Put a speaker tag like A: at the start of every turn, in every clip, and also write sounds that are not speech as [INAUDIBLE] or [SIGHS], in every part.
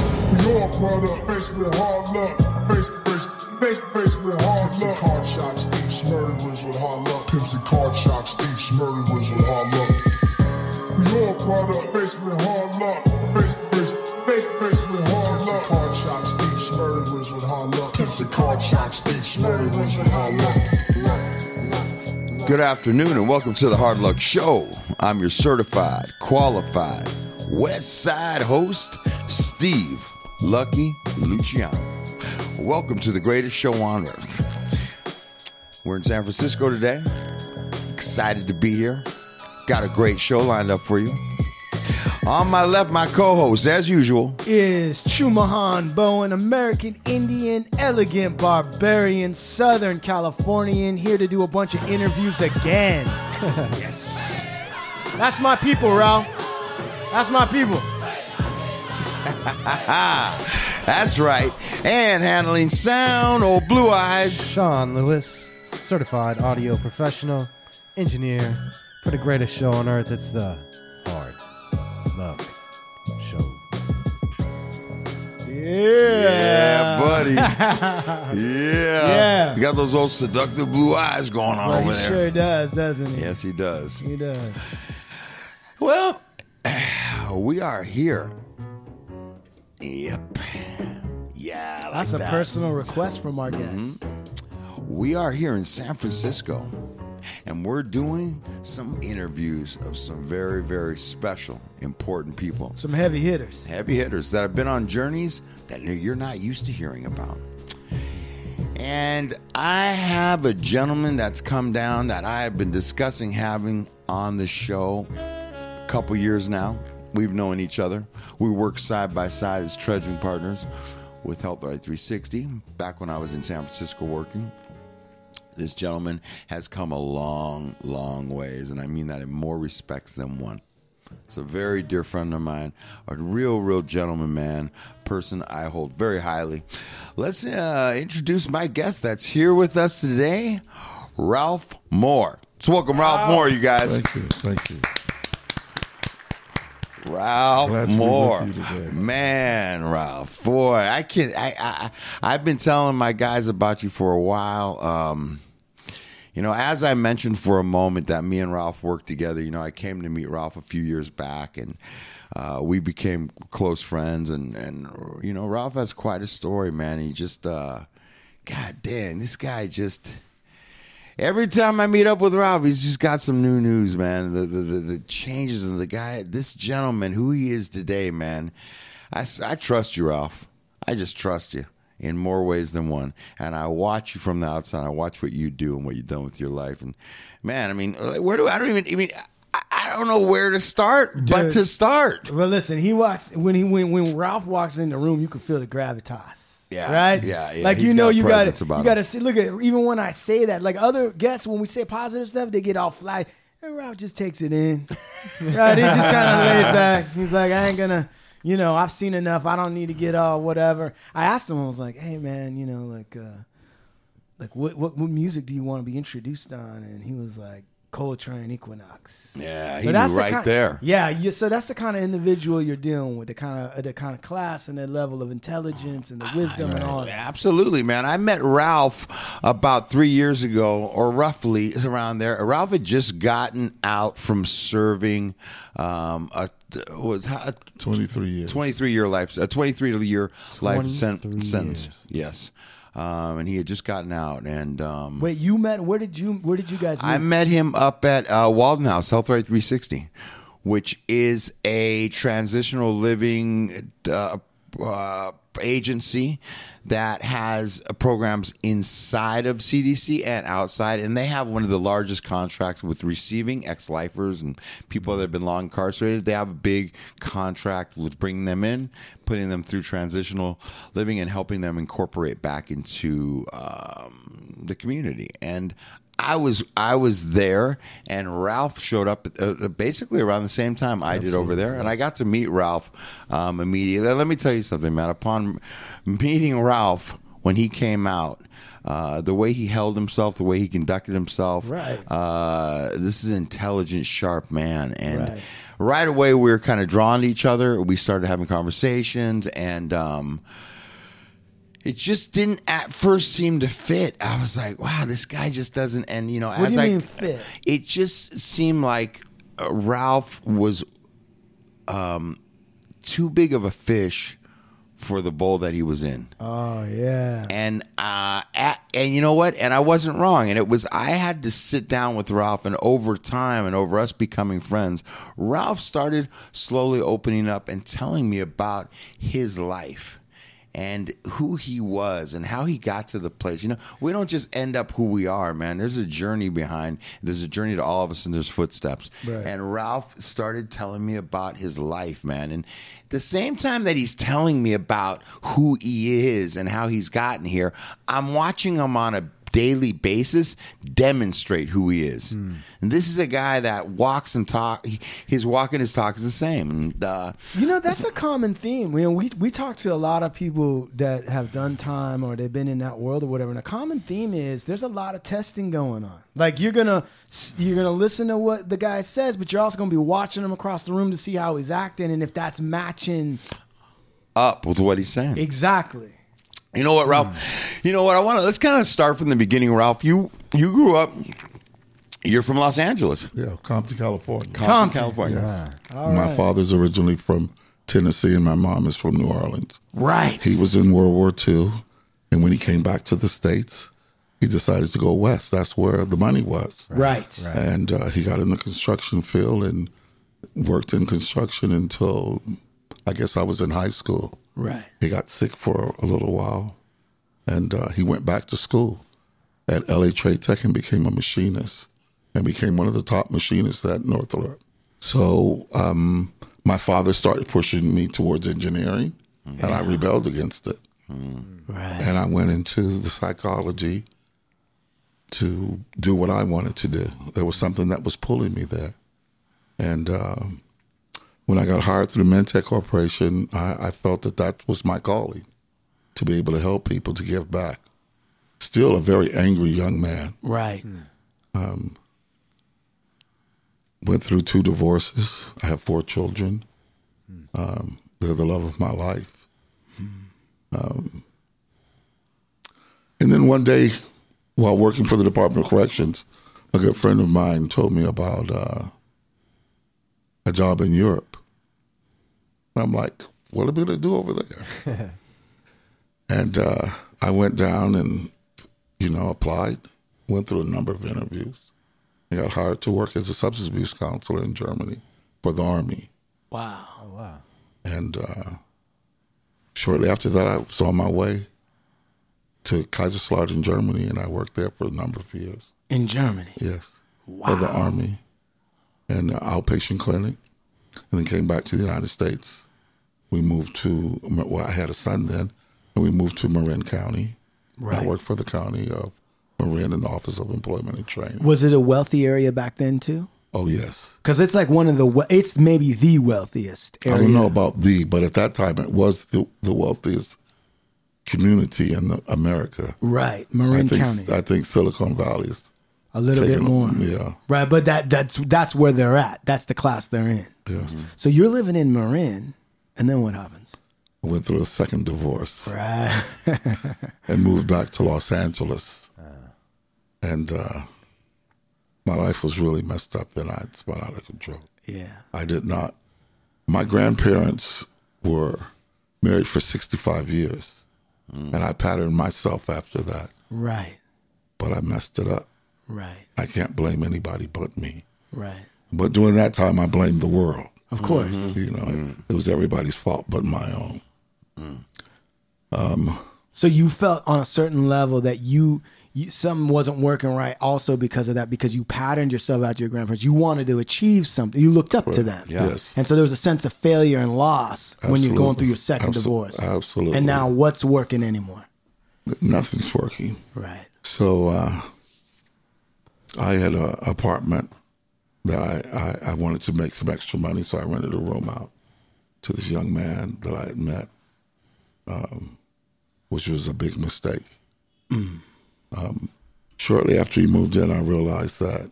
A: all butter, face with hard luck. Face, face, face, face with hard luck. Pimps and card shots, thieves, murderers with hard luck. Pimps and card shots, thieves, murderers with hard luck. We all butter, face with hard luck. Face, face, face, face with hard luck. Pimps and card shots, thieves, murderers with hard luck. Pimps and card shots, thieves, murderers with hard luck.
B: Good afternoon and welcome to the Hard Luck Show. I'm your certified, qualified West Side host, Steve Lucky Luciano. Welcome to the greatest show on earth. We're in San Francisco today. Excited to be here. Got a great show lined up for you. On my left, my co host, as usual,
C: is Chumahan Bowen, American Indian, elegant barbarian, Southern Californian, here to do a bunch of interviews
B: [LAUGHS]
C: again. yes. That's my people, Ralph. That's my people.
B: That's right. And handling sound or blue eyes.
D: Sean Lewis, certified audio professional, engineer for the greatest show on earth. It's the Hard Luck Show.
B: Yeah, buddy. yeah.
C: [LAUGHS] Yeah.
B: You got those old seductive blue eyes going on
C: Well,
B: over
C: he
B: there.
C: sure does, doesn't he?
B: Yes, he does.
C: He does.
B: Well, [SIGHS] we are here. Yep. Yeah, I like
C: That's a
B: that. Mm-hmm.
C: personal request from our guest.
B: We are here in San Francisco, and we're doing some interviews of some very, very special, important people.
C: Some heavy hitters.
B: heavy hitters that have been on journeys that you're not used to hearing about. And I have a gentleman that's come down that I have been discussing having on the show a couple years now. We've known each other. We work side by side as trudging partners with Health Right 360 back when I was in San Francisco working. This gentleman has come a long, long ways, and I mean that in more respects than one. It's a very dear friend of mine, a real, real gentleman, man, person I hold very highly. Let's uh, introduce my guest that's here with us today, Ralph Moore. Let's welcome Ralph Moore, you guys.
E: Thank you. Thank you.
B: Ralph
E: Glad to be with
B: Moore,
E: you today.
B: man, Ralph, boy, I can. I, I I- I've been telling my guys about you for a while. Um, you know, as I mentioned for a moment that me and Ralph worked together. You know, I came to meet Ralph a few years back, and uh, we became close friends. And and you know, Ralph has quite a story, man. He just, uh, God damn, this guy just. Every time I meet up with Rob, he's just got some new news, man. The the, the, the changes and the guy, this gentleman, who he is today, man. I, s- I trust you, Ralph. I just trust you in more ways than one. And I watch you from the outside. I watch what you do and what you've done with your life. And man, I mean, where do I don't even? I mean, I, I don't know where to start, but
C: Dude.
B: to start.
C: Well, listen, he walks when he when when Ralph walks in the room, you can feel the gravitas.
B: Yeah,
C: Right.
B: yeah, yeah.
C: Like
B: He's
C: you know,
B: got
C: you got
B: presence
C: to
B: about
C: you
B: him.
C: got to see. Look at even when I say that, like other guests, when we say positive stuff, they get all fly. And Ralph just takes
B: [LAUGHS]
C: it in. right. He's just kind of laid back. He's like, I ain't gonna. You know, I've seen enough. I don't need to get all whatever. I asked him. I was like, Hey, man. You know, like, uh like what what what music do you want to be introduced on? And he was like, Coltrane Equinox.
B: Yeah, he
C: So that's
B: knew
C: the
B: right
C: kind-
B: there.
C: Yeah, you, so that's the kind of individual you're dealing with, the kind of the kind of class and the level of intelligence and the wisdom and all that.
B: Absolutely, man. I met Ralph about three years ago, or roughly it's around there. Ralph had just gotten out from serving um, a was how-
E: 23 years.
B: 23 year life a 23 year life sen-
D: 23
B: sentence
D: years.
B: yes um, and he had just gotten out and um,
C: Wait, you met? Where did you? Where did you guys meet?
B: I met him up at uh, Walden House, Health Right 360, which is a transitional living uh, uh, agency that has programs inside of CDC and outside. And they have one of the largest contracts with receiving ex lifers and people that have been long incarcerated. They have a big contract with bringing them in, putting them through transitional living, and helping them incorporate back into um, the community. And I was I was there, and Ralph showed up uh, uh, basically around the same time I did over there, and I got to meet Ralph um, immediately. Let me tell you something, man. Upon meeting Ralph, when he came out, uh, the way he held himself, the way he conducted himself.
C: Right.
B: Uh, this is an intelligent, sharp man, and
C: Right.
B: right, away we were kind of drawn to each other. We started having conversations, and um, it just didn't at first seem to fit. I was like, wow, this guy just doesn't. And you know,
C: What
B: as
C: do you
B: I
C: mean fit?
B: it just seemed like uh, Ralph was um, too big of a fish for the bowl that he was in.
C: Oh yeah.
B: And uh, at, and you know what? And I wasn't wrong. And it was I had to sit down with Ralph, and over time, and over us becoming friends, Ralph started slowly opening up and telling me about his life. And who he was and how he got to the place. You know, we don't just end up who we are, man. There's a journey behind, there's a journey to all of us, and there's footsteps.
C: Right.
B: And and Ralph started telling me about his life, man. And the same time that he's telling me about who he is and how he's gotten here, I'm watching him on a daily basis demonstrate who he is. And this is a guy that walks and talk. he- His walk and his talk is the same. And, uh,
C: You know, that's a common theme. We, we we talk to a lot of people that have done time or they've been in that world or whatever. And a common theme is there's a lot of testing going on. Like you're gonna you're gonna listen to what the guy says, but you're also gonna be watching him across the room to see how he's acting and if that's matching
B: up with what he's saying.
C: exactly.
B: You know what, Ralph? You know what? I want to let's kind of start from the beginning, Ralph. You you grew up. You're from Los Angeles,
E: Yeah, Compton, California.
B: Compton, California.
E: my father's originally from Tennessee and my mom is from New Orleans.
B: Right.
E: He was in World War II, and when he came back to the States, he decided to go west. That's where the money was.
C: Right.
E: And uh, he got in the construction field and worked in construction until I guess I was in high school.
C: Right.
E: He got sick for a little while, and uh, he went back to school at LA Trade Tech and became a machinist, and became one of the top machinists at Northrop. So um, my father started pushing me towards engineering, and I rebelled against it,
C: Right.
E: and I went into the psychology to do what I wanted to do. There was something that was pulling me there, and. Um, when I got hired through Mentec Corporation, I, I felt that that was my calling to be able to help people, to give back. Still a very angry young man.
C: Right.
E: Hmm. Went through two divorces. I have four children. Um, they're the love of my life. Um, and then one day, while working for the Department of Corrections, a good friend of mine told me about uh, a job in Europe. And I'm like, what are we going to do over there? and uh, I went down and, you know, applied, went through a number of interviews. I got hired to work as a substance abuse counselor in Germany for the army.
C: Wow.
D: Oh, wow.
E: And uh, shortly after that, I was on my way to Kaiserslautern, Germany, and I worked there for a number of years.
C: In Germany.
E: Yes. For the Army and the outpatient clinic. And then came back to the United States. We moved to, well, I had a son then, and we moved to Marin County. I worked for the county of Marin in the Office of Employment and Training.
C: Was it a wealthy area back then too?
E: Oh, yes.
C: Because it's like one of the we- it's maybe the wealthiest area.
E: I don't know about the, but at that time it was the, the wealthiest community in the, America.
C: Right,
E: I
C: Marin
E: think,
C: County,
E: I think Silicon Valley is
C: a little bit
E: taking-
C: more.
E: yeah.
C: Right, but that that's that's where they're at. That's the class they're in.
E: Yes.
C: So you're living in Marin, and then what happens?
E: I went through a second divorce.
C: Right,
E: and moved back to Los Angeles. And uh, my life was really messed up then. I had spun out of control.
C: [LAUGHS] yeah,
E: I did not. My grandparents were married for 65 years, and I patterned myself after that,
C: right,
E: but I messed it up.
C: right,
E: I can't blame anybody but me.
C: right.
E: But during that time, I blamed the world.
C: Of course,
E: You know, it, it was everybody's fault but my own.
C: So you felt on a certain level that you, you something wasn't working right also because of that because you patterned yourself out to your grandparents. You wanted to achieve something. You looked up to them.
E: Yes.
C: And so there was a sense of failure and loss when you're going
E: Absolutely.
C: through your second
E: Absol-
C: divorce.
E: absolutely.
C: And now what's working anymore?
E: Nothing's working.
C: Right.
E: So uh, I had an apartment that I, I, I wanted to make some extra money, so I rented a room out to this young man that I had met. Um, which was a big mistake. Um, shortly after he moved in, I realized that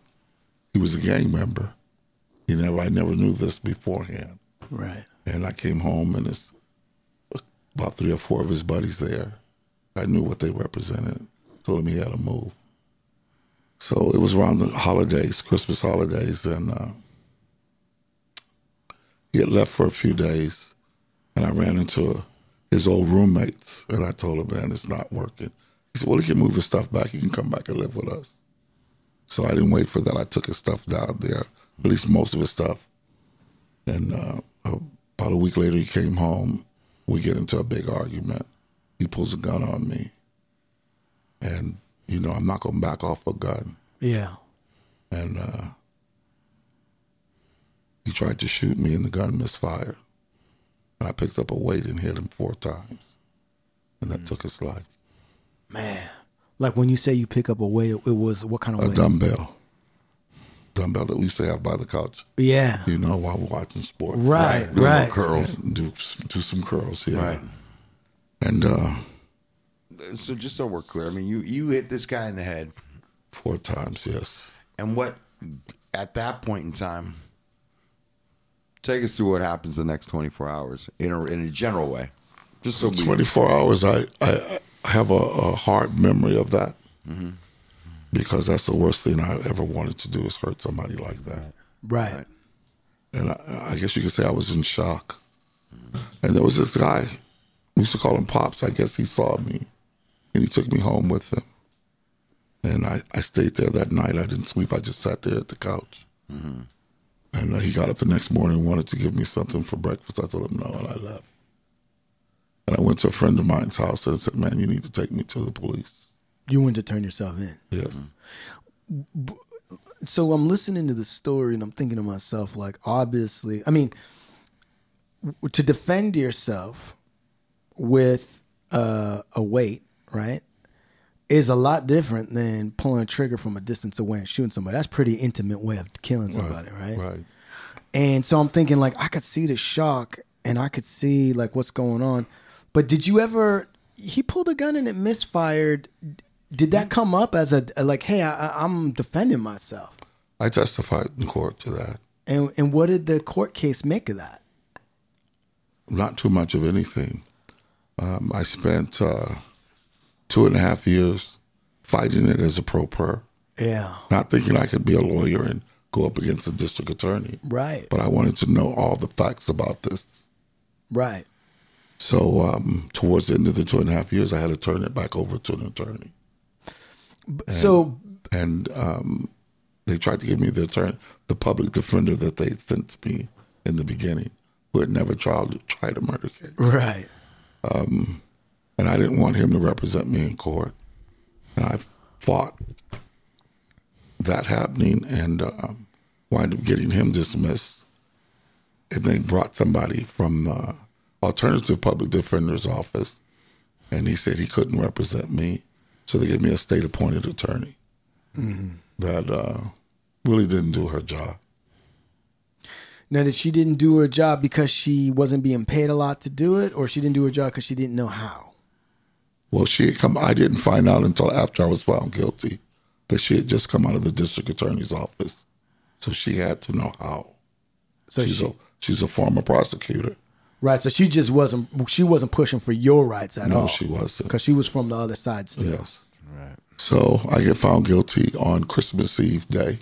E: he was a gang member. He never, I never knew this beforehand.
C: Right.
E: And I came home, and it's about three or four of his buddies there. I knew what they represented. Told him he had to move. So it was around the holidays, Christmas holidays, and uh, he had left for a few days, and I ran into his old roommates, and I told him, "Man, it's not working." He said, "Well, he can move his stuff back. He can come back and live with us." So I didn't wait for that. I took his stuff down there, at least most of his stuff, and uh, about a week later, he came home. We get into a big argument. He pulls a gun on me. And, you know, I'm not going to back off a gun.
C: Yeah.
E: And uh, he tried to shoot me, and the gun misfired. And I picked up a weight and hit him four times. And that took his life.
C: Man. Like when you say you pick up a weight, it was what kind of
E: A
C: weight?
E: dumbbell. Dumbbell that we used to have by the couch,
C: Yeah.
E: you know, while we're watching sports.
C: Right.
B: Little
C: Right.
B: curls.
E: Do, do some curls, yeah.
B: Right.
E: And uh,
B: So just so we're clear, I mean, you you hit this guy in the head,
E: four times, yes.
B: and what at that point in time? Take us through what happens the next twenty four hours in a in a general way, just so we,
E: 24 hours i i, I have a, a hard memory of that
B: Mm-hmm.
E: because that's the worst thing i ever wanted to do is hurt somebody like that
C: Right.
E: and i, I guess you could say i was in shock and there was this guy we used to call him pops i guess he saw me and he took me home with him and i, I stayed there that night i didn't sleep i just sat there at the couch and uh, he got up the next morning and wanted to give me something for breakfast i told him no and i left and I went to a friend of mine's house and I said, Man, you need to take me to the police.
C: You went to turn yourself in.
E: Yes.
C: so I'm listening to the story and I'm thinking to myself, like, obviously, I mean, w- to defend yourself with uh, a weight, right, is a lot different than pulling a trigger from a distance away and shooting somebody. That's pretty intimate way of killing somebody, right?
E: Right.
C: And so I'm thinking, like, I could see the shock and I could see, like, what's going on. But did you ever, he pulled a gun and it misfired. Did that come up as a, like, hey, I, I- I'm defending myself?
E: I testified in court to that.
C: And and what did the court case make of that?
E: Not too much of anything. Um, I spent uh, two and a half years fighting it as a pro per,
C: Yeah.
E: not thinking I could be a lawyer and go up against a district attorney.
C: Right.
E: But I wanted to know all the facts about this.
C: Right.
E: So um, towards the end of the two and a half years, I had to turn it back over to an attorney.
C: so
E: and um, they tried to give me the attorney, the public defender that they sent to me in the beginning, who had never tried tried a murder case,
C: right.
E: and I didn't want him to represent me in court, and I fought that happening, and um, wind up getting him dismissed, and they brought somebody from the alternative public defender's office, and he said he couldn't represent me, so they gave me a state appointed attorney. that uh, really didn't do her job.
C: Now that she didn't do her job because she wasn't being paid a lot to do it, or she didn't do her job because she didn't know how.
E: Well, she had come. I didn't find out until after I was found guilty that she had just come out of the district attorney's office, so she had to know how.
C: So
E: she's
C: she,
E: a she's a former prosecutor.
C: right. So she just wasn't. She wasn't pushing for your rights at
E: No,
C: all.
E: she wasn't.
C: because she was from the other side still.
E: Yes. So I get found guilty on Christmas Eve day.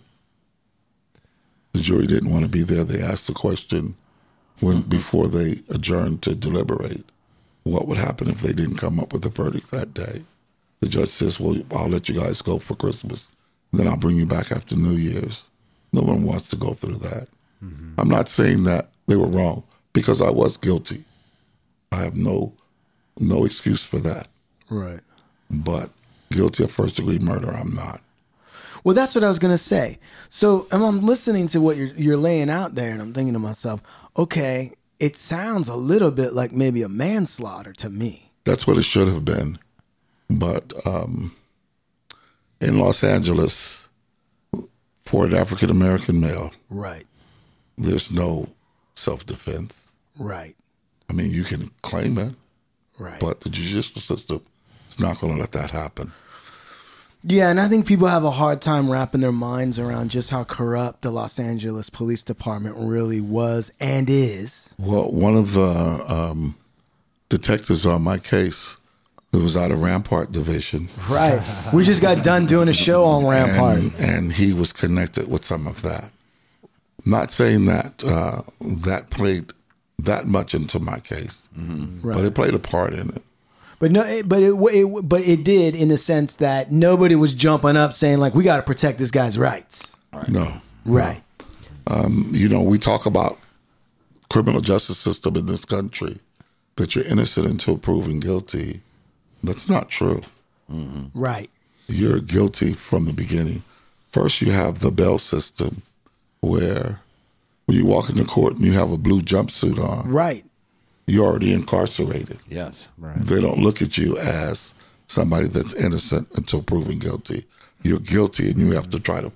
E: The jury didn't want to be there. They asked the question when before they adjourned to deliberate what would happen if they didn't come up with a verdict that day. The judge says, Well, I'll let you guys go for Christmas. Then I'll bring you back after New Year's. No one wants to go through that. I'm not saying that they were wrong because I was guilty. I have no no excuse for that
C: Right.
E: but guilty of first degree murder, I'm not.
C: Well, that's what I was gonna say. So and I'm listening to what you're you're laying out there, and I'm thinking to myself, okay, it sounds a little bit like maybe a manslaughter to me.
E: That's what it should have been. But um, in Los Angeles, for an African American male,
C: Right.
E: there's no self defense.
C: Right.
E: I mean, you can claim it,
C: Right.
E: But the judicial system is not going to let that happen.
C: Yeah, and I think people have a hard time wrapping their minds around just how corrupt the Los Angeles Police Department really was and is.
E: Well, one of the um, detectives on my case, who was out of Rampart Division,
C: Right. [LAUGHS] we just got done doing a show on Rampart.
E: and, and he was connected with some of that. Not saying that uh, that played that much into my case,
C: Mm-hmm.
E: but it played a part in it.
C: But no, it, but it, it but it did in the sense that nobody was jumping up saying like we got to protect this guy's rights.
E: No,
C: Right.
E: you know, we talk about criminal justice system in this country that you're innocent until proven guilty. That's not true.
C: Right.
E: you're guilty from the beginning. First, you have the bell system, where when you walk into court and you have a blue jumpsuit on,
C: Right.
E: you're already incarcerated.
B: Yes.
E: They don't look at you as somebody that's innocent until proven guilty. You're guilty, and you have to try to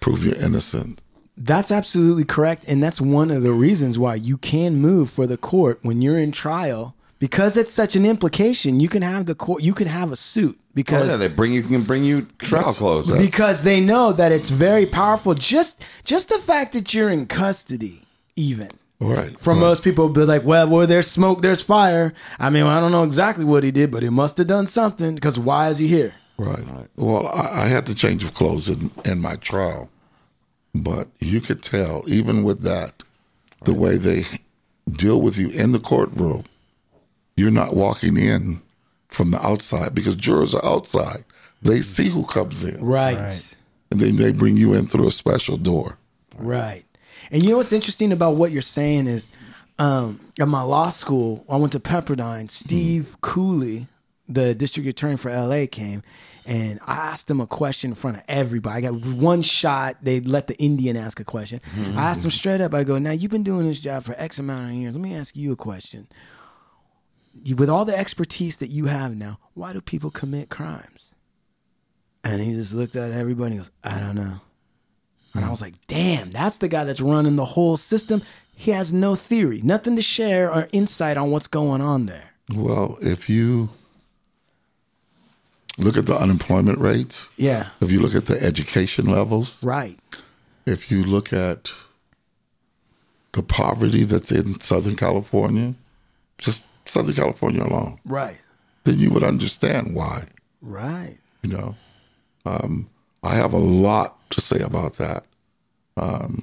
E: prove you're innocent.
C: That's absolutely correct. And that's one of the reasons why you can move for the court when you're in trial because it's such an implication. You can have the court, you can have a suit
B: Oh,
C: because.
B: yeah, they bring you can bring you trial
E: That's-
B: clothes.
E: that-
C: because they know that it's very powerful. Just just the fact that you're in custody, even
E: Right.
C: for most people, be like, well, where there's smoke, there's fire. I mean, I don't know exactly what he did, but he must have done something. Because why is he here?
E: Right. Well, I, I had to change of clothes in, in my trial, but you could tell, even with that, the way they deal with you in the courtroom, you're not walking in from the outside because jurors are outside. They see who comes in,
C: Right, right.
D: Right.
E: and then they bring you in through a special door.
C: And you know what's interesting about what you're saying is, um, at my law school, I went to Pepperdine. Steve Cooley, the district attorney for LA, came. And I asked him a question in front of everybody. I got one shot. They let the Indian ask a question. I asked him straight up. I go, "Now you've been doing this job for X amount of years. Let me ask you a question. you, with all the expertise that you have now, why do people commit crimes? And he just looked at everybody and goes, I don't know. And I was like, damn, that's the guy that's running the whole system. He has no theory, nothing to share or insight on what's going on there.
E: Well, if you look at the unemployment rates,
C: Yeah.
E: if you look at the education levels,
C: Right.
E: if you look at the poverty that's in Southern California, just Southern California alone,
C: Right.
E: then you would understand why.
C: Right.
E: You know, um, I have a lot to say about that. Um,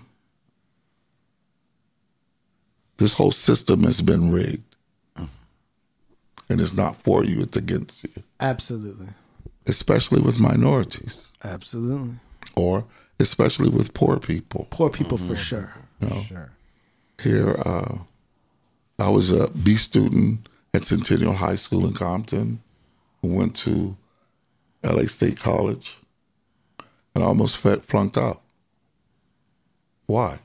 E: this whole system has been rigged, and it's not for you; it's against you,
C: Absolutely.
E: especially with minorities,
C: Absolutely.
E: or especially with poor people.
C: Poor people for sure.
D: Sure.
E: here. Uh, I was a B student at Centennial High School in Compton. Went to LA State College and almost fe- flunked out. Why?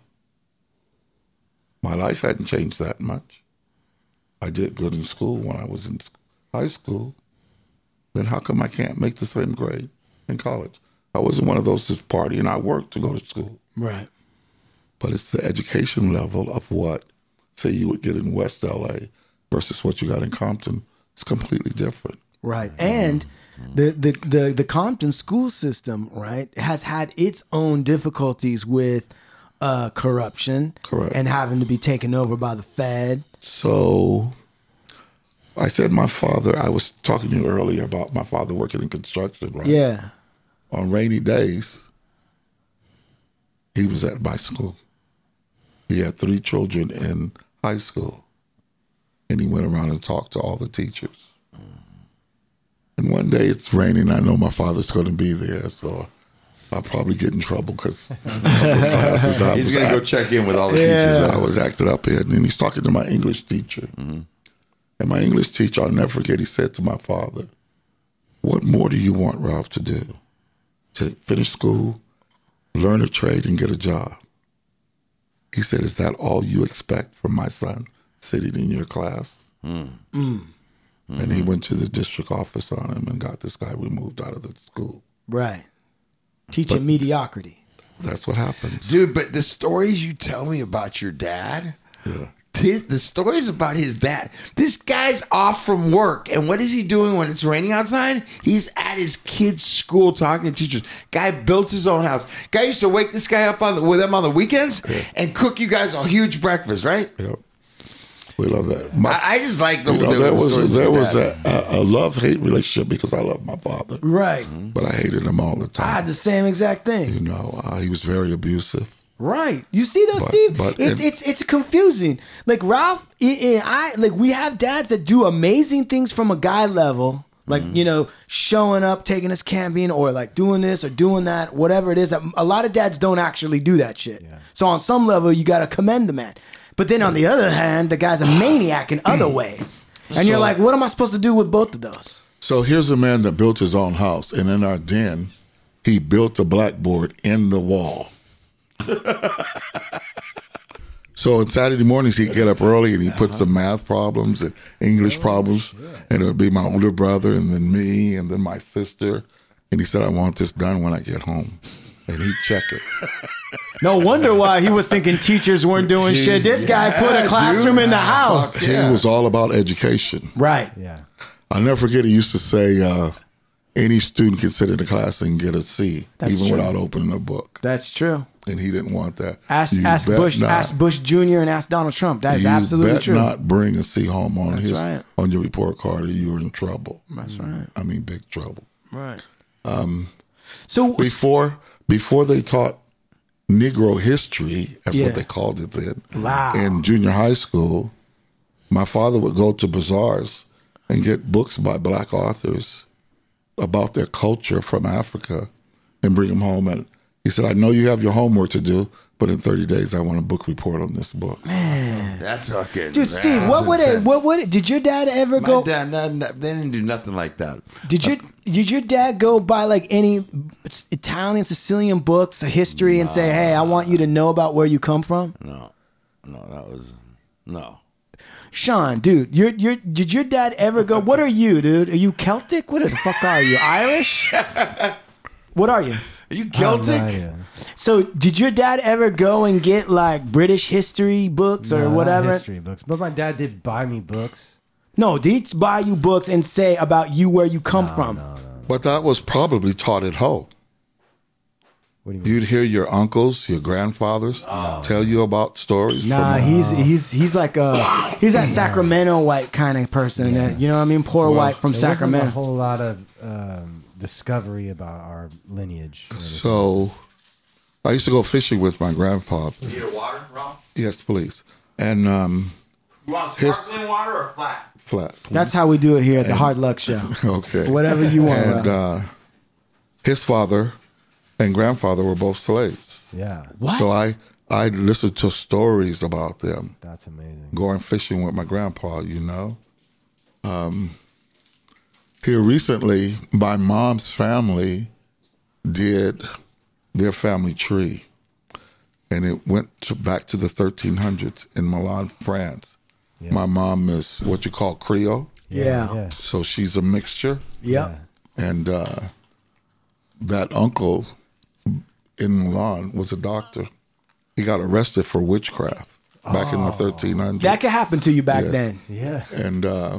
E: My life hadn't changed that much. I did good in school when I was in s- high school. Then how come I can't make the same grade in college? I wasn't one of those who's party and I worked to go to school
C: Right.
E: but it's the education level of what, say, you would get in West LA versus what you got in Compton. It's completely different.
C: Right. And the, the, the, the Compton school system, right, has had its own difficulties with uh, corruption
E: Correct.
C: and having to be taken over by the Fed.
E: So I said, my father, I was talking to you earlier about my father working in construction, right?
C: Yeah.
E: On rainy days, he was at my school. He had three children in high school, and he went around and talked to all the teachers. And one day it's raining. I know my father's going to be there, so I'll probably get in trouble because classes I
B: He's
E: was
B: gonna go
E: act-
B: check in with all the teachers. Mm-hmm.
E: I was acting up in. And he's talking to my English teacher, and my English teacher, I'll never forget. He said to my father, "What more do you want Ralph to do? To finish school, learn a trade, and get a job?" He said, "Is that all you expect from my son sitting in your class?" Hmm. And he went to the district office on him and got this guy removed out of the school.
C: Right. Teaching mediocrity.
E: That's what happens.
B: Dude, but the stories you tell me about your dad, his, the stories about his dad. This guy's off from work, and what is he doing when it's raining outside? He's at his kid's school talking to teachers. Guy built his own house. Guy used to wake this guy up on the, with him on the weekends and cook you guys a huge breakfast, right?
E: Yep. We love that. My,
B: I, I just like the,
E: you know,
B: the
E: there
B: stories
E: was there
B: about
E: was
B: that.
E: a, a, a love hate relationship because I love my father,
C: Right.
E: but I hated him all the
C: I
E: time.
C: had the same exact thing.
E: you know, uh, he was very abusive.
C: Right. You see though,
E: But-
C: Steve?
E: but
C: it's
E: in-
C: it's it's confusing. Like Ralph i- and I like we have dads that do amazing things from a guy level. Like,
E: Mm-hmm.
C: you know, showing up, taking us camping, or like doing this or doing that, whatever it is. that- A lot of dads don't actually do that shit. So on some level you gotta commend the man. But then on the other hand, the guy's a maniac in other
E: [CLEARS THROAT]
C: ways. And you're like, what am I supposed to do with both of those?
E: So here's a man that built his own house, and in our den, he built a blackboard in the wall. [LAUGHS] so on Saturday mornings, he'd get up early and he
C: Uh-huh.
E: put some math problems and English
C: Oh,
E: problems, and it would be my older brother, and then me, and then my sister. And he said, I want this done when I get home. And he'd check
C: [LAUGHS]
E: it.
C: No wonder why he was thinking teachers weren't doing shit. This guy put a classroom in the house.
E: He was all about education.
C: Right.
D: Yeah.
E: I'll never forget he used to say, uh, any student can sit in a class and get a C,
C: That's
E: even
C: true.
E: without opening a book.
C: That's true.
E: and he didn't want that.
C: Ask,
E: You
C: ask
E: bet
C: Bush,
E: not.
C: ask Bush Jr. and ask Donald Trump. That is
E: you
C: absolutely
E: bet
C: true.
E: Not bring a C home on his
C: right.
E: on your report card, or you're in trouble. Mm.
C: That's right.
E: I mean, big trouble.
C: Right. Um. So
E: Before before they taught Negro history, that's
C: Yeah.
E: what they called it then.
C: Wow.
E: In junior high school, my father would go to bazaars and get books by black authors about their culture from Africa and bring them home. And he said, "I know you have your homework to do, but in 30 days, I want a book report on this book."
B: That's fucking.
C: dude, Steve,
B: that's
C: what would it?
B: intense.
C: What would it? Did your dad ever
B: My
C: go?
B: dad, no, no, they didn't do nothing like that.
C: Did your did your dad go buy like any Italian Sicilian books, history, and say, "Hey, I want you to know about where you come from"?
B: No, no, that was no.
C: Sean, dude, your your did your dad ever go? What are you, dude? Are you Celtic? What the fuck are you?
B: [LAUGHS]
C: Irish? What are you?
B: Are you
D: Oh,
B: Celtic?
D: yeah.
C: So, did your dad ever go and get like British history books or
D: No, not
C: whatever?
D: History books. But my dad did buy me books.
C: No, they each buy you books and say about you where you come from.
E: But that was probably taught at home.
D: What do you mean?
E: You'd hear your uncles, your grandfathers
B: Oh,
E: tell you about stories.
C: Nah,
E: from,
C: he's he's he's like a he's that Sacramento white kind of person. That, you know what I mean? Poor white from
D: There wasn't a
C: Sacramento.
D: whole lot of um, discovery about our
C: [LAUGHS]
D: lineage.
E: so I used to go fishing with my grandfather.
B: Need a water, Ralph?
E: Yes, please. And um,
B: You want
E: His-
B: water or flat?
C: [LAUGHS]
E: flat. please.
C: That's how we do it here at the Hard Luck Show.
E: okay.
C: Whatever you want.
E: And
C: bro.
E: uh, his father and grandfather were both slaves.
D: Yeah.
C: what?
E: uh, So I I listened to stories about them.
D: That's amazing.
E: going fishing with my grandpa, you know. Um, here recently, my mom's family did their family tree, and it went to, back to the 1300s in Milan, France. My mom is what you call Creole,
C: yeah.
D: Yeah.
E: so she's a mixture,
C: Yep.
E: and uh, that uncle in Milan was a doctor. He got arrested for witchcraft back in the 1300s
C: Oh. That could happen to you back
E: Yes.
C: then.
D: Yeah.
E: and uh,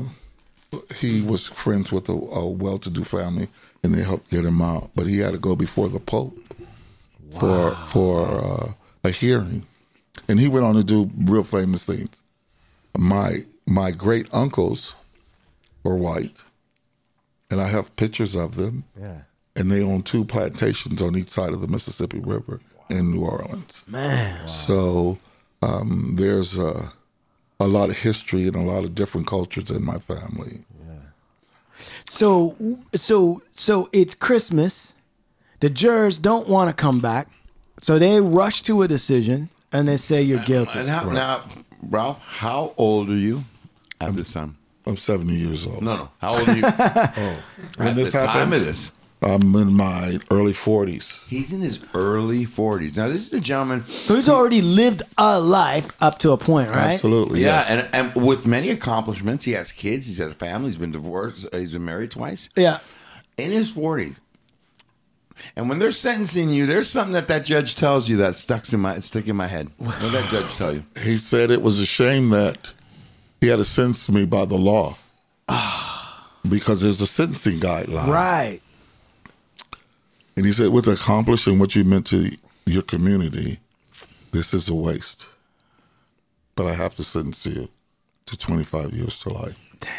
E: he was friends with a, a well-to-do family, and they helped get him out. But he had to go before the Pope for for uh, a hearing, and he went on to do real famous things. My my great uncles were white, and I have pictures of them,
D: Yeah.
E: and they own two plantations on each side of the Mississippi River in New Orleans.
C: Man.
E: So um, there's a, a lot of history and a lot of different cultures in my family.
C: So so so it's Christmas. The jurors don't want to come back. So they rush to a decision and they say you're guilty.
B: And how, now, Ralph, how old are you at this time?
E: I'm 70 years old.
B: No, no. How old are
E: [LAUGHS]
B: you?
E: Oh. When
B: at
E: this
B: the time
E: happens-
B: of this.
E: I'm in my early 40s.
B: He's in his early 40s. Now, this is a gentleman.
C: So he's already lived a life up to a point, right?
E: Absolutely.
B: Yeah,
E: yes.
B: and, and with many accomplishments. He has kids, he's had a family, he's been divorced, uh, he's been married twice.
C: Yeah.
B: In his 40s, And when they're sentencing you, there's something that that judge tells you that stucks in my stick in my head. What did that judge tell
E: [LAUGHS]
B: you?
E: He said it was a shame that he had to sentence me by the law
B: Ah.
E: because there's a sentencing guideline.
C: Right.
E: And he said, with accomplishing what you meant to your community, this is a waste. But I have to sentence you to 25 years to life. Damn.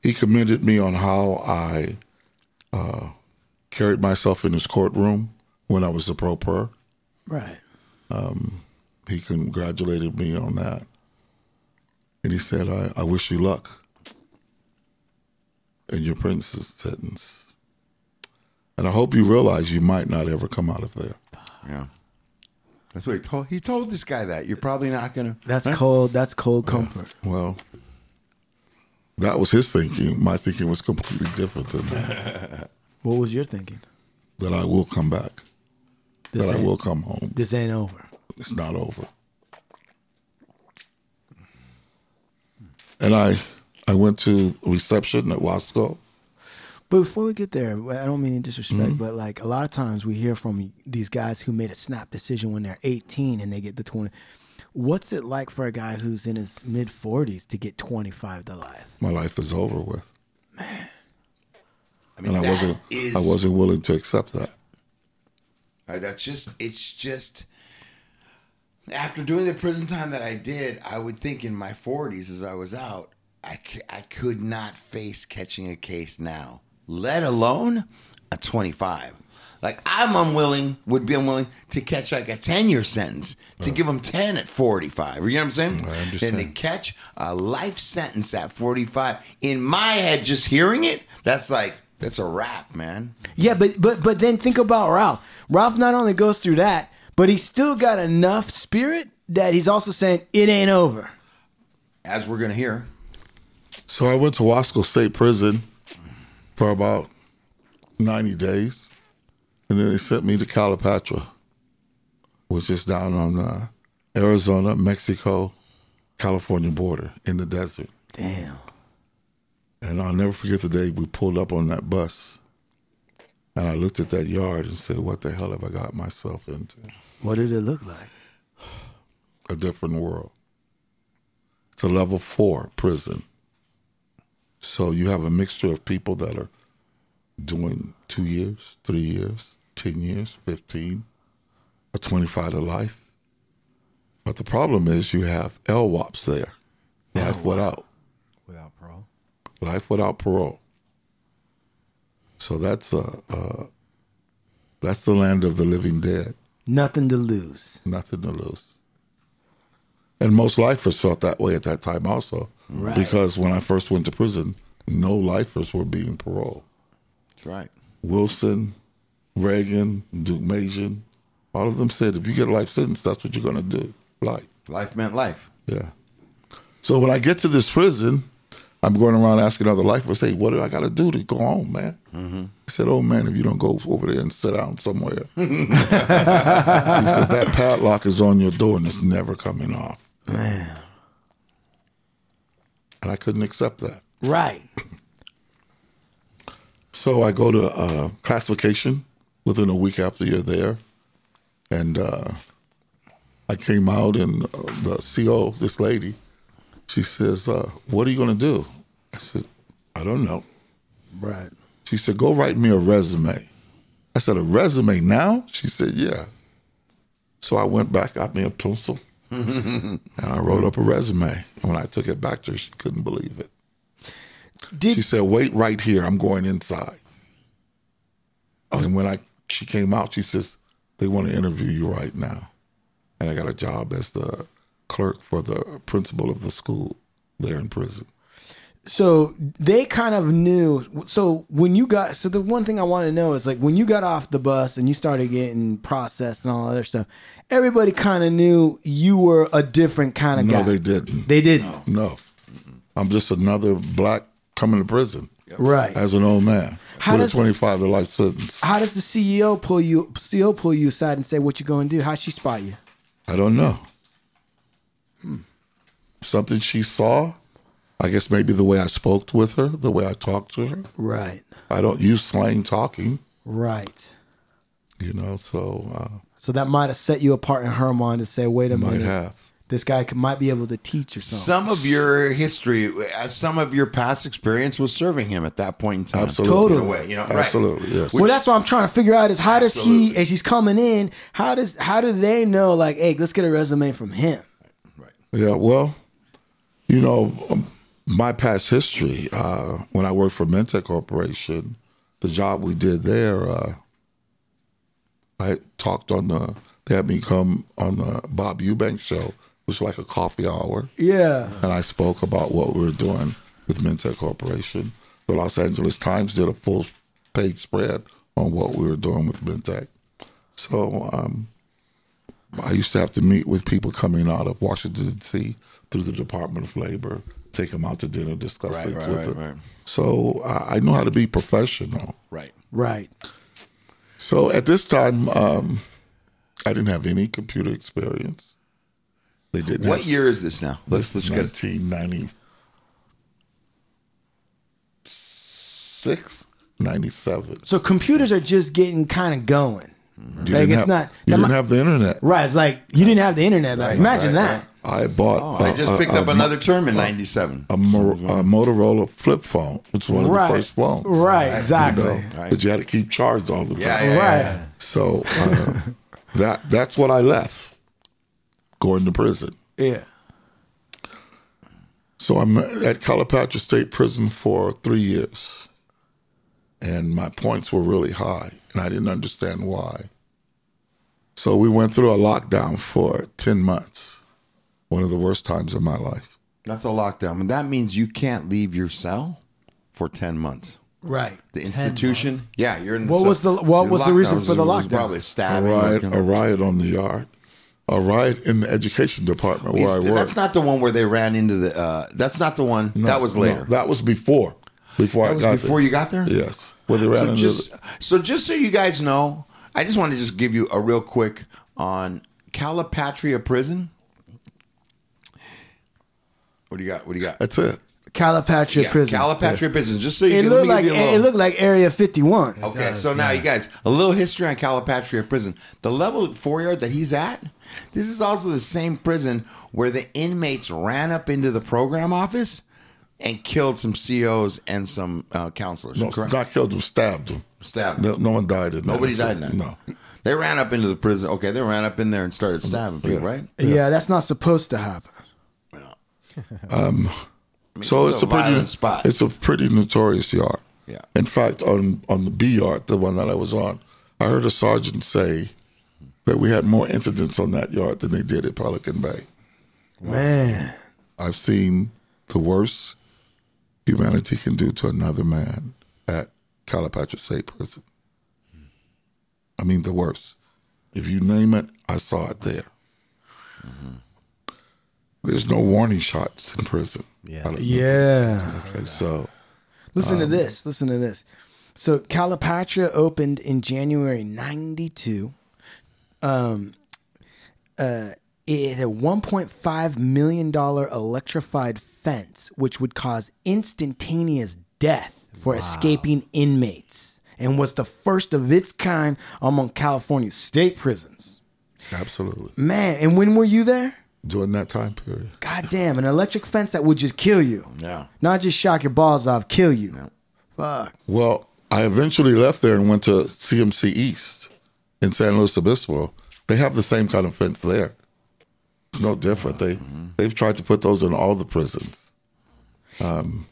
E: He commended me on how I uh, carried myself in his courtroom when I was the pro per.
C: Right.
E: He congratulated me on that. And he said, I, I wish you luck in your prison sentence. And I hope you realize you might not ever come out of there.
B: Yeah. That's what he told he told this guy that. You're probably not gonna
C: That's cold. That's cold comfort.
E: Well, that was his thinking. My thinking was completely different than that.
C: What was your thinking?
E: That I will come back,
C: This
E: that I
C: ain't,
E: will come home.
C: This ain't over.
E: It's not over. And I I went to reception at Wasco.
C: But before we get there, I don't mean any disrespect, but like a lot of times we hear from these guys who made a snap decision when they're 18 and they get the 20. What's it like for a guy who's in his mid 40s to get 25 to life?
E: My life is over with.
B: I mean
E: and I
B: that
E: wasn't
B: is-
E: I wasn't willing to accept that.
B: Uh, that's just it's just after doing the prison time that I did, I would think in my 40s as I was out, I, c- I could not face catching a case now, let alone a 25. Like I'm unwilling, would be unwilling to catch like a 10 year sentence to give them 10 at 45. You know what I'm saying?
E: I understand.
B: And to catch a life sentence at 45, in my head, just hearing it, that's like that's a wrap, man.
C: Yeah, but but but then think about Ralph. Ralph not only goes through that, but he's still got enough spirit that he's also saying it ain't over.
B: As we're gonna hear,
E: So I went to Wasco State Prison for about 90 days. And then they sent me to Calipatra, which is down on the Arizona, Mexico, California border in the desert.
C: Damn.
E: And I'll never forget the day we pulled up on that bus. And I looked at that yard and said, What the hell have I got myself into?
C: What did it look like?
E: A different world. It's a level four prison. So you have a mixture of people that are doing two years, three years, 10 years, 15, or 25 to life. But the problem is you have LWAPs there, life without.
D: Without parole.
E: life without parole. So that's a, uh, that's the land of the living dead.
C: Nothing to lose.
E: Nothing to lose. And most lifers felt that way at that time also,
C: Right.
E: because when I first went to prison, no lifers were being paroled.
B: that's right.
E: Wilson, Reagan, Duke Mason, all of them said, if you get a life sentence, that's what you're going to do. Life.
B: Life meant life.
E: Yeah. So when I get to this prison, I'm going around asking other lifers, "Hey, what do I got to do to go home, man?" He said, "Oh man, if you don't go over there and sit down somewhere," he said, "that padlock is on your door and it's never coming off." Man. And I couldn't accept that.
C: Right.
E: So I go to uh, classification within a week after you're there, and uh, I came out, and uh, the CO, this lady, she says, uh, "What are you going to do?" I said, "I don't know."
C: Right.
E: She said, "Go write me a resume." I said, "A resume now?" She said, "Yeah." So I went back, got me a pencil, and I wrote up a resume. And when I took it back to her, she couldn't believe it.
C: Did
E: She said, "Wait right here. I'm going inside."
C: Oh.
E: And when I she came out, she says, "They want to interview you right now." And I got a job as the clerk for the principal of the school there in prison.
C: so they kind of knew so when you got so the one thing i want to know is like when you got off the bus and you started getting processed and all that other stuff everybody kind of knew you were a different kind of
E: No,
C: guy
E: they didn't.
C: they didn't
E: No, I'm just another black coming to prison
C: right
E: as an old man
C: How
E: with
C: does-
E: a 25 to life sentence.
C: how does the ceo pull you ceo pull you aside and say what you going to do how she spot you Hmm.
E: I don't know. Something she saw I guess maybe the way I spoke with her, the way I talked to her.
C: Right.
E: I don't use slang talking,
C: Right.
E: you know, so uh,
C: So that might have set you apart in her mind to say, wait a
E: might
C: minute,
E: have.
C: this guy c might be able to teach or something.
B: Some of your history, uh, some of your past experience was serving him at that point in time.
E: Absolutely.
C: Totally.
B: In a way, you know, right.
E: Absolutely, yes.
C: well, that's what I'm trying to figure out is how does he, as he's coming in, how does how do they know? Like, hey, let's get a resume from him.
E: Yeah, well, you know, um, my past history, uh, when I worked for Mentec Corporation, the job we did there, uh, I talked on the, they had me come on the Bob Eubank show, which was like a coffee hour,
C: Yeah.
E: and I spoke about what we were doing with Mentec Corporation. The Los Angeles Times did a full page spread on what we were doing with Mentec. So um, I used to have to meet with people coming out of Washington D.C. through the Department of Labor, take them out to dinner, discuss
B: Right,
E: things
B: right,
E: with
B: right,
E: them.
B: right.
E: So I I know how to be professional.
B: Right.
C: Right.
E: So at this time, um, I didn't have any computer experience. They didn't.
B: What
E: have-
B: year is this now? Let's let's get it.
E: 1996, 97.
C: So computers are just getting kind of going.
E: You
C: Like,
E: didn't
C: it's
E: have,
C: not-
E: You
C: that
E: didn't
C: mi-
E: have the internet.
C: Right. It's like you didn't have the internet. Like, imagine
B: right,
C: that.
B: right.
E: I bought.
B: Oh, I
E: uh,
B: just
E: a-
B: picked
E: a
B: up
E: mo-
B: another term in '97.
E: a, Mo- a Motorola flip phone, which was one of
C: Right.
E: the first phones.
C: Right, exactly.
E: You know,
B: Right.
E: But you had to keep charged all the time.
B: Yeah, yeah, yeah.
C: Right.
E: So uh, that that's what I left going to prison.
C: Yeah.
E: So I'm at Calipatra State Prison for three years. And my points were really high, and I didn't understand why. So we went through a lockdown for 10 months, one of the worst times of my life.
B: That's a lockdown. And that means you can't leave your cell for ten months.
C: Right.
B: The institution. Yeah, you're in. The
C: What
B: cell.
C: was the- what was the reason
B: lockdown
C: for the
B: was
C: lockdown?
B: Probably
E: A
B: stabbing.
E: riot,
B: looking-
E: a riot on the yard, a riot in the education department where I
B: Is-
E: worked.
B: that's not the one where they ran into the. Uh, that's not the one.
E: No,
B: that was
E: no,
B: later.
E: that was before. Before
B: That
E: I
B: was
E: got
B: before
E: there.
B: you got there.
E: Yes. Well, they ran
B: so
E: into
B: just
E: the-
B: so just so you guys know, I just want to just give you a real quick on Calipatria Prison. What do you got? What do you got?
E: that's it.
C: Calipatria
B: Yeah,
C: prison.
B: Calipatria Prison. Just so you
C: It
B: can
C: looked
B: let
C: like
B: me give you a little-
C: it looked like Area 51.
B: Okay, so now you guys, a little history on Calipatria prison. The level four yard that he's at, this is also the same prison where the inmates ran up into the program office and killed some COs and some uh, counselors.
E: No,
B: correct?
E: not killed him, stabbed him.
B: Stabbed.
E: No, no one died in that.
B: Nobody died in
E: incident.
B: that.
E: No. Mm-hmm.
B: They ran up into the prison. Okay, they ran up in there and started stabbing people, right?
C: Yeah. that's not supposed to happen.
E: So
B: It's
E: it's,
B: a
E: a, pretty
B: violent spot.
E: It's a pretty notorious yard.
B: Yeah.
E: In fact, on on the B yard, the one that I was on, I heard a sergeant say that we had more incidents on that yard than they did at Pelican Bay.
C: Man.
E: I've seen the worst humanity can do to another man at Calipatra State Prison. I mean, the worst. If you name it, I saw it there.
B: Mm-hmm.
E: There's no warning shots in prison.
D: Yeah.
E: I don't know.
C: Yeah.
E: Okay, so.
C: Listen to this. Listen to this. So Calipatra opened in January 92. Um uh it had a 1.5 million dollar electrified fence which would cause instantaneous death for escaping inmates and was the first of its kind among California's state prisons.
E: Absolutely.
C: Man, and when were you there?
E: During that time period.
C: God damn, an electric fence that would just kill you.
B: Yeah.
C: Not just shock your balls off, kill you. Fuck.
E: Well, I eventually left there and went to CMC East in San Luis Obispo. They have the same kind of fence there. It's no different. They
C: Mm-hmm.
E: they've tried to put those in all the prisons.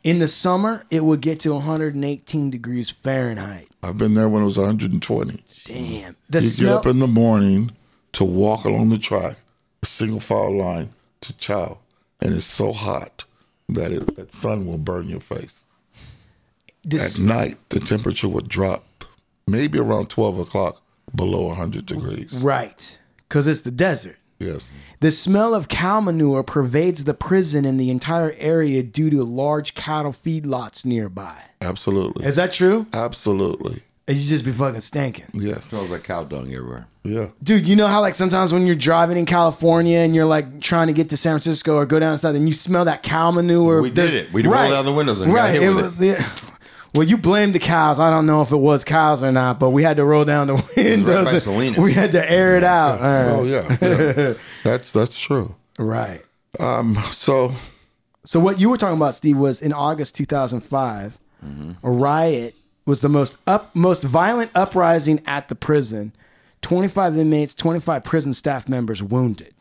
C: In the summer, it would get to 118 degrees Fahrenheit.
E: I've been there when it was 120.
C: Damn. The
E: you
C: smell.
E: get up in the morning to walk along the track, a single file line to chow, and it's so hot that it, that sun will burn your face.
C: the
E: At
C: s-
E: night, the temperature would drop maybe around 12 o'clock below 100 degrees.
C: right. Because it's the desert.
E: Yes.
C: The smell of cow manure pervades the prison and the entire area due to large cattle feedlots nearby.
E: Absolutely.
C: Is that true?
E: Absolutely.
C: and you just be fucking stinking.
E: Yes.
B: Smells like cow dung everywhere.
E: Yeah.
C: Dude, you know how like sometimes when you're driving in California and you're like trying to get to San Francisco or go down south and you smell that cow manure.
B: We did it. We rolled down the windows and got
C: right.
B: hit with
C: was- yeah. Well, you blame the cows. I don't know if it was cows or not, but we had to roll down the [LAUGHS] windows.
B: by
C: and
B: Salinas.
C: we had to air it out.
E: Oh
C: Uh,
E: yeah. yeah. that's that's true.
C: Right.
E: Um. So
C: So what you were talking about, Steve, was in August 2005, a riot was the most up, most violent uprising at the prison. 25 inmates, 25 prison staff members wounded.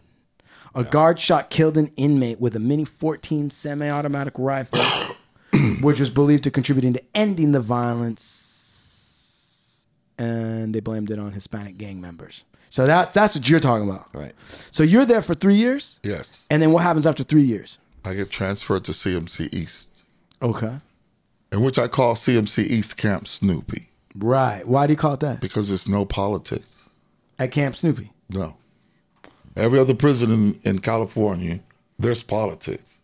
C: A guard shot killed an inmate with a mini 14 semi-automatic rifle, which was believed to contributing to ending the violence, and they blamed it on Hispanic gang members. So that that's what you're talking about.
B: Right.
C: So you're there for three years,
E: yes,
C: and then what happens after three years?
E: I get transferred to CMC East,
C: Okay.
E: in which I call CMC East Camp Snoopy
C: Right. Why do you call it that?
E: because there's no politics.
C: At Camp Snoopy.
E: No. Every other prison in, in California, there's politics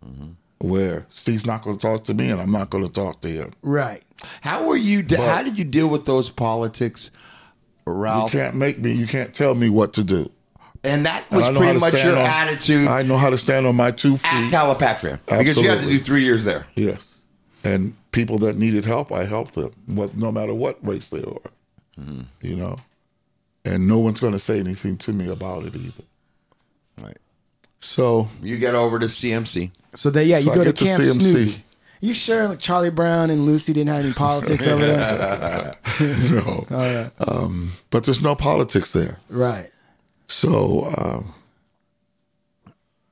E: where Steve's not going to talk to me and I'm not going to talk to him.
C: Right.
B: How were you? De- how did you deal with those politics,
E: You
B: Ralph?
E: can't make me, you can't tell me what to do.
B: And that
E: And
B: was
E: I know how
B: pretty
E: to
B: much
E: stand
B: your
E: on-
B: attitude
E: I know how to stand on my two
B: at
E: feet.
B: Calipatria because you had to
E: Absolutely.
B: do three years there.
E: yes. And people that needed help, I helped them, what, no matter what race they are,
B: Mm-hmm.
E: you know? And no one's going to say anything to me about it either.
B: Right.
E: So,
B: You get over to CMC.
C: So that yeah,
E: So
C: you
E: I
C: go to
E: get to
C: Camp
E: CMC.
C: Snoopy. You sure like Charlie Brown and Lucy didn't
E: [LAUGHS]
C: have any politics over there?
E: no. um, but there's no politics there.
C: Right.
E: So um,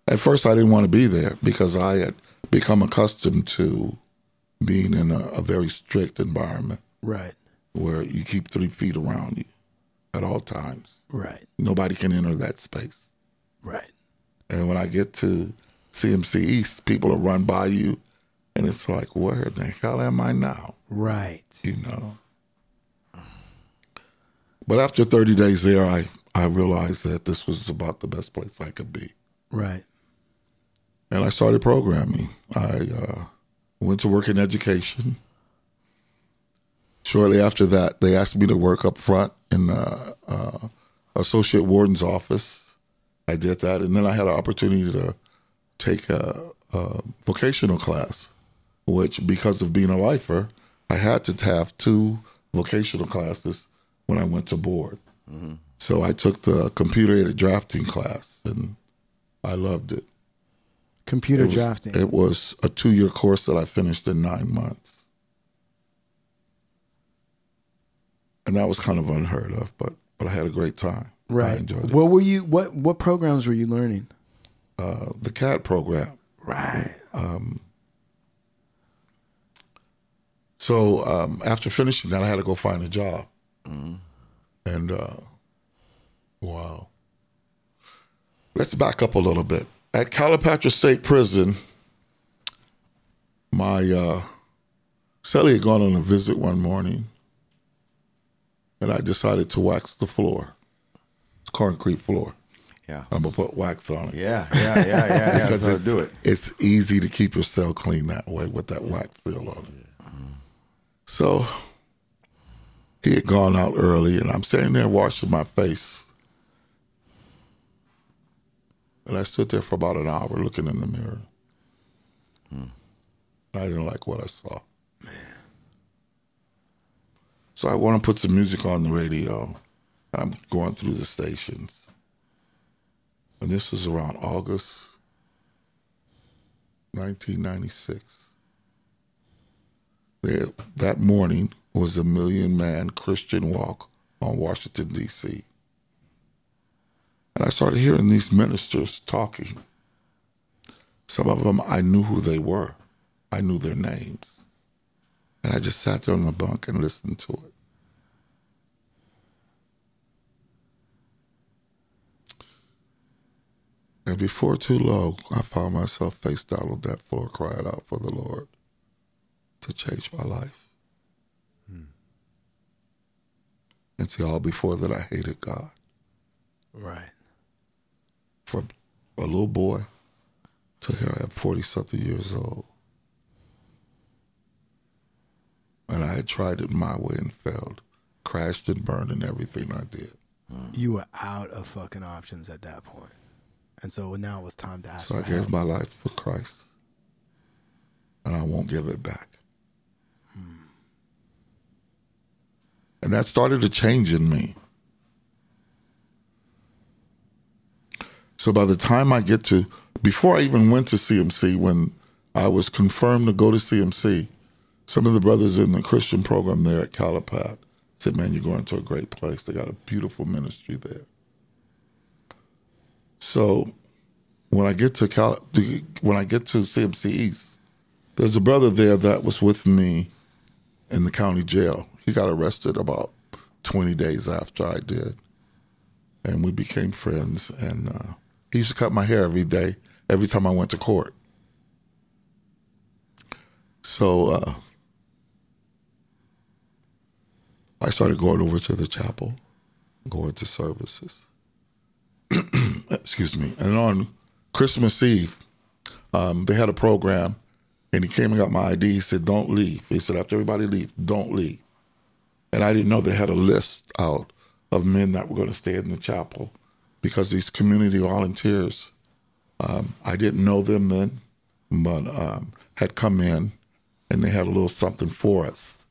E: at first, I didn't want to be there because I had become accustomed to being in a, a very strict environment
C: Right.
E: where you keep three feet around you at all times.
C: Right.
E: Nobody can enter that space.
C: Right.
E: And when I get to CMC East, people will run by you, and it's like, where the hell am I now?
C: Right.
E: you know. But after 30 days there, I, I realized that this was about the best place I could be.
C: Right.
E: And I started programming. I uh, went to work in education. Shortly after that, they asked me to work up front in the uh, associate warden's office. I did that. And then I had an opportunity to take a, a vocational class, which, because of being a lifer, I had to have two vocational classes when I went to board. So I took the computer aided drafting class, and I loved it.
C: Computer drafting.
E: It was a two year course that I finished in nine months. And that was kind of unheard of, but but I had a great time. I
C: right.
E: enjoyed it.
C: What were you what what programs were you learning?
E: Uh, the CAD program.
C: Right.
E: So um, after finishing that, I had to go find a job. And uh, wow. Let's back up a little bit. At Calipatra State Prison, my uh, Sally had gone on a visit one morning, and I decided to wax the floor. It's concrete floor.
B: Yeah.
E: I'm gonna put wax on it
B: Yeah, yeah, yeah,
E: [LAUGHS]
B: yeah. yeah.
E: because
B: That's how
E: it's,
B: to do it.
E: it's easy to keep your cell clean that way with that wax seal on it. So he had gone out early, and I'm sitting there washing my face. And I stood there for about an hour looking in the mirror.
B: Hmm.
E: And I didn't like what I saw. So I want to put some music on the radio. I'm going through the stations. And this was around August 1996. There, that morning was a million man Christian walk on Washington, D.C. And I started hearing these ministers talking. Some of them, I knew who they were, I knew their names. And I just sat there on the bunk and listened to it. And before too long, I found myself face down on that floor crying out for the Lord to change my life. And see, all before that, I hated God.
C: Right.
E: From a little boy to here I am, 40 something years old. And I had tried it my way and failed crashed and burned in everything I did.
C: You were out of fucking options at that point. And so now it was time to ask
E: So I
C: for help.
E: gave my life for Christ, and I won't give it back. And that started a change in me. So by the time I get to, before I even went to CMC, when I was confirmed to go to CMC, some of the brothers in the Christian program there at Calipat said, Man, you're going to a great place. They got a beautiful ministry there. So when I get to Cal, to- when I get to CMC East, there's a brother there that was with me in the county jail. He got arrested about 20 days after I did, and we became friends. And uh, he used to cut my hair every day, every time I went to court. So uh, I started going over to the chapel, going to services excuse me, and on Christmas Eve, um, they had a program, and he came and got my ID. He said, "Don't leave." He said, "After everybody leave, don't leave." And I didn't know they had a list out of men that were going to stay in the chapel because these community volunteers. Um, I didn't know them then, but um, had come in, and they had a little something for us.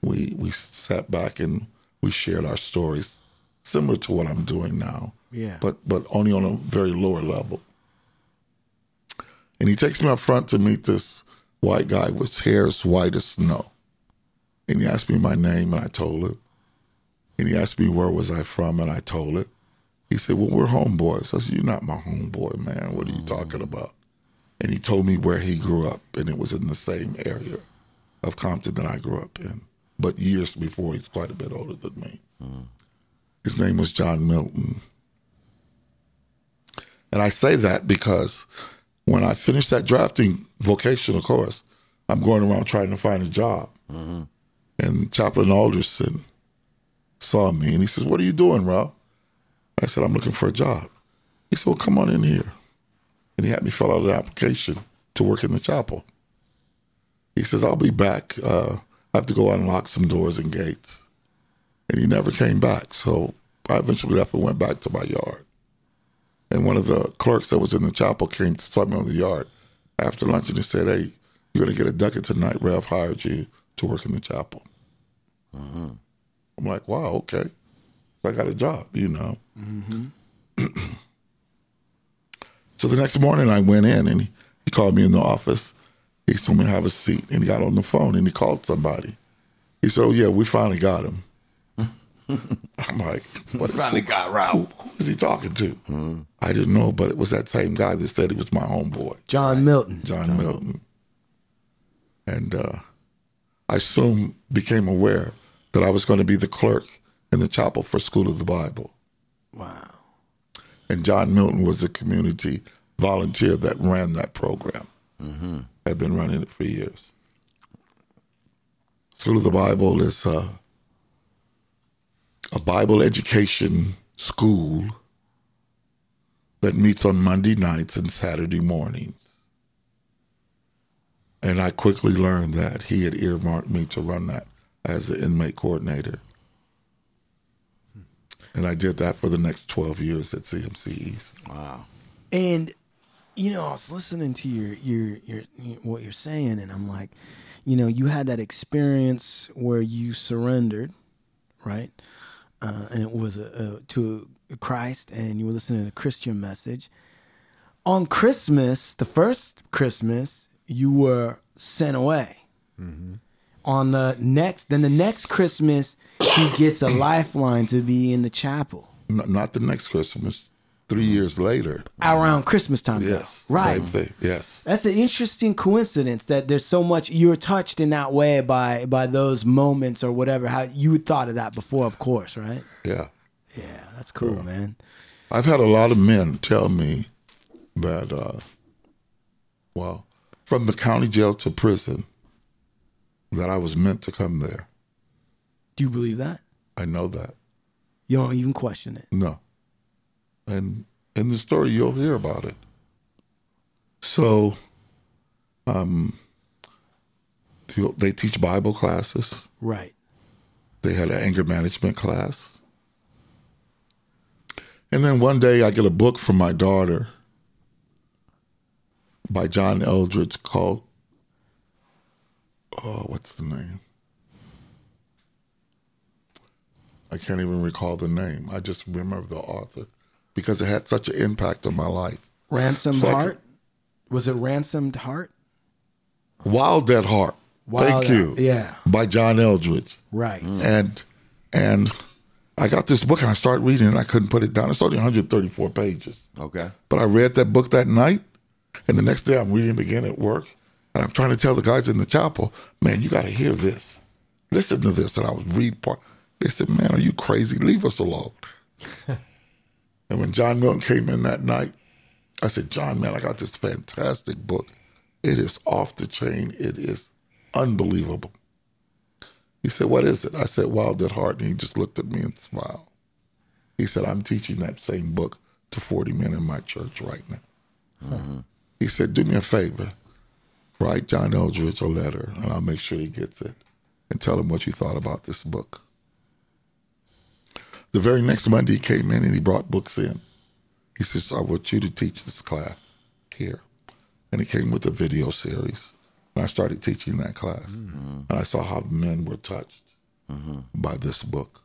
E: We we sat back and we shared our stories, similar to what I'm doing now
C: Yeah.
E: but but only on a very lower level. And he takes me up front to meet this white guy with hair as white as snow. And he asked me my name, and I told him. And he asked me where was I from, and I told him. He said, "Well, we're homeboys." I said, "You're not my homeboy, man. What are you talking about?" And he told me where he grew up, and it was in the same area of Compton that I grew up in, but years before. He's quite a bit older than me. His name was John Milton. And I say that because when I finish that drafting vocational course, I'm going around trying to find a job. And Chaplain Alderson saw me and he says, What are you doing, Ralph? I said, I'm looking for a job. He said, Well, come on in here. And he had me fill out an application to work in the chapel. He says, I'll be back. Uh, I have to go unlock some doors and gates. And he never came back. So I eventually left and went back to my yard and one of the clerks that was in the chapel came to saw me on the yard after lunch and he said, "Hey, you're gonna get a ducat tonight. Ralph hired you to work in the chapel."
B: Mm-hmm.
E: I'm like, "Wow, okay." So I got a job, you know.
B: Mm-hmm.
E: [CLEARS THROAT] so the next morning, I went in and he, he called me in the office. He told me to have a seat, and he got on the phone and he called somebody. He said, "Oh yeah, we finally
B: [LAUGHS]
E: got him." I'm like, "What?
B: Finally got Ralph.
E: who was he talking to? I didn't know, but it was that same guy that said he was my homeboy,
C: John Milton.
E: John, Milton. And uh, I soon became aware that I was going to be the clerk in the chapel for School of the Bible.
C: Wow.
E: And John Milton was a community volunteer that ran that program, had been running it for years. School of the Bible is uh, a Bible education school that meets on Monday nights and Saturday mornings. And I quickly learned that he had earmarked me to run that as the inmate coordinator. And I did that for the next 12 years at CMC East.
C: And you know, I was listening to your, your your your what you're saying, and I'm like, you know, you had that experience where you surrendered, right? Uh, and it was a, a, to Christ, and you were listening to a Christian message. On Christmas, the first Christmas, you were sent away.
E: Mm-hmm.
C: On the next, then the next Christmas, he gets a lifeline to be in the chapel
E: N- Not the next Christmas, three years later.
C: around Christmas time. though.
E: Yes.
C: right.
E: Same thing. Yes.
C: That's an interesting coincidence that there's so much you were touched in that way by by those moments or whatever. How you had thought of that before, of course, right?
E: Yeah.
C: Yeah, that's cool, man.
E: I've had a lot of men tell me that, uh, well, from the county jail to prison, that I was meant to come there.
C: Do you believe that?
E: I know that.
C: You don't even question it.
E: No. And in the story, you'll hear about it. So, um, they- they teach Bible classes.
C: Right.
E: They had an anger management class. And then one day I get a book from my daughter by John Eldridge called, oh, what's the name? I can't even recall the name. I just remember the author because it had such an impact on my life.
C: Ransomed
E: Fuck it.
C: Heart? Was it Ransomed Heart?
E: Wild at Heart.
C: Wild
E: Thank
C: at-
E: you.
C: yeah.
E: By John Eldridge.
C: Right.
E: and and I got this book and I started reading it and I couldn't put it down. It's only 134 pages.
B: Okay.
E: But I read that book that night, and the next day I'm reading it again at work, and I'm trying to tell the guys in the chapel, man, you got to hear this. Listen to this. And I was read part. They said, man, are you crazy? Leave us alone. and when John Milton came in that night, I said, John, man, I got this fantastic book. It is off the chain. It is unbelievable. He said, What is it? I said, Wild at Heart. And he just looked at me and smiled. He said, I'm teaching that same book to 40 men in my church right now. He said, Do me a favor. Write John Eldridge a letter, and I'll make sure he gets it, and tell him what you thought about this book. The very next Monday, he came in and he brought books in. He says, I want you to teach this class here. And he came with a video series. And I started teaching that class. And I saw how men were touched by this book.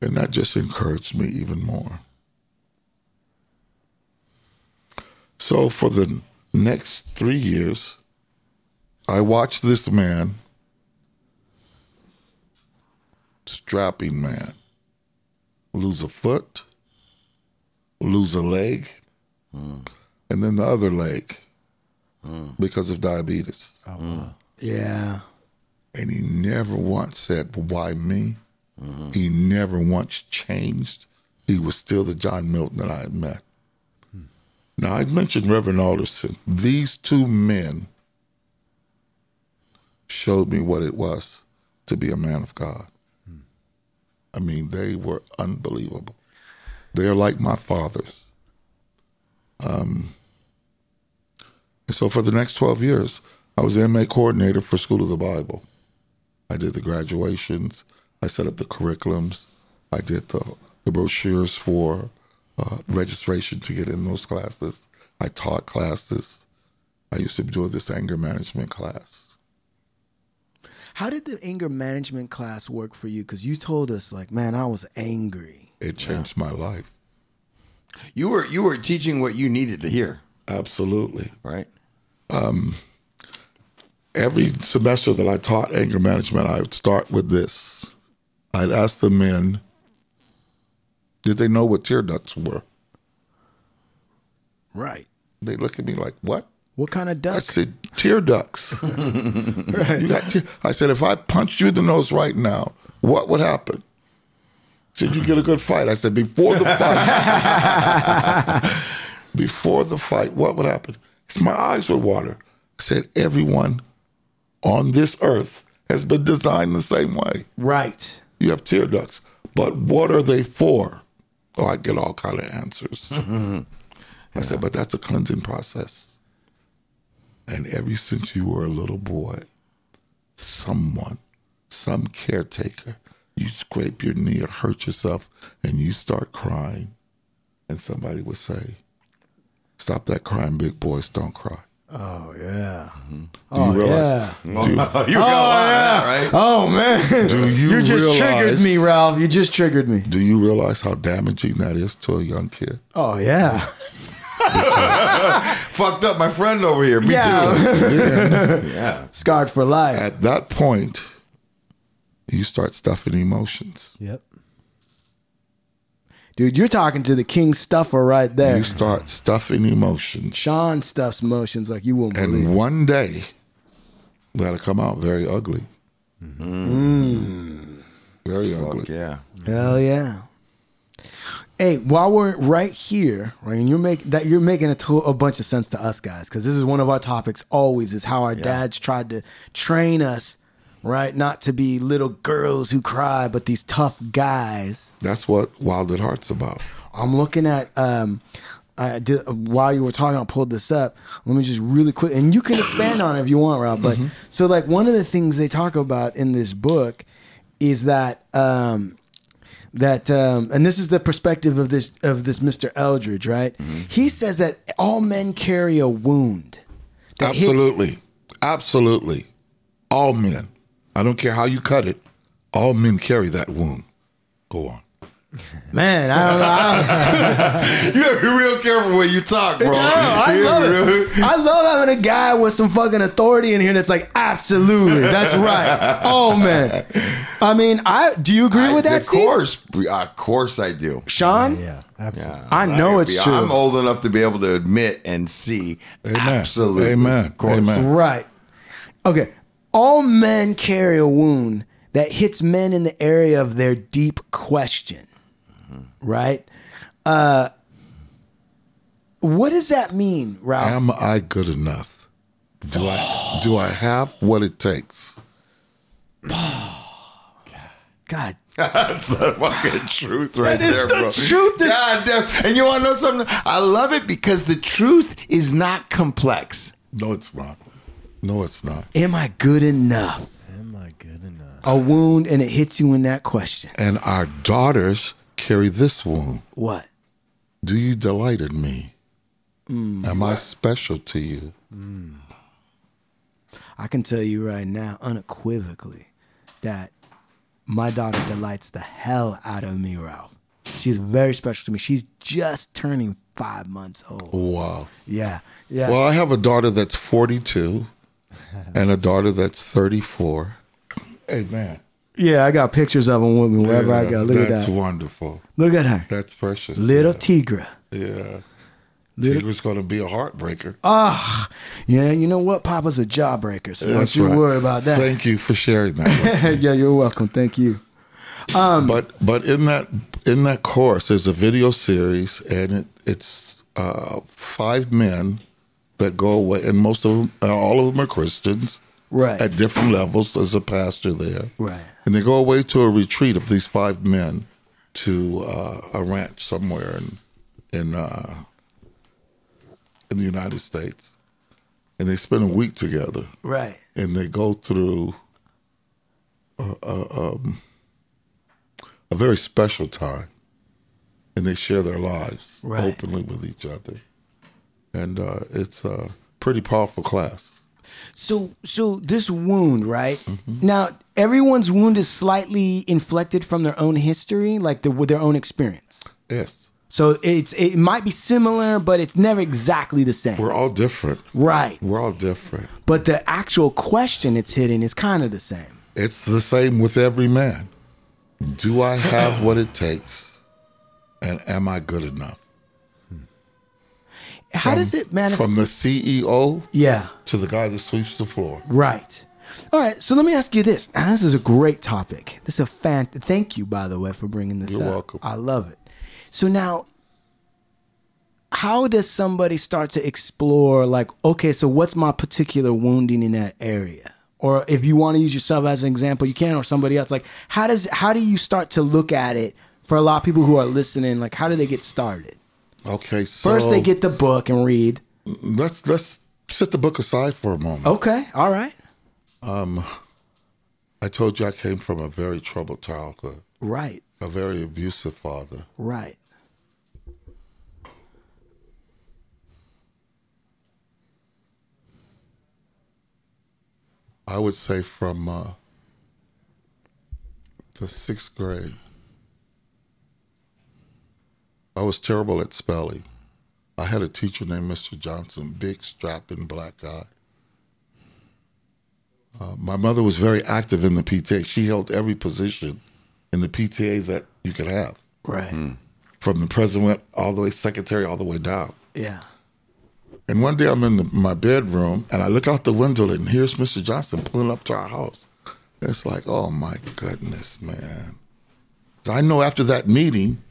E: And that just encouraged me even more. So for the next three years, I watched this man, strapping man, lose a foot, lose a leg, and then the other leg because of diabetes.
C: Yeah.
E: And he never once said, Why me? He never once changed. He was still the John Milton that I had met. Now, I mentioned Reverend Alderson. These two men showed me what it was to be a man of God. I mean, they were unbelievable. They're like my fathers. Um, And so for the next 12 years, I was MA coordinator for School of the Bible. I did the graduations, I set up the curriculums, I did the, the brochures for uh, registration to get in those classes. I taught classes. I used to do this anger management class.
C: How did the anger management class work for you? Because you told us, like, man, I was angry.
E: It changed my life.
B: You were you were teaching what you needed to hear,
E: Absolutely.
B: right?
E: every semester that I taught anger management, I would start with this. I'd ask the men, did they know what tear ducts were?
C: Right.
E: They look at me like, what?
C: What kind of
E: I
C: duck?
E: said, tear ducts. you got tear. I said, if I punched you in the nose right now, what would happen? Should you get a good fight? I said, before the fight, before the fight, what would happen? It's my eyes would water. I said, everyone on this earth has been designed the same way.
C: Right.
E: You have tear ducts, but what are they for? Oh, I'd get all kind of answers. I said, but that's a cleansing process. And ever since you were a little boy, someone, some caretaker, you scrape your knee or hurt yourself and you start crying. And somebody would say, Stop that crying, big boys, don't cry.
C: Oh, yeah.
E: Do you realize?
C: yeah.
E: [LAUGHS] Do you,
B: you got a lot of that, right?
C: Oh, man.
E: do you
C: You just
E: realize-
C: triggered me, Ralph. You just triggered me.
E: Do you realize how damaging that is to a young kid?
C: Oh, yeah.
B: Fucked up my friend over here. Me
C: Yeah.
E: [LAUGHS] Then,
B: Yeah.
C: Scarred for life.
E: at that point, you start stuffing emotions.
D: Yep.
C: Dude, you're talking to the king stuffer right there.
E: You start stuffing emotions.
C: Sean stuffs motions like you won't believe.
E: And one day, that'll come out very ugly. Very [LAUGHS] ugly.
B: Fuck yeah.
C: Hell yeah. Hey, while we're right here, right, and you're making that you're making a, to- a bunch of sense to us guys, because this is one of our topics always is how our dads tried to train us, right, not to be little girls who cry, but these tough guys.
E: That's what Wild at Heart's about.
C: I'm looking at um, I did while you were talking, I pulled this up. Let me just really quick, and you can expand on it if you want, Rob. But so, like, one of the things they talk about in this book is that um, that, um, and this is the perspective of this of this Mister Eldridge, right? He says that all men carry a wound. that hits-
E: Absolutely. Absolutely. All men. I don't care how you cut it. All men carry that wound. Go on.
C: man. I don't know. I don't-
E: You're real careful when you talk, bro.
C: No, I love it. I love having a guy with some fucking authority in here that's like, absolutely, that's right. Oh man, I mean, I do you agree
B: I-
C: with that,
B: Of
C: Steve?
B: course, of course, I do.
C: Sean,
D: Yeah, absolutely.
C: I know it's
B: Yeah,
C: true.
B: I'm old enough to be able to admit and see. Absolutely,
E: Amen.
B: Of course.
E: Amen.
C: Right. Okay. All men carry a wound that hits men in the area of their deep question. Right? Uh what does that mean, Ralph?
E: Am I good enough? Do I do I have what it takes?
C: God.
B: That's the fucking truth right
C: That is
B: there,
C: the
B: bro.
C: truth. This-
B: God damn. And you want to know something? I love it because the truth is not complex.
E: No, it's not. No, it's not.
C: Am I good enough?
D: Am I good enough?
C: A wound and it hits you in that question.
E: And our daughters carry this wound.
C: What?
E: Do you delight in me?
C: Hmm.
E: Am I special to you?
C: I can tell you right now, unequivocally, that my daughter delights the hell out of me, Ralph. She's very special to me. She's just turning five months old.
E: Wow.
C: Yeah, yeah.
E: Well, I have a daughter
C: [LAUGHS]
E: that's 42 and a daughter that's 34. Amen.
C: Yeah, I got pictures of them with me wherever I go. Look
E: that's
C: at that.
E: wonderful.
C: Look at her.
E: That's precious.
C: Little Tigra.
E: Yeah. yeah. Tigra's going to be a heartbreaker.
C: Ah, yeah, you know what? Papa's a jawbreaker, so don't
E: That's
C: you
E: right.
C: worry about that.
E: Thank you for sharing that.
C: [LAUGHS]
E: with me.
C: yeah, you're welcome. Thank you.
E: but but in that in that course there's a video series and it, it's uh, five men that go away and most of them uh, all of them are christians
C: Right.
E: at different levels there's a pastor there
C: Right.
E: and they go away to a retreat of these five men to uh, a ranch somewhere in in uh, in the united states and they spend a week together
C: Right.
E: and they go through a, a, um, a very special time and they share their lives
C: Right.
E: openly with each other and uh, it's a pretty powerful class
C: So, so this wound, right?
E: Mm-hmm.
C: Now, everyone's wound is slightly inflected from their own history, like the, with their own experience.
E: yes
C: So it's it might be similar, but it's never exactly the same.
E: we're all different
C: right.
E: we're all different
C: But the actual question it's hitting is kind of the same.
E: it's the same with every man do i have what it takes and am i good enough
C: How does it manifest?
E: from the ceo
C: yeah.
E: to the guy that sweeps the floor
C: Right. All right. So let me ask you this. Now, this is a great topic. This is a fan. Thank you, by the way, for bringing this
E: You're
C: up.
E: welcome.
C: I love it. So now, how does somebody start to explore, like, okay, so what's my particular wounding in that area? Or if you want to use yourself as an example, you can, or somebody else. Like, how does how do you start to look at it for a lot of people who are listening? Like, how do they get started?
E: okay so
C: First, they get the book and read.
E: let's let's set the book aside for a moment.
C: Okay, all right,
E: I told you I came from a very troubled childhood,
C: right,
E: a very abusive father.
C: right,
E: I would say from uh, the sixth grade. I was terrible at spelling. I had a teacher named Mr. Johnson, big strapping black guy. Uh, my mother was very active in the PTA. She held every position in the PTA that you could have.
C: right.
E: Mm-hmm. from the president all the way secretary all the way down.
C: Yeah.
E: And one day I'm in the, my bedroom and I look out the window and here's Mr. Johnson pulling up to our house. And it's like, oh my goodness, man. So I know after that meeting,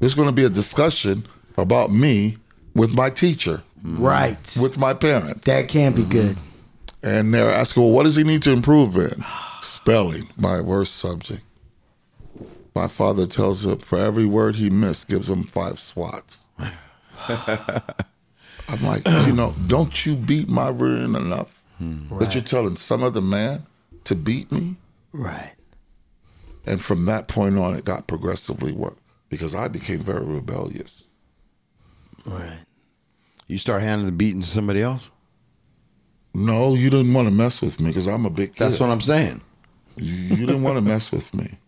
E: there's going to be a discussion about me with my teacher,
C: Right.
E: with my parents.
C: that can't be good.
E: And they're asking, well, what does he need to improve in? Spelling, my worst subject. My father tells him for every word he missed, gives him five swats. [LAUGHS] I'm like, you know, don't you beat my rear end enough that you're telling some other man to beat me?
C: Right.
E: And from that point on, it got progressively worse because I became very rebellious.
C: Right.
B: You start handing the beating to somebody else.
E: No, you didn't want to mess with me because I'm a big kid.
B: That's what I'm saying.
E: you, you didn't want to mess with me.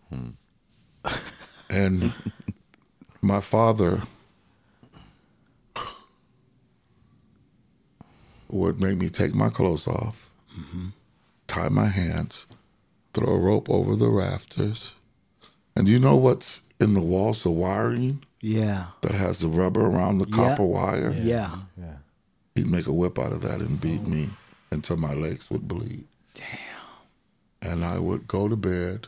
E: And my father would make me take my clothes off, tie my hands, throw a rope over the rafters. And you know what's in the walls, the wiring
C: Yeah.
E: that has the rubber around the copper wire?
C: Yeah.
D: Yeah.
E: He'd make a whip out of that and beat
D: Oh.
E: me until my legs would bleed. Damn. And I would go to bed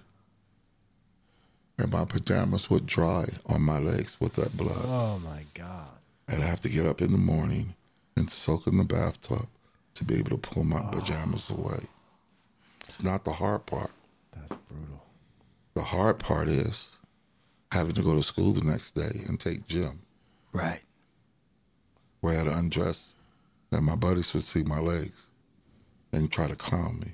E: and my pajamas would dry on my legs with that blood.
D: Oh my God.
E: I'd have to get up in the morning and soak in the bathtub to be able to pull my pajamas away. It's not the hard part.
D: That's brutal.
E: The hard part is having to go to school the next day and take gym
C: Right.
E: where I had to undress and my buddies would see my legs and try to clown me.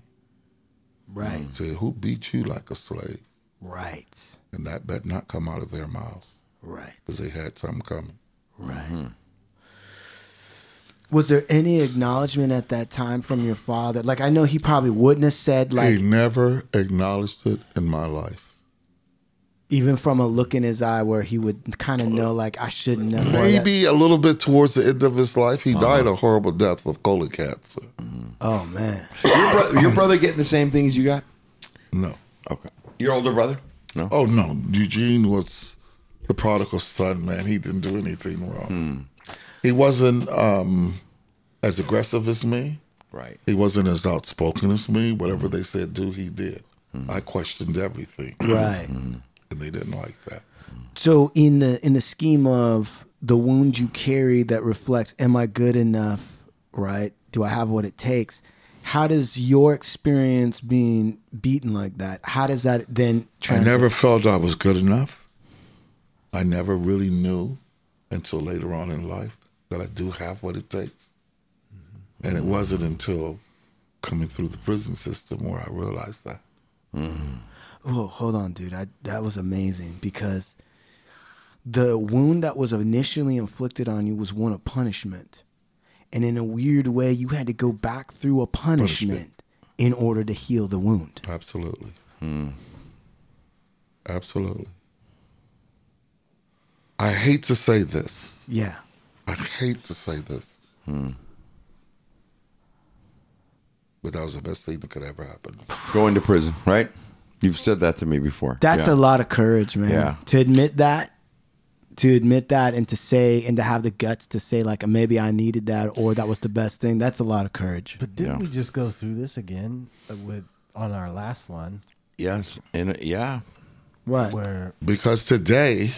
C: Right.
E: Say, who beat you like a slave?
C: Mm-hmm. Right.
E: And that bet not come out of their mouths
C: Right.
E: because they had something coming.
C: Right. Mm-hmm. Was there any acknowledgement at that time from your father? Like I know he probably wouldn't have said like
E: They never acknowledged it in my life.
C: even from a look in his eye where he would kind of know like I shouldn't have. or that-
E: Maybe a little bit towards the end of his life, he died a horrible death of colon cancer.
C: Oh [COUGHS] man.
B: Your, bro- your brother getting the same thing as you got?
E: No.
B: Okay. Your older brother? No.
E: Oh, no. Eugene was the prodigal son, man. He didn't do anything wrong. He wasn't um, as aggressive as me.
B: Right.
E: He wasn't as outspoken as me. Whatever they said do, he did. I questioned everything,
C: Right.
E: and they didn't like that.
C: So in the in the scheme of the wound you carry that reflects, am I good enough? Right? Do I have what it takes? How does your experience being beaten like that? How does that then
E: I
C: translate?
E: never felt I was good enough. I never really knew until later on in life that I do have what it takes. And it wasn't until coming through the prison system where I realized that.
C: Whoa, Oh, hold on, dude. I, that was amazing because the wound that was initially inflicted on you was one of punishment. And in a weird way, you had to go back through a punishment, in order to heal the wound.
E: Absolutely. Absolutely. I hate to say this.
C: Yeah.
E: I hate to say this. But that was the best thing that could ever happen.
B: Going to prison, right? You've said that to me before.
C: That's
B: Yeah.
C: a lot of courage, man.
B: Yeah.
C: To admit that, to admit that, and to say, and to have the guts to say, like, maybe I needed that, or that was the best thing. That's a lot of courage.
D: But
B: Yeah.
D: didn't we just go through this again uh, with on our last one
B: Yes. And yeah.
C: What?
D: where
E: Because today,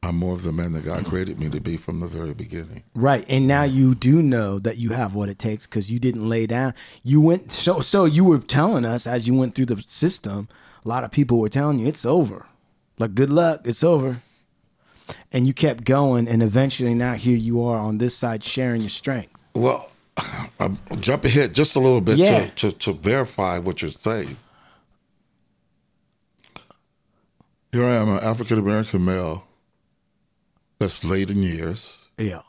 E: I'm more of the man that God created me to be from the very beginning.
C: Right, and now you do know that you have what it takes because you didn't lay down. You went so so. You were telling us as you went through the system. A lot of people were telling you it's over. Like good luck, it's over. And you kept going, and eventually now here you are on this side sharing your strength.
E: Well, [LAUGHS] I'm jump ahead just a little bit
C: Yeah.
E: to, to, to verify what you're saying. Here I am, an African American male that's late in years,
C: Yeah,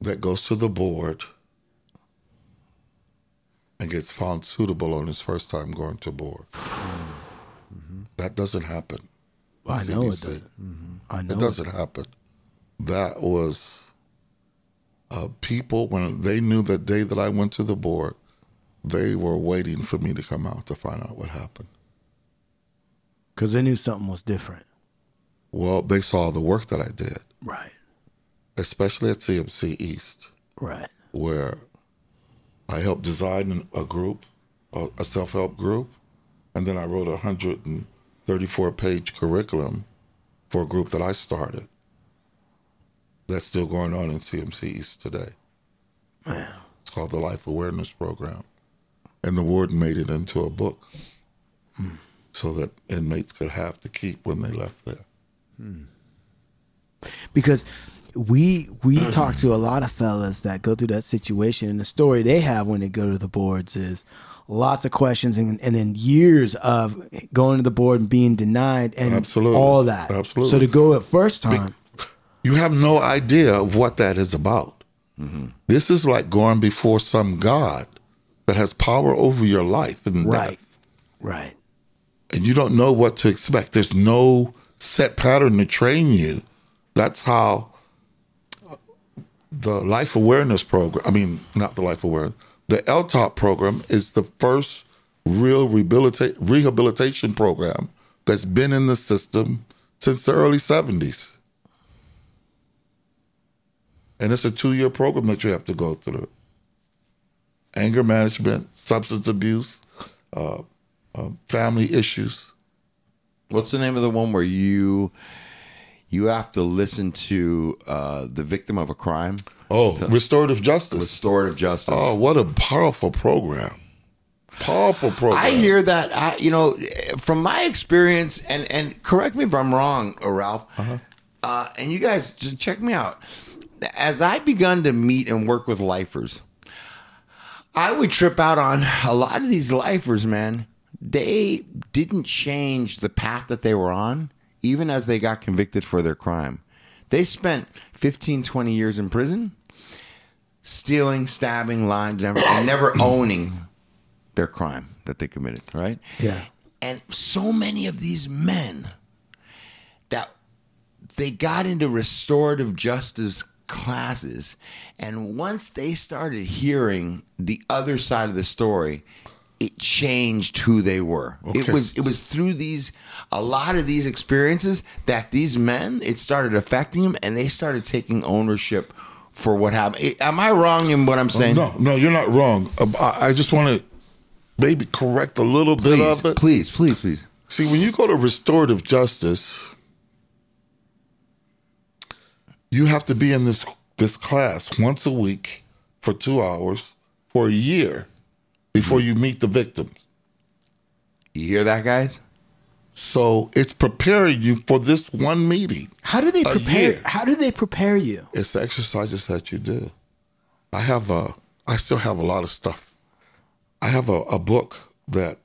E: that goes to the board and gets found suitable on his first time going to board. That doesn't happen.
C: I know it
E: CDC.
C: does. I know
E: It doesn't happen. That was uh, people when they knew the day that I went to the board, they were waiting for me to come out to find out what happened.
C: because they knew something was different.
E: Well, they saw the work that I did,
C: Right,
E: especially at CMC East,
C: right,
E: where I helped design a group, a a self-help group, and then I wrote a 134-page curriculum for a group that I started. That's still going on in CMC East today.
C: man.
E: It's called the Life Awareness Program. And the warden made it into a book so that inmates could have to keep when they left there.
C: because we we talk to a lot of fellas that go through that situation, and the story they have when they go to the boards is lots of questions and, and then years of going to the board and being denied and
E: Absolutely.
C: all that.
E: Absolutely.
C: So to go at first time,
E: you have no idea of what that is about. This is like going before some god that has power over your life and
C: right,
E: death,
C: right,
E: and you don't know what to expect. There's no set pattern to train you. That's how the life awareness program. I mean, not the life awareness. The LTOP program is the first real rehabilita- rehabilitation program that's been in the system since the early '70s. And it's a two year program that you have to go through. Anger management, substance abuse, uh, uh, family issues.
B: What's the name of the one where you you have to listen to uh, the victim of a crime?
E: Oh, restorative justice.
B: Restorative justice.
E: oh, what a powerful program. Powerful program.
B: I hear that. I, you know, from my experience, and and correct me if I'm wrong, uh, Ralph. uh and you guys, just check me out. As I begun to meet and work with lifers, I would trip out on a lot of these lifers. Man, they didn't change the path that they were on, even as they got convicted for their crime. They spent 15, 20 years in prison, stealing, stabbing, lying, never, and never owning their crime that they committed, right?
C: Yeah.
B: And so many of these men that they got into restorative justice classes, and once they started hearing the other side of the story, it changed who they were. It
E: Okay.
B: was it was through these a lot of these experiences that these men it started affecting them, and they started taking ownership for what happened. It- Am I wrong in what I'm saying?
E: Oh, No, no, you're not wrong. Um, I, I just want to maybe correct a little bit
B: please,
E: of it.
B: please, please, please.
E: See, when you go to restorative justice, you have to be in this this class once a week for two hours for a year before
B: Mm-hmm.
E: you meet the victims.
B: You hear that, guys?
E: So it's preparing you for this one meeting.
C: How do they
E: A
C: prepare?
E: year.
C: How do they prepare you?
E: It's the exercises that you do. I have a, I still have a lot of stuff. I have a, a book that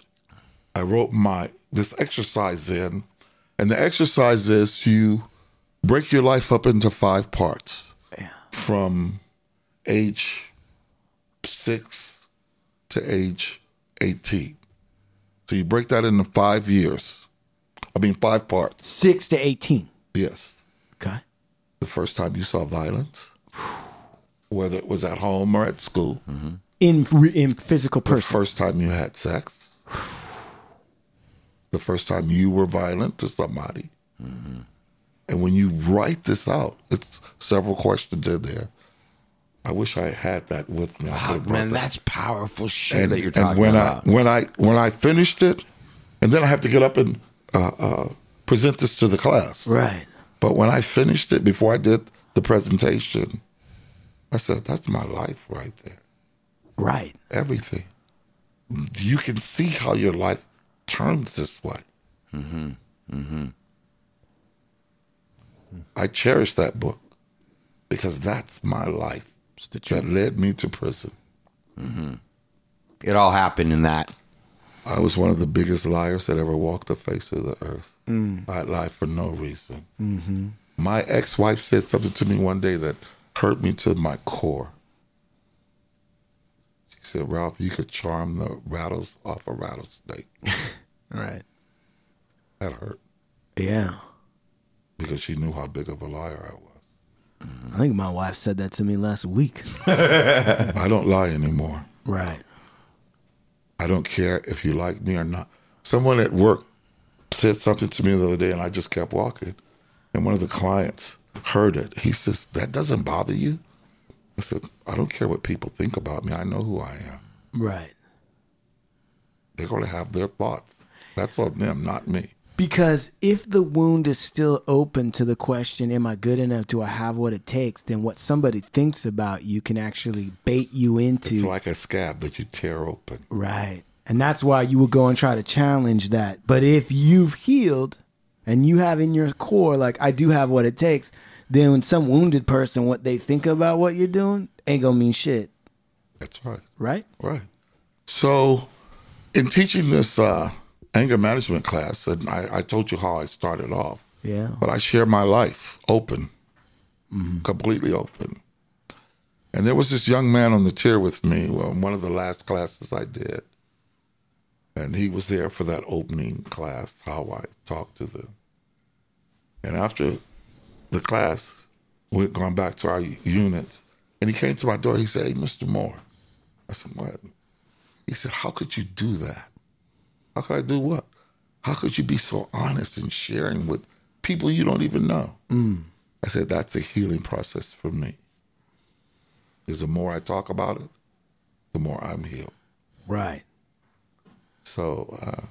E: I wrote my this exercise in, and the exercise is you break your life up into five parts, from age six to age eighteen. So you break that into five years. I mean, five parts.
C: Six to eighteen.
E: Yes
C: Okay.
E: the first time you saw violence, whether it was at home or at school,
B: Mm-hmm.
C: In re- in physical
E: the
C: person.
E: first time you had sex, the first time you were violent to somebody.
B: Mm-hmm.
E: And when you write this out, it's several questions in there. I wish I had that with me. I
B: Wow,
E: could've brought
B: Ah, Oh, man,
E: that
B: that's powerful shit
E: and,
B: that you're
E: and
B: talking
E: when
B: about.
E: I when I when I finished it, and then I have to get up and uh, uh, present this to the class.
C: Right.
E: But when I finished it, before I did the presentation, I said, "That's my life right there.
C: Right.
E: Everything. You can see how your life turns this way." Mm-hmm. Mm-hmm. I cherish that book because that's my life
B: It's the
E: that
B: truth.
E: led me to prison.
B: it all happened in that.
E: I was one of the biggest liars that ever walked the face of the earth. I lied for no reason. My ex wife said something to me one day that hurt me to my core. She said, Ralph, you could charm the rattles off a rattlesnake.
C: Right.
E: That hurt
C: Yeah.
E: because she knew how big of a liar I was.
C: I think my wife said that to me last week.
E: I don't lie anymore.
C: Right.
E: I don't care if you like me or not. Someone at work said something to me the other day, and I just kept walking. And one of the clients heard it. He says, That doesn't bother you? I said, I don't care what people think about me. I know who I am.
C: Right.
E: They're going to have their thoughts. That's on them, not me.
C: Because if the wound is still open to the question, am I good enough? Do I have what it takes? Then what somebody thinks about you can actually bait you
E: It's
C: into.
E: like a scab that you tear open.
C: Right. And that's why you would go and try to challenge that. But if you've healed and you have in your core, like, I do have what it takes, then when some wounded person, what they think about what you're doing ain't gonna mean shit,
E: That's right.
C: right?
E: Right. So, in teaching this uh, anger management class, and I, I told you how I started off,
C: Yeah.
E: but I share my life open, completely open. And there was this young man on the tier with me, well, in one of the last classes I did. And he was there for that opening class, how I talked to them. And after the class, we'd gone back to our units. And he came to my door. He said, Hey, Mr. Moore. I said, What? He said, How could you do that? How could I do what? How could you be so honest in sharing with people you don't even know? I said, That's a healing process for me. Because the more I talk about it, the more I'm healed.
C: Right.
E: So, uh,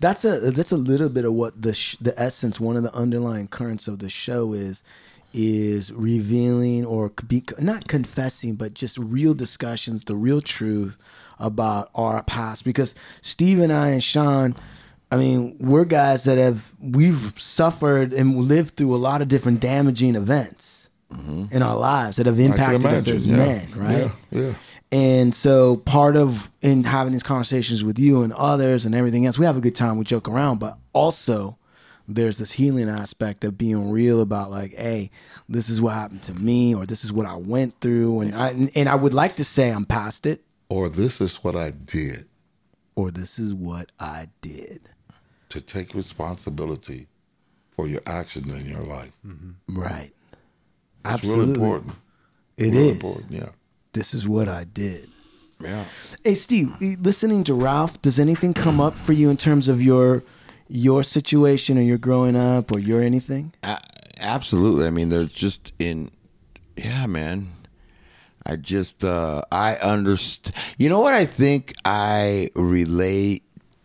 C: That's a that's a little bit of what the sh- the essence, one of the underlying currents of the show is, is revealing or c- be, not confessing, but just real discussions, the real truth about our past. Because Steve and I and Sean, I mean, we're guys that have we've suffered and lived through a lot of different damaging events Mm-hmm. in our lives that have
E: I can
C: impacted us
E: imagine.
C: as
E: yeah.
C: men, right?
E: Yeah. yeah.
C: And so part of in having these conversations with you and others and everything else, we have a good time, we joke around, but also there's this healing aspect of being real about like, hey, this is what happened to me or this is what I went through and I and I would like to say I'm past it
E: Or this is what I did
C: or this is what I did.
E: to take responsibility for your actions in your life.
C: Right.
E: It's really important.
C: It
E: Real
C: is.
E: important. Yeah.
C: This is what I did.
B: Yeah.
C: Hey Steve, e, listening to Ralph, does anything come up for you in terms of your your situation or your growing up or your anything?
B: A- absolutely. I mean, there's just in, yeah, man. I just, uh, I understand. You know what I think I relate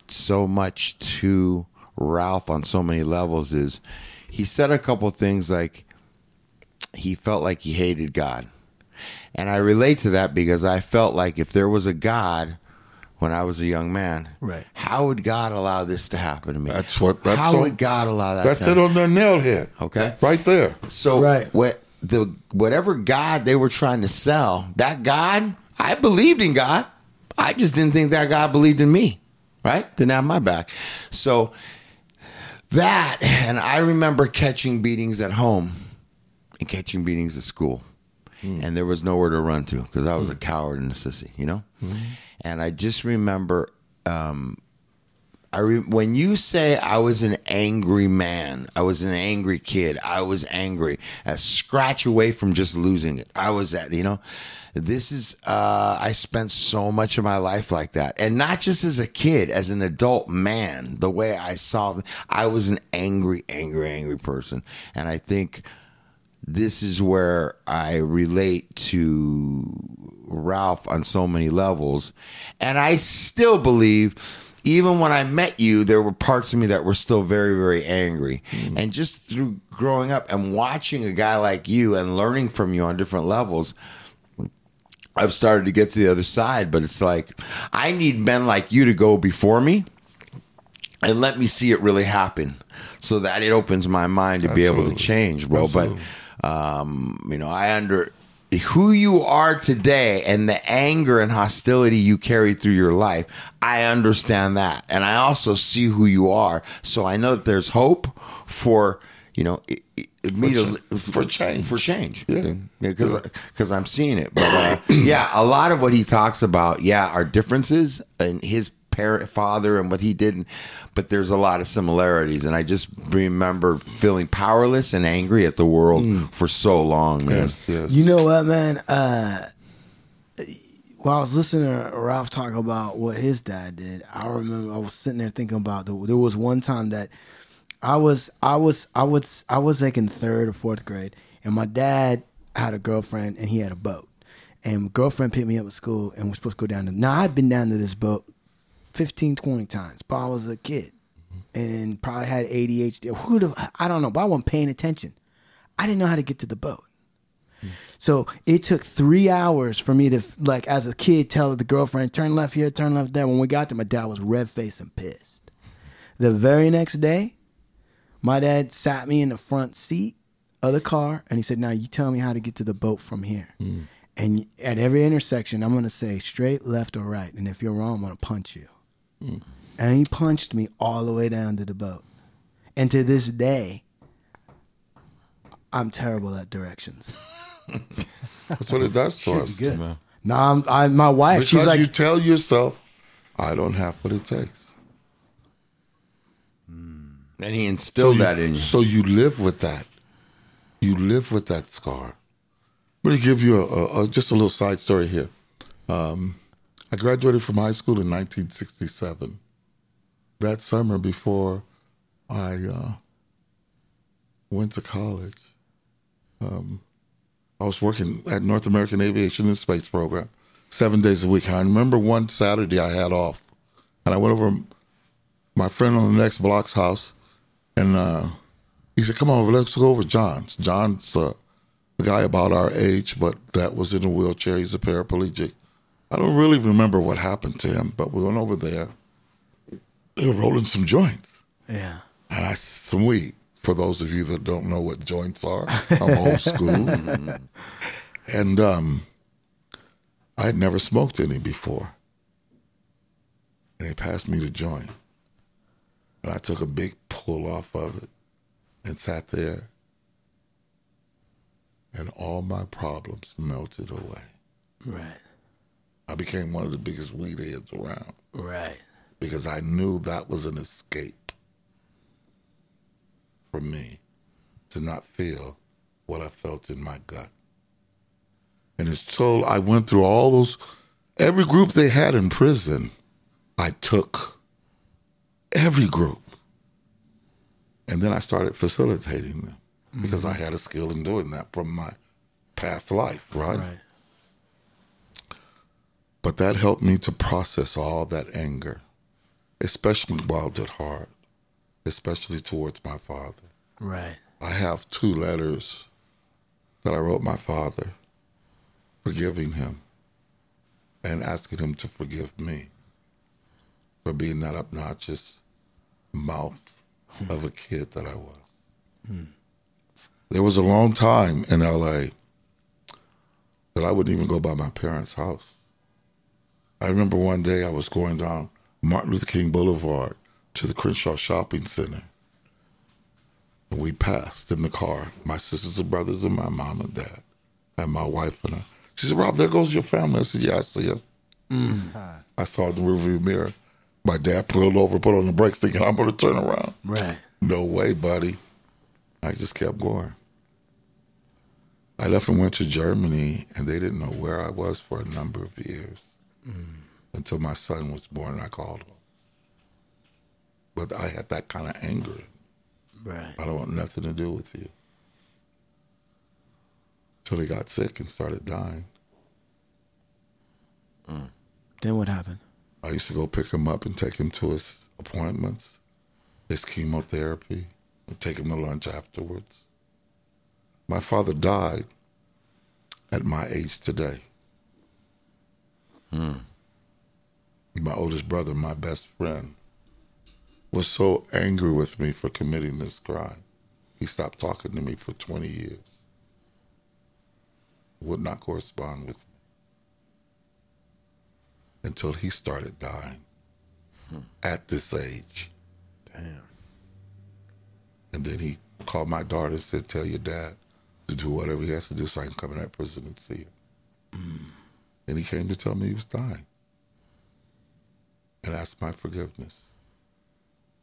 B: so much to Ralph on so many levels is he said a couple things like he felt like he hated God. And I relate to that because I felt like if there was a God when I was a young man,
C: Right.
B: how would God allow this to happen to me?
E: That's what- that's
B: how
E: all-
B: would God allow that
E: That's
B: to
E: it
B: happen?
E: on the nail head.
B: Okay.
E: Right there.
B: So
C: Right.
B: what the whatever God they were trying to sell, that God, I believed in God. I just didn't think that God believed in me. Right? Didn't have my back. So that and I remember catching beatings at home and catching beatings at school. And there was nowhere to run to because I was a coward and a sissy, you know? And I just remember I re- when you say I was an angry man, I was an angry kid, I was angry, a scratch away from just losing it. I was at, you know, this is, uh, I spent so much of my life like that. And not just as a kid, as an adult man, the way I saw, th- I was an angry, angry, angry person. And I think this is where I relate to Ralph on so many levels. And I still believe, even when I met you, there were parts of me that were still very, very angry. And just through growing up and watching a guy like you and learning from you on different levels, I've started to get to the other side. But it's like, I need men like you to go before me. And let me see it really happen, so that it opens my mind to be able to
E: Absolutely.
B: change, bro.
E: Absolutely.
B: But um, you know, I under who you are today and the anger and hostility you carry through your life. I understand that, and I also see who you are. So I know that there's hope for you know i i me
E: For
B: to
E: cha- for change.
B: for change.
E: Yeah.
B: because because I'm seeing it. But
E: [CLEARS THROAT]
B: uh, yeah, a lot of what he talks about, yeah, are differences and his parent, father, and what he did. But there's a lot of similarities, and I just remember feeling powerless and angry at the world for so long, man.
E: Hmm. Yes.
C: You know what, man? Uh, while I was listening to Ralph talk about what his dad did, I remember I was sitting there thinking about the, there was one time that I was I was I was I was like in third or fourth grade, and my dad had a girlfriend and he had a boat, and my girlfriend picked me up at school and we're supposed to go down to. Now I'd been down to this boat 15, 20 times, but I was a kid, and probably had ADHD. Who the, I don't know, but I wasn't paying attention. I didn't know how to get to the boat. So it took three hours for me to like as a kid tell the girlfriend, turn left here, turn left there. When we got there, my dad was red faced and pissed. The very next day, my dad sat me in the front seat other car and he said, "Now you tell me how to get to the boat from here." And at every intersection, I'm gonna say straight, left, or right. And if you're wrong, I'm gonna punch you. And he punched me all the way down to the boat. And to this day, I'm terrible at directions.
E: That's what it does to us.
C: Good. No, I'm, I, my wife.
E: Because
C: she's like,
E: you tell yourself, I don't have what it takes.
B: And he instilled
E: you-
B: that in you.
E: So you live with that. You live with that scar. I'm going to give you a, a, a- just a little side story here. Um, I graduated from high school in 1967. That summer before I uh, went to college, um, I was working at North American Aviation and Space Program seven days a week. And I remember one Saturday I had off, and I went over my friend on the next block's house, and uh, he said, "Come over, let's go over to John's. John's uh, a guy about our age, but that was in a wheelchair. He's a paraplegic. I don't really remember what happened to him, but we went over there. They were rolling some joints,
C: yeah,
E: and I some weed. For those of you that don't know what joints are, I'm old school, and um, I had never smoked any before. And he passed me the joint. And I took a big pull off of it and sat there. And all my problems melted away.
C: right,
E: I became one of the biggest weed heads around
C: right.
E: because I knew that was an escape for me to not feel what I felt in my gut. And it's so I went through all those, every group they had in prison, I took every group. And then I started facilitating them because I had a skill in doing that from my past life,
C: Right.
E: but that helped me to process all that anger, especially wild at heart, especially towards my father.
C: Right.
E: I have two letters that I wrote my father, forgiving him and asking him to forgive me for being that obnoxious mouth of a kid that I was. There was a long time in LA that I wouldn't even go by my parents' house. I remember one day I was going down Martin Luther King Boulevard to the Crenshaw Shopping Center. And we passed in the car, my sisters and brothers and my mom and dad, and my wife and I. She said, Rob, there goes your family. I said, Yeah, I see them. I saw it in the rearview mirror. My dad pulled over, put on the brakes, thinking I'm going to turn around.
C: Right.
E: No way, buddy. I just kept going. I left and went to Germany, and they didn't know where I was for a number of years until my son was born and I called him. But I had that kind of anger.
C: Right.
E: I don't want nothing to do with you. Till he got sick and started dying.
C: Then what happened?
E: I used to go pick him up and take him to his appointments, his chemotherapy, and take him to lunch afterwards. My father died at my age today. My oldest brother, my best friend, was so angry with me for committing this crime. He stopped talking to me for 20 years, would not correspond with me until he started dying at this age. Damn. And then he called my daughter and said, Tell your dad to do whatever he has to do so I can come in that prison and see him. And he came to tell me he was dying and asked my forgiveness.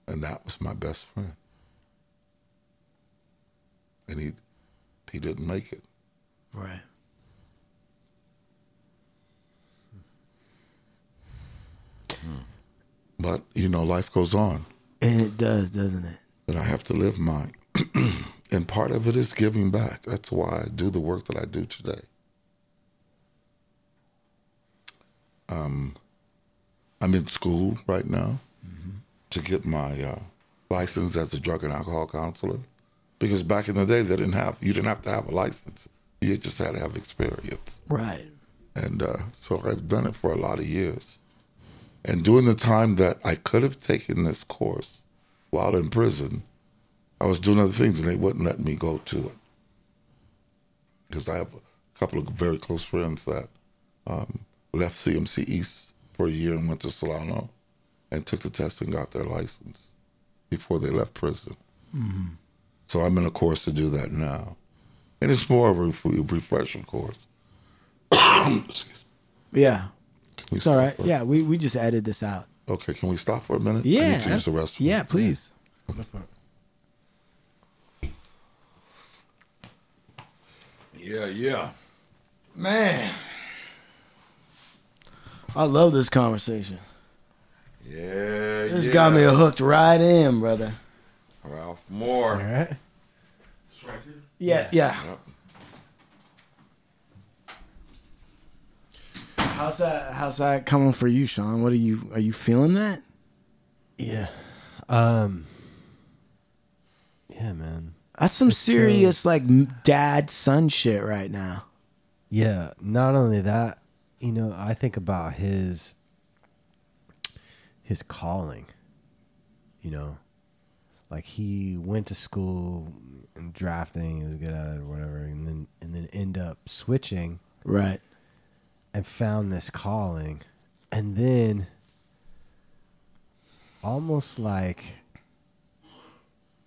E: And that was my best friend. And he, he didn't make it.
C: Right.
E: But, you know, life goes on.
C: And it does, doesn't it?
E: that I have to live mine. [CLEARS THROAT] and part of it is giving back. That's why I do the work that I do today. Um, Um, I'm in school right now to get my uh, license as a drug and alcohol counselor because back in the day they didn't have you didn't have to have a license. You just had to have experience.
C: Right.
E: And uh, so I've done it for a lot of years. And during the time that I could have taken this course while in prison, I was doing other things and they wouldn't let me go to it. because I have a couple of very close friends that um, left CMC East for a year and went to Solano and took the test and got their license before they left prison. Mm-hmm. So I'm in a course to do that now, and it's more of a ref- refresher course. Excuse me.
C: Yeah.
E: Can we
C: It's all
E: stop
C: right.
E: for-
C: Yeah, we, we just added this out.
E: Okay, can we stop for a minute? I
C: Yeah.
E: need to use the
C: that's-
E: restroom.
C: yeah, please.
B: Yeah, yeah. Man.
C: I love this conversation.
B: Yeah,
C: This
B: yeah.
C: got me hooked right in, brother.
B: Ralph
D: All
B: Moore.
D: right.
C: Yeah. Yeah. How's that how's that coming for you, Sean? What are you are you feeling that?
D: Yeah. Um. Yeah, man.
C: That's some
D: uh,
C: serious like dad son shit right now.
D: Yeah. Not only that, you know, I think about his his calling. You know, like he went to school and drafting, he was good at it or whatever, and then and then end up switching
C: Right.
D: and found this calling and then almost like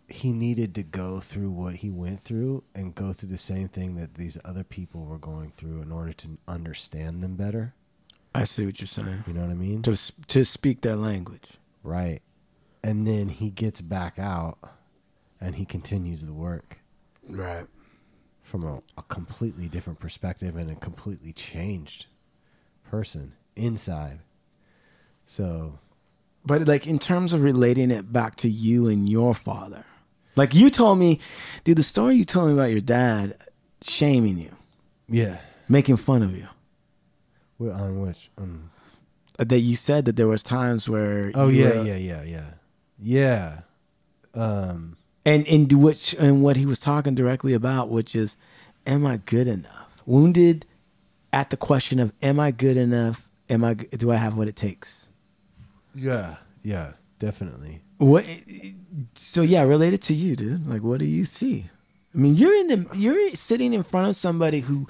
D: he needed to go through what he went through and go through the same thing that these other people were going through in order to understand them better
C: I see what you're saying.
D: you know what i mean
C: To s- to speak their language.
D: right and then he gets back out and he continues the work
C: Right.
D: from a, a completely different perspective and a completely changed person inside so
C: But like in terms of relating it back to you and your father. Like you told me, dude, the story you told me about your dad shaming you,
D: yeah
C: making fun of you. uh,
D: Wh- on which? Um,
C: That you said that there was times where
D: oh
C: you
D: yeah,
C: were-
D: yeah, yeah, yeah, yeah. Um,
C: and and do which and what he was talking directly about, which is, am I good enough? Wounded at the question of, am I good enough? Am I g- do I have what it takes?
D: yeah, yeah, definitely.
C: What? So yeah, related to you, dude. Like, what do you see? I mean, you're in the you're sitting in front of somebody who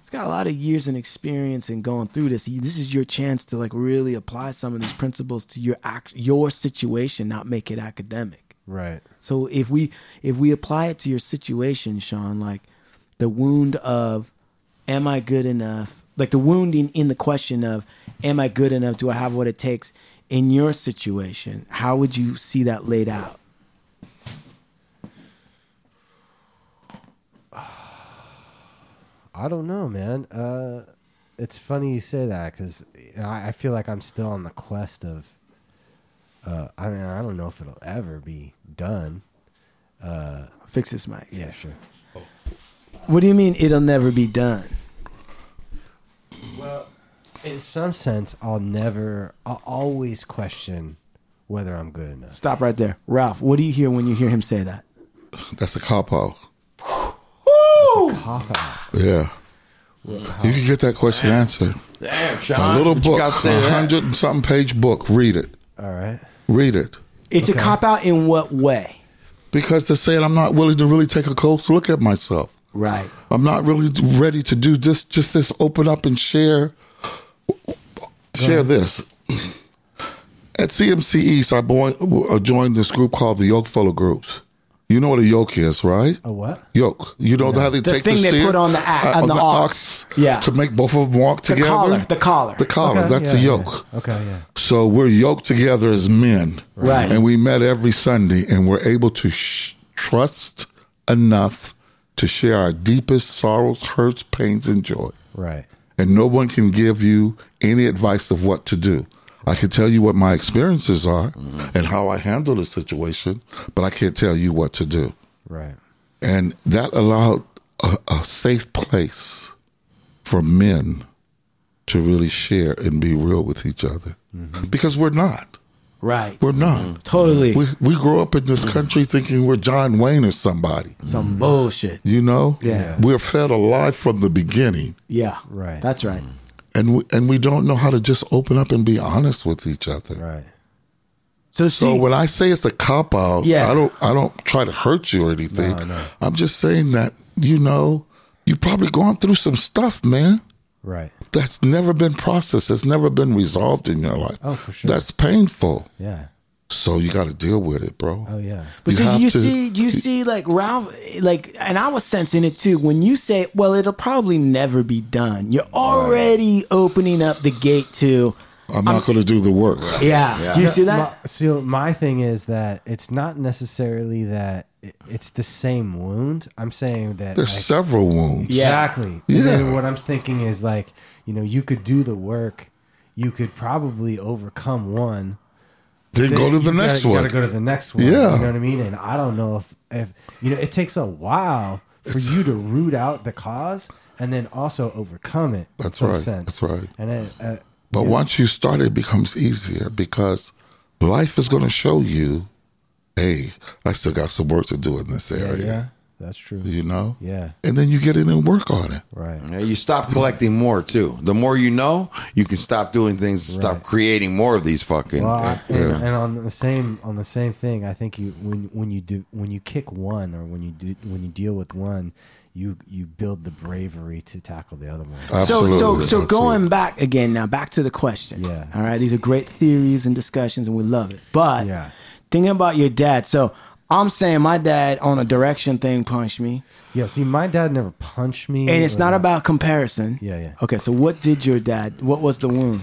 C: has got a lot of years and experience in going through this. This is your chance to like really apply some of these principles to your act, your situation, not make it academic.
D: Right.
C: So if we if we apply it to your situation, Sean, like the wound of am I good enough? Like the wounding in the question of am I good enough? Do I have what it takes in your situation? How would you see that laid out?
D: I don't know, man. Uh, it's funny you say that because I, I feel like I'm still on the quest of. Uh, I mean, I don't know if it'll ever be done.
C: Fix this mic.
D: Yeah, sure.
C: What do you mean it'll never be done?
D: In some sense, I'll never. I'll always question whether I'm good enough.
C: Stop right there. Ralph, what do you hear when you hear him say that?
E: That's a cop out.
D: Cop out.
E: Yeah. You can get that question answered.
B: Damn, Sean.
E: A little
B: what
E: book,
B: You got to say to
E: a
B: that?
E: hundred and something page book. Read it.
D: All right.
E: Read it.
C: It's a cop out in what way?
E: Because to say it, I'm not willing to really take a close look at myself.
C: Right.
E: I'm not really ready to do this. Just this, open up and share. Share this. At CMC East, I boi- uh, joined this group called the Yoke Fellow Groups. You know what a yoke is, right?
D: A what?
E: Yoke. You know how they
C: The
E: take
C: thing
E: the
C: they
E: steer,
C: put on the a-
E: uh,
C: on the ox. Yeah.
E: to make both of them walk
C: The
E: together.
C: collar. The collar.
E: The collar.
D: Okay,
E: Oh, That's
D: yeah,
E: the
D: yeah.
E: yoke.
D: Okay. Yeah.
E: So we're yoked together as men.
C: Right.
E: And we met every Sunday and we're able to sh- trust enough to share our deepest sorrows, hurts, pains, and joy.
D: Right.
E: And no one can give you any advice of what to do. I can tell you what my experiences are and how I handle the situation, but I can't tell you what to do.
D: Right.
E: And that allowed a, a safe place for men to really share and be real with each other. Because we're not.
C: Right.
E: We're not.
C: Mm-hmm. Totally.
E: We, we grow up in this country thinking we're John Wayne or somebody.
C: Some bullshit.
E: You know?
C: Yeah.
E: We're fed a lie from the beginning
C: Yeah.
D: Right.
C: That's right.
E: and we, and we don't know how to just open up and be honest with each other.
D: Right.
C: So,
E: So
C: see,
E: when I say it's a cop out,
C: Yeah.
E: I don't I don't try to hurt you or anything. I'm just saying that you know you've probably gone through some stuff, man.
D: Right.
E: That's never been processed. That's never been resolved in your life.
D: Oh, for sure.
E: That's painful.
D: Yeah.
E: So you got to deal with it, bro.
D: Oh yeah.
C: But
E: You
C: see,
E: have
C: you
E: to-
C: see, do you see, like Ralph, like, and I was sensing it too. When you say, "Well, it'll probably never be done," you're already opening up the gate to,
E: I'm not going to do the work.
C: yeah. Do you see that?
D: My, so my thing is that it's not necessarily that it, it's the same wound. I'm saying that
E: There's
D: like,
E: several wounds.
C: Yeah.
D: Exactly. And then
E: Yeah.
D: what I'm thinking is like, you know, you could do the work. You could probably overcome one.
E: Then go to
D: You
E: the
D: gotta-
E: next
D: you
E: one.
D: Gotta go to the next one.
E: Yeah.
D: You know what I mean? And I don't know if, if you know, it takes a while for you to root out the cause and then also overcome it. in
E: That's
D: some
E: right.
D: sense.
E: That's right.
D: And then, uh,
E: But once you start, it becomes easier because life is going to show you, hey, I still got some work to do in this
D: yeah,
E: area.
D: yeah, that's true.
E: You know?
D: Yeah.
E: And then you get in and work on it.
D: Right.
B: Yeah, You stop collecting more too. The more you know, you can stop doing things and stop
D: Right.
B: creating more of these fucking. uh,
D: Well, I, and,
E: Yeah.
D: and on the same on the same thing, I think you when when you do when you kick one or when you do when you deal with one, you you build the bravery to tackle the other one.
E: Absolutely.
C: So, so, so
E: Absolutely.
C: going back again now, back to the question.
D: Yeah.
C: All right. These are great theories and discussions, and we love it. But
D: Yeah.
C: thinking about your dad, so I'm saying my dad on a direction thing punched me,
D: Yeah. See, my dad never punched me,
C: and it's
D: or-
C: not about comparison.
D: Yeah, yeah.
C: Okay, so what did your dad? What was the wound?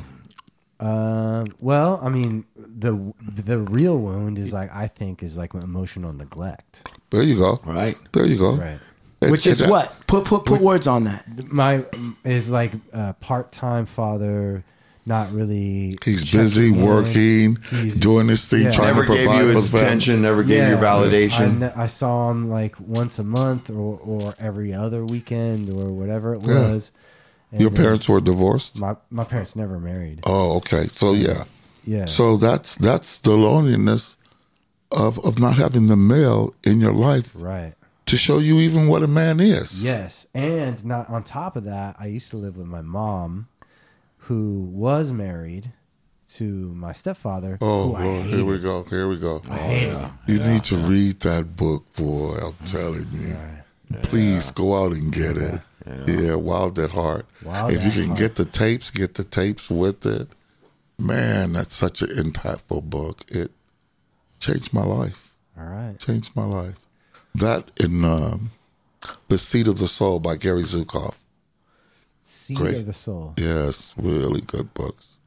D: Um, well, I mean, the the real wound is like I think is like emotional neglect.
E: There you go.
B: Right.
E: There you go.
D: Right.
E: And-
C: Which is
E: and that-
C: what? Put put put words on that.
D: My is like a part time father, not really.
E: He's
D: checking
E: busy
D: in.
E: working,
D: He's-
E: doing his thing,
D: Yeah.
E: trying
B: Never
E: to
B: gave
E: provide
B: you
E: for
B: his
E: the family.
B: attention. Never gave
D: Yeah,
B: you validation.
D: I, kn- I saw him like once a month or, or every other weekend or whatever it
E: Yeah.
D: was. And
E: Your
D: then
E: parents were divorced.
D: My my parents never married.
E: Oh, okay. So yeah.
D: Yeah.
E: So that's that's the loneliness of of not having the male in your life
D: right.
E: to show you even what a man is.
D: Yes, and not on top of that, I used to live with my mom, who was married to my stepfather.
E: Oh,
D: who I
E: Lord, here
D: hated.
E: we go. Here we go.
D: hated him.
E: You need to read that book, boy. I'm telling you. Please go out and get it. Yeah, Wild at Heart.
D: Wild
E: if you
D: at
E: can
D: Heart.
E: get the tapes, get the tapes with it. Man, that's such an impactful book. It changed my life.
D: All right.
E: Changed my life. That and um, The Seed of the Soul by Gary Zukoff.
D: Seed
E: Great.
D: of the soul.
E: Yes, really good books.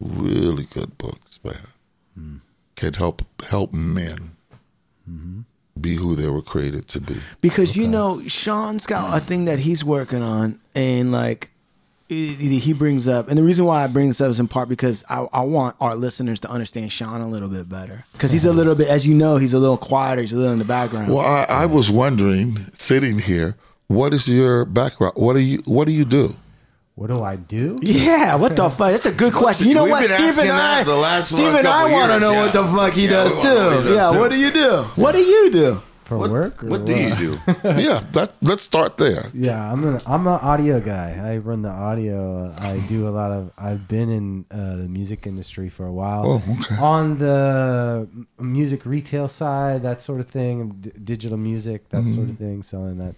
E: Really good books, man. Can help help men be who they were created to be.
C: Because you know, Sean's got a thing that he's working on, and like i- i- he brings up, and the reason why I bring this up is in part because I, I want our listeners to understand Sean a little bit better. Because he's a little bit, as you know, he's a little quieter, he's a little in the background.
E: Well, I, I was wondering, sitting here, what is your background? What do you What do you do?
D: What do I do?
C: yeah, what the fuck? That's a good question. You know
B: We've
C: what,
B: been
C: Steve
B: asking
C: and
B: that
C: I,
B: the last
C: Steve
B: couple
C: and I want to
B: years,
C: know
B: yeah.
C: what the fuck he
B: Yeah,
C: does
B: we
C: too.
B: wanna know what he does,
C: yeah,
B: too.
C: what do you do? What do you do?
D: For work? Or
B: what do you do?
E: yeah, that let's start there.
D: Yeah, I'm an I'm an audio guy. I run the audio. I do a lot of. I've been in uh, the music industry for a while.
E: Oh, okay.
D: On the m- music retail side, that sort of thing, d- digital music,
E: Mm-hmm.
D: that sort of thing, selling that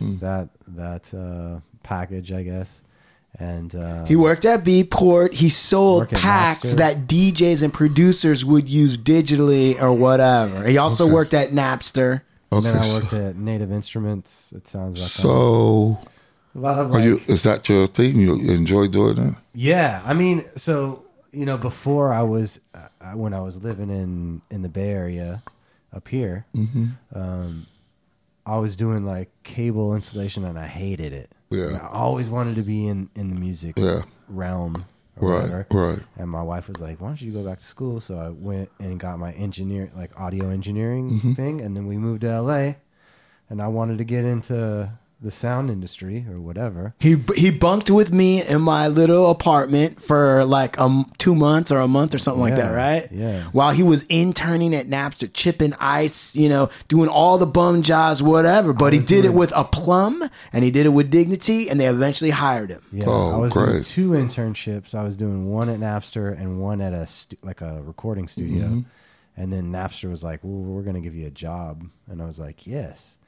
E: Hmm.
D: that that uh, package, I guess. And uh,
C: He worked at Beatport. He sold
D: Work at
C: packs
D: Napster.
C: that DJs and producers would use digitally or whatever. He also worked at Napster.
E: Okay.
D: then I
E: so-
D: worked at Native Instruments. It sounds like
E: so,
D: a lot of
E: are
D: like,
E: you? Is that your thing? You enjoy doing it?
D: Yeah, I mean, so you know, before I was uh, I- when I was living in in the Bay Area up here, um,
E: Mm-hmm.
D: I was doing like cable installation, and I hated it.
E: Yeah.
D: And I always wanted to be in in the music
E: Yeah.
D: realm. Or
E: Right,
D: whatever.
E: right.
D: And my wife was like, "Why don't you go back to school?" So I went and got my engineer, like audio engineering
E: Mm-hmm.
D: thing, and then we moved to LA. And I wanted to get into the sound industry or whatever.
C: He he bunked with me in my little apartment for like um two months or a month or something like
D: Yeah,
C: that, right?
D: yeah.
C: While he was interning at Napster, chipping ice, you know, doing all the bum jobs, whatever. But he
D: was
C: did it
D: doing-
C: with a plum, and he did it with dignity, and they eventually hired him.
D: Yeah,
E: Oh,
D: I was doing
E: great.
D: two internships. I was doing one at Napster and one at a stu- like a recording studio.
E: Mm-hmm.
D: And then Napster was like, "Well, we're going to give you a job," and I was like, "Yes."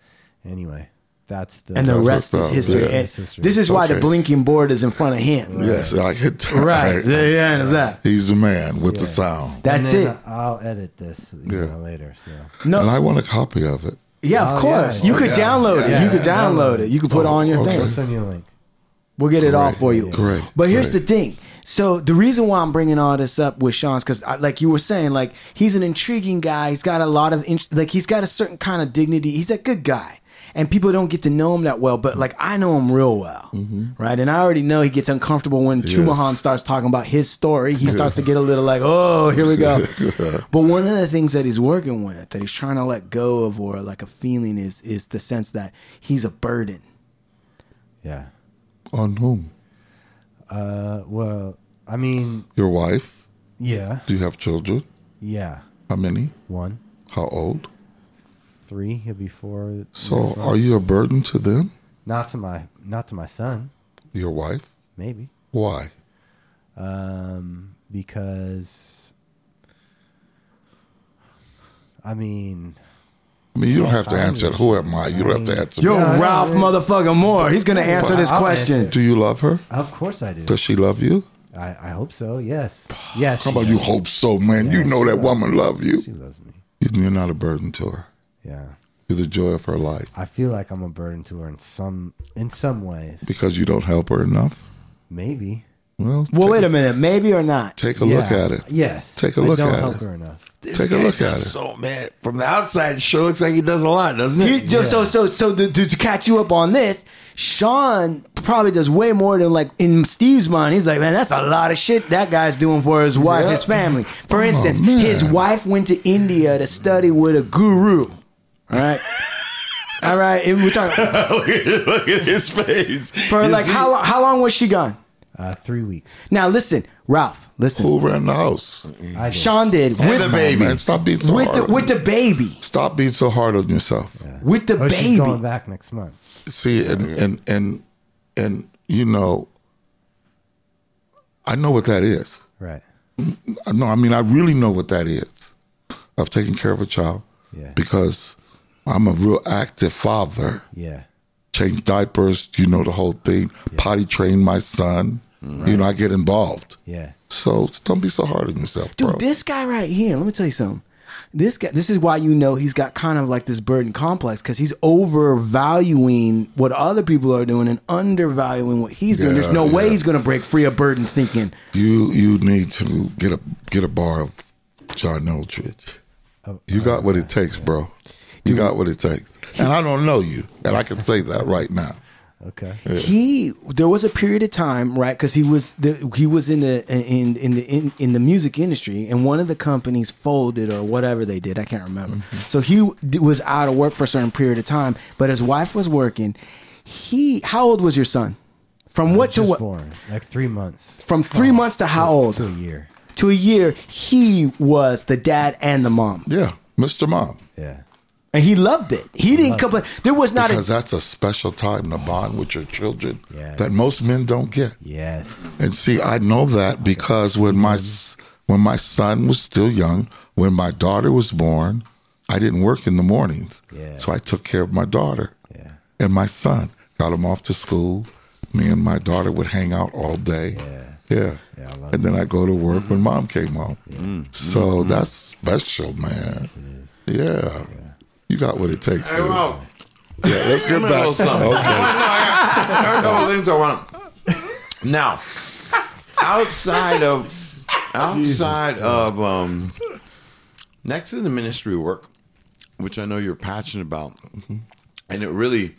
D: Anyway, that's the
C: and the
E: That's
C: rest
E: what's
C: is
E: up,
C: history.
E: yeah.
C: And This is why the
E: Okay.
C: blinking board is in front of him.
E: Yes, I could.
C: Right. Yeah, yeah, that's that.
E: He's the man with the sound.
D: And
C: That's
D: then
C: it.
D: I'll edit this you
E: Yeah.
D: know, later. So
E: and
C: No,
E: I want a copy of it.
C: yeah, of
D: Oh,
C: course.
D: yeah.
C: You could
B: yeah.
C: download it.
B: Yeah,
C: you could
D: yeah.
C: download it. You could put it
E: Oh,
C: on your
E: okay.
D: I'll
C: thing.
D: send you a link.
C: We'll get it all
E: Great.
C: for you.
E: Great.
C: But here's
E: Great.
C: the thing. So the reason why I'm bringing all this up with Sean's because, like you were saying, like he's an intriguing guy. He's got a lot of int- like he's got a certain kind of dignity. He's a good guy, and people don't get to know him that well. But like I know him real well, right? And I already know he gets uncomfortable when yes. starts talking about his story. He starts to get a little like, oh, here we go. but one of the things that he's working with, that he's trying to let go of, or like a feeling, is is the sense that he's a burden.
D: Yeah.
E: On whom?
D: Uh, well, I mean,
E: Your wife?
D: yeah,
E: Do you have children?
D: yeah.
E: How many?
D: One,
E: How old?
D: three. He'll be four.
E: So are you a burden to them?
D: Not to my, not to my son.
E: Your wife?
D: Maybe.
E: Why?
D: um, because I mean,
E: I mean, you don't have to answer it. Who am I? You don't have to answer.
C: Yo,
E: me.
D: Yeah, I
C: Ralph
D: know,
C: motherfucker Moore. He's gonna answer this
D: I'll
C: question.
D: answer
E: Do you love her?
D: of course I do.
E: Does she love you?
D: I, I hope
E: [SIGHS]
D: so. Yes, yes.
E: How
D: she
E: about you?
D: does.
E: Hope so, man. You know that woman love you.
D: She loves me.
E: You're not a burden to her.
D: Yeah,
E: You're the joy of her life
D: I feel like I'm a burden to her in some in some ways.
E: because you don't help her enough.
D: Maybe.
E: Well,
C: Well,
E: take,
C: wait a minute. Maybe or not.
E: take a
D: yeah.
E: look at it.
D: Yes.
E: Take a
D: I
E: look
D: don't
E: at
D: help
E: it.
D: her enough.
B: This
E: Take a
B: guy
E: look at
B: does
E: it.
B: So man, from the outside, it sure looks like he does a lot, doesn't
C: He,
B: it?
C: just so so so to, to to catch you up on this, Sean probably does way more than like in Steve's mind. He's like, man, that's a lot of shit that guy's doing for his wife,
E: Yeah.
C: his family. For instance,
E: man.
C: his wife went to India to study with a guru. All right. All right, and we're talking
B: look, at, [LAUGHS] look at his face. [LAUGHS]
C: for
B: You
C: like
B: see?
C: how long, how long was she gone?
D: Uh, three weeks.
C: Now listen, Ralph, listen.
E: Who ran the house?
D: I did.
C: Sean did
B: And
C: with,
B: the baby.
E: Man, stop being so
C: with
E: hard.
C: the
E: on
C: with the baby,
E: Stop being so hard on yourself.
C: with the
D: oh, she's
C: baby.
D: going back next month.
E: See, and, and and and you know, I know what that is.
D: Right.
E: No, I mean I really know what that is. I've taken care of a child
D: Yeah.
E: because I'm a real active father.
D: Yeah.
E: Change diapers, you know the whole thing. Potty train my son. You know I get involved.
D: Yeah.
E: So don't be so hard on yourself,
C: Dude,
E: bro.
C: this guy right here, let me tell you something. This guy, this is why you know he's got kind of like this burden complex because he's overvaluing what other people are doing and undervaluing what he's doing. There's
E: Yeah,
C: no way
E: yeah.
C: he's going to break free of burden thinking.
E: You you need to get a get a bar of John Eldridge.
D: Oh,
E: You got what it takes, bro. You got what it takes. And I don't know you, and I can say that right now.
D: Okay.
C: He there was a period of time, right? Because he was the, he was in the in in the in, in the music industry, and one of the companies folded or whatever they did, I can't remember.
E: Mm-hmm.
C: So he d- was out of work for a certain period of time, but his wife was working. He, how old was your son? From
E: Uh,
C: what to
D: Just
C: what?
D: born. Like three months
C: From three months to how old?
D: to a year.
C: To a year, he was the dad and the mom,
E: Yeah, Mr. Mom,
D: Yeah.
C: and he loved it. He didn't complain. There was not
E: because
C: a
E: that's a special time to bond with your children
D: Yes.
E: that most men don't get.
D: Yes.
E: And see, I know that because when my s- when my son was still young, when my daughter was born, I didn't work in the mornings,
D: Yeah.
E: so I took care of my daughter.
D: Yeah.
E: and my son got him off to school. Me and my daughter would hang out all day. Yeah.
D: Yeah, I love Mm-hmm.
E: and then I go to work when mom came home. So that's special, man. Yeah. You got what it takes.
B: Hey,
E: dude.
B: Ralph,
E: yeah, let's
B: give
E: get
B: me a little [LAUGHS]
E: back.
B: something.
E: Okay.
B: There are a couple things I want. Now, outside of outside of um, next in the ministry work, which I know you're passionate about,
E: Mm-hmm.
B: and it really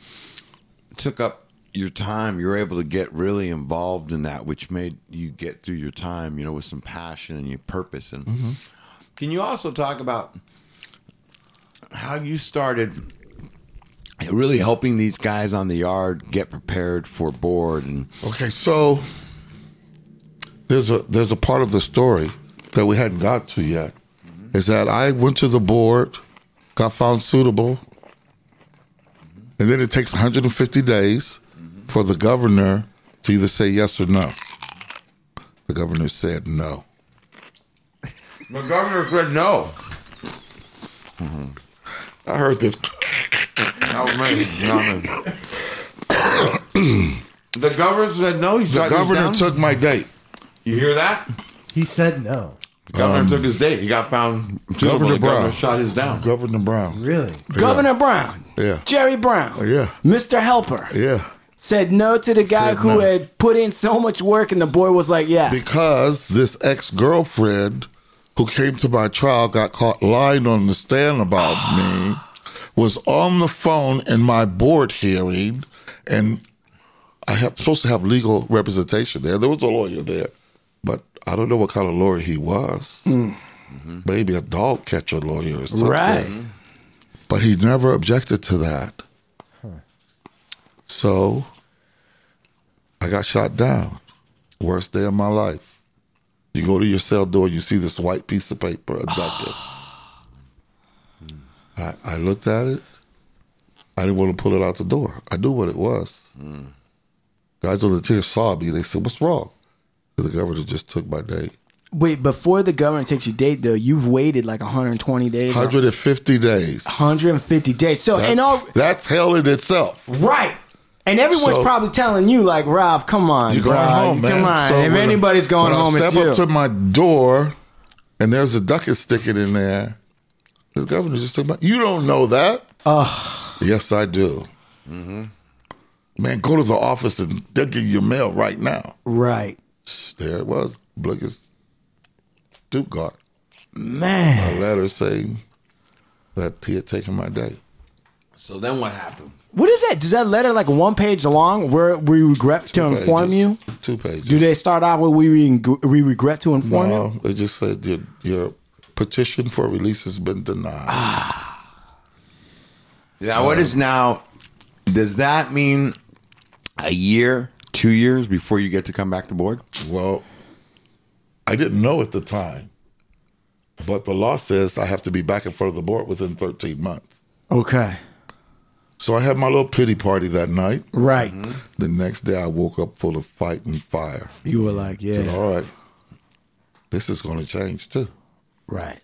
B: took up your time. You were able to get really involved in that, which made you get through your time, you know, with some passion and your purpose. And
E: Mm-hmm.
B: can you also talk about how you started? really helping these guys on the yard get prepared for board and
E: Okay, so there's a there's a part of the story that we hadn't got to yet. Is that I went to the board, got found suitable, and then it takes 150 days for the governor to either say yes or no. The governor said no.
B: the governor said no
E: I heard this.
B: that was me. No, I mean, The governor said no. He
E: The
B: shut us
E: governor
B: down.
E: took my date.
B: You hear that?
D: He said no.
B: The governor took his date. He got found. suitable.
E: Um, Governor
B: the governor
E: Brown.
B: shot his down.
E: Governor Brown.
D: Really?
C: Governor Brown,
E: Yeah.
C: Jerry Brown,
E: Yeah.
C: Mr. Helper,
E: Yeah.
C: said no to the guy
E: Said
C: who
E: no.
C: had put in so much work, and the boy was like, "Yeah,
E: Because this ex girlfriend who came to my trial got caught lying on the stand about
C: [SIGHS]
E: me, was on the phone in my board hearing, and I have supposed to have legal representation there. There was a lawyer there, but I don't know what kind of lawyer he was. Maybe a dog catcher lawyer or something.
C: Mm. right."
E: But he never objected to that. So I got shot down. Worst day of my life. You go to your cell door, you see this white piece of paper, abducted. [SIGHS] I, I looked at it. I didn't want to pull it out the door. I knew what it was.
C: Hmm.
E: Guys on the tier saw me. They said, What's wrong? The governor just took my date.
C: Wait, before the governor takes your date, though, you've waited like 120 days,
E: 150 days.
C: 150 days. So,
E: That's,
C: and all
E: that's hell in itself.
C: right, and everyone's
E: So-
C: probably telling you, like, Ralph, come on,
E: You're going
C: bro.
E: home, man.
C: come on.
E: So
C: if
E: when I-
C: anybody's going
E: when I
C: home, it's
E: step
C: you.
E: up to my door, and there's a ducket sticking in there. The governor just took my. You don't know that. Yes, I do. Man, go to the office and they'll give you your mail right now.
C: right,
E: There it was. Blickus Dugard.
C: man.
E: A letter saying that he had taken my day.
B: So then what happened?
C: What is that? Does that letter like one page long? Where we regret to inform you?
E: Pages. Two pages.
C: Do they start out with we reg- we regret to inform you?
E: No, they just said your your petition for release has been denied.
B: Now, what is now? Does that mean a year, two years before you get to come back to board?
E: Well, I didn't know at the time, but the law says I have to be back in front of the board within 13 months.
C: Okay,
E: So I had my little pity party that night.
C: right.
E: The next day, I woke up full of fight and fire.
C: You were like,
E: Said,
C: yeah,
E: All right, this is going to change too.
C: right,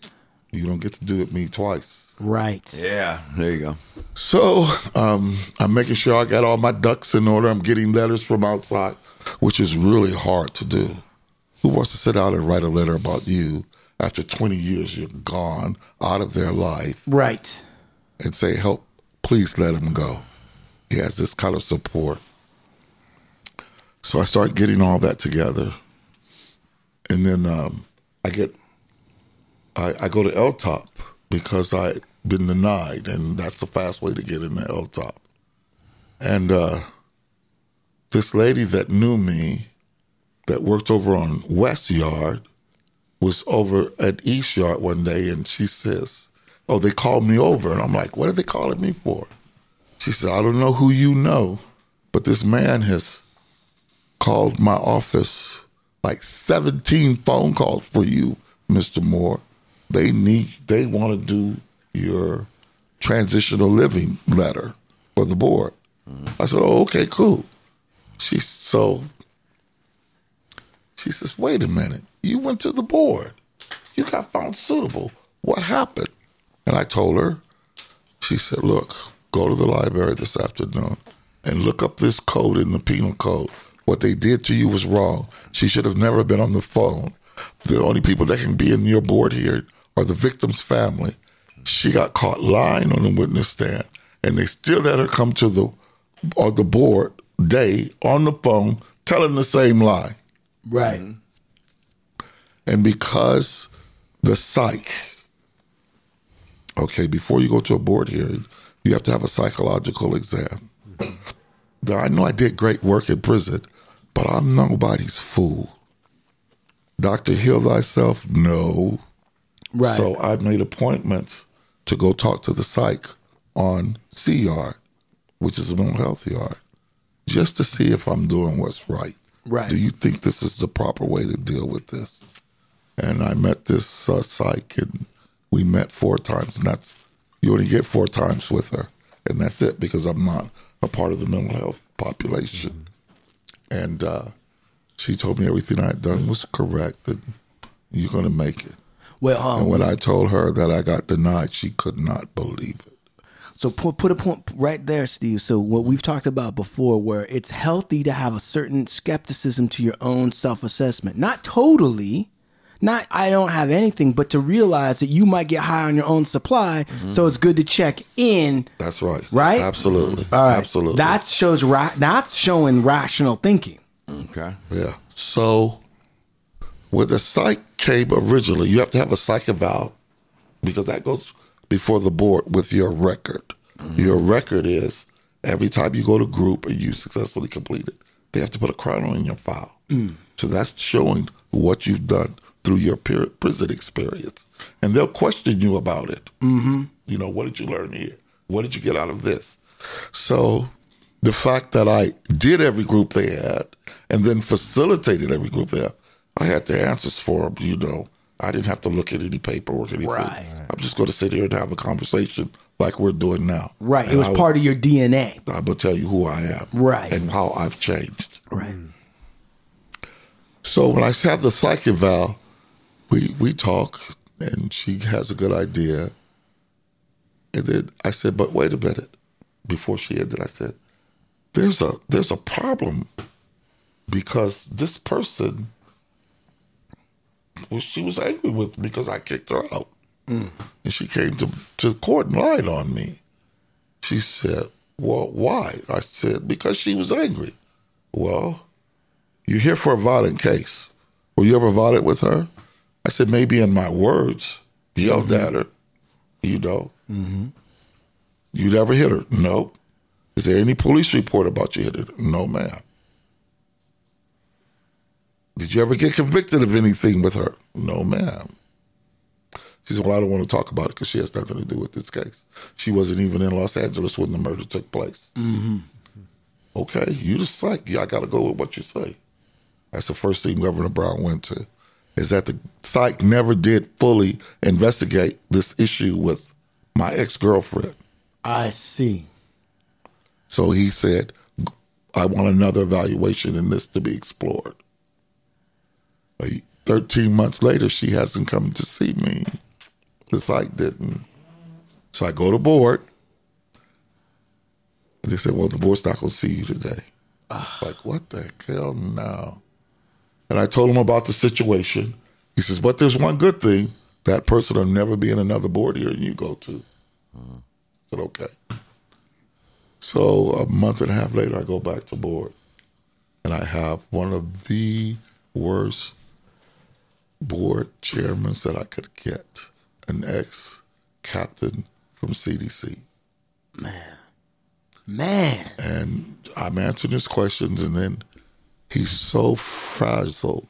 E: You don't get to do it me twice.
C: right.
B: Yeah, there you go.
E: So um, I'm making sure I got all my ducks in order. I'm getting letters from outside, which is really hard to do. Who wants to sit down and write a letter about you after 20 years you're gone out of their life
C: Right.
E: and say, help, please let him go? He has this kind of support. So I start getting all that together. And then um, I get, I, I go to L Top because I'd been denied, and that's the fast way to get into L Top. And uh, this lady that knew me, that worked over on West Yard, was over at East Yard one day, and she says, "Oh, they called me over," and I'm like, "What are they calling me for?" She said, "I don't know who you know, but this man has called my office like 17 phone calls for you, Mr. Moore. They need, they want to do your transitional living letter for the board." I said, "Oh, okay, cool." She so she says, wait a minute. You went to the board. You got found suitable. What happened? And I told her, she said, look, go to the library this afternoon and look up this code in the penal code. What they did to you was wrong. She should have never been on the phone. The only people that can be in your board here are the victim's family. She got caught lying on the witness stand, and they still let her come to the on the board day on the phone telling the same lie.
C: Right.
E: And because the psych, okay, before you go to a board hearing, you have to have a psychological exam. Now, I know I did great work in prison, but I'm nobody's fool. Dr. Heal Thyself? No.
C: Right.
E: Mm-hmm. So I made appointments to go talk to the psych on C Yard, which is a mental health yard, just to see if I'm doing what's right.
C: Right.
E: Do you think this is the proper way to deal with this? And I met this uh, psych, and we met four times, and that's you only get four times with her, and that's it because I'm not a part of the mental health population
C: Mm-hmm.
E: and uh, she told me everything I had done was correct and you're going to make it.
C: Well, um,
E: And when I told her that I got denied, she could not believe it.
F: So put put a point right there, Steve. So what we've talked about before, where it's healthy to have a certain skepticism to your own self assessment, not totally. Not I don't have anything, but to realize that you might get high on your own supply,
E: Mm-hmm.
F: so it's good to check in.
E: That's right.
F: Right?
E: Absolutely.
F: All right.
E: Absolutely.
F: That shows ra- that's showing rational thinking.
B: Okay.
E: Yeah. So, when the psych came originally, you have to have a psych eval because that goes before the board with your record.
F: Mm-hmm.
E: Your record is every time you go to group and you successfully complete it, they have to put a chrono in your file.
F: Mm.
E: So that's showing what you've done through your per- prison experience, and they'll question you about it. Mm-hmm. You know, what did you learn here? What did you get out of this? So the fact that I did every group they had and then facilitated every group they had, I had the answers for them, you know. I didn't have to look at any paperwork or anything.
F: Right.
E: I'm just going to sit here and have a conversation like we're doing now.
F: Right. It was
E: I-
F: part of your DNA.
E: I'm going to tell you who I am.
F: Right.
E: And how I've changed.
F: Right.
E: So when I have the psych eval, we we talk, and she has a good idea. And then I said, "But wait a minute!" Before she ended, I said, "There's a there's a problem because this person, well, she was angry with me because I kicked her out, and she came to to court and lied on me." She said, "Well, why?" I said, "Because she was angry." Well, you're here for a violent case. Were you ever violent with her? I said, maybe in my words, yelled at her, you know. You never hit her? No. Is there any police report about you hitting her? No, ma'am. Did you ever get convicted of anything with her? No, ma'am. She said, well, I don't want to talk about it because she has nothing to do with this case. She wasn't even in Los Angeles when the murder took place. Okay, you the psych. Yeah, I got to go with what you say. That's the first thing Governor Brown went to, is that the psych never did fully investigate this issue with my ex girlfriend.
F: I see.
E: So he said, I want another evaluation in this to be explored. A- 13 months later, she hasn't come to see me. The site didn't. So I go to board. And they said, Well, the board's not going to see you today. Like, what the hell now? And I told him about the situation. He says, But there's one good thing that person will never be in another board here, and you go to. I said, Okay. So a month and a half later, I go back to board, and I have one of the worst board chairmans that I could get, an ex captain from CDC.
F: Man.
E: And I'm answering his questions, and then he's so frazzled.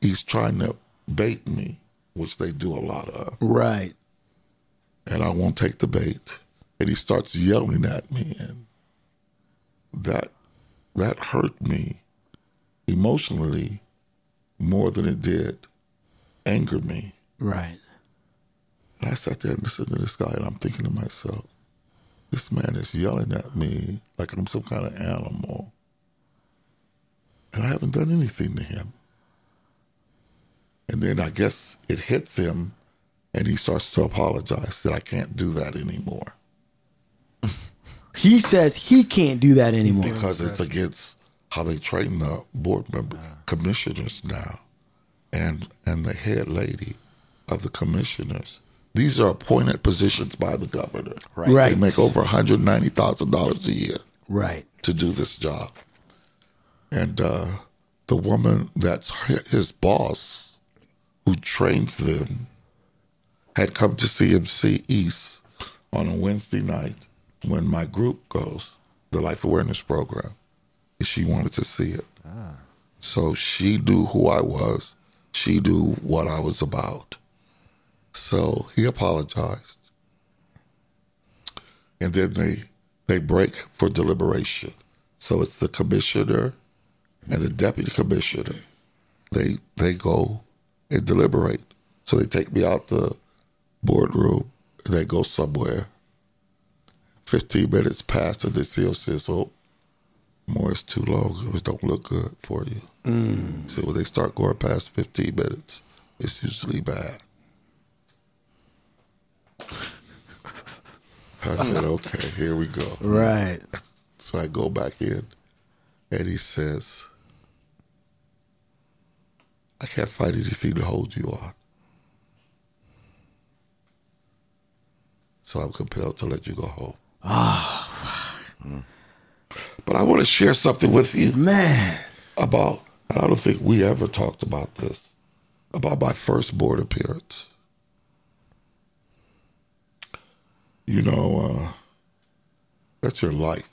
E: He's trying to bait me, which they do a lot of.
F: Right.
E: and I won't take the bait. And he starts yelling at me, and that that hurt me emotionally more than it did anger me.
F: Right.
E: And I sat there and listened to this guy, and I'm thinking to myself, this man is yelling at me like I'm some kind of animal, and I haven't done anything to him. And then I guess it hits him, and he starts to apologize that I can't do that anymore.
F: He says he can't do that anymore.
E: because it's against how they train the board member commissioners now and and the head lady of the commissioners these are appointed positions by the governor
B: Right.
F: Right.
E: they make over $190000 a year
F: Right.
E: to do this job and uh, the woman that's hi- his boss who trains them had come to cmc east on a wednesday night when my group goes the life awareness program and she wanted to see it so she knew who i was she knew what i was about so he apologized and then they they break for deliberation. So it's the commissioner and the deputy commissioner. They they go and deliberate. So they take me out the boardroom and they go somewhere. Fifteen minutes pass and the CEO says, "Oh, more is too long. It was- don't look good for you." So when they start going past fifteen minutes, it's usually bad. I said, okay, here we go.
F: Right.
E: So I go back in, and he says, I can't find anything to hold you on. So I'm compelled to let you go home. [SIGHS] But I want to share something with you
F: Man.
E: about, and I don't think we ever talked about this, about my first board appearance. You know, uh, that's your life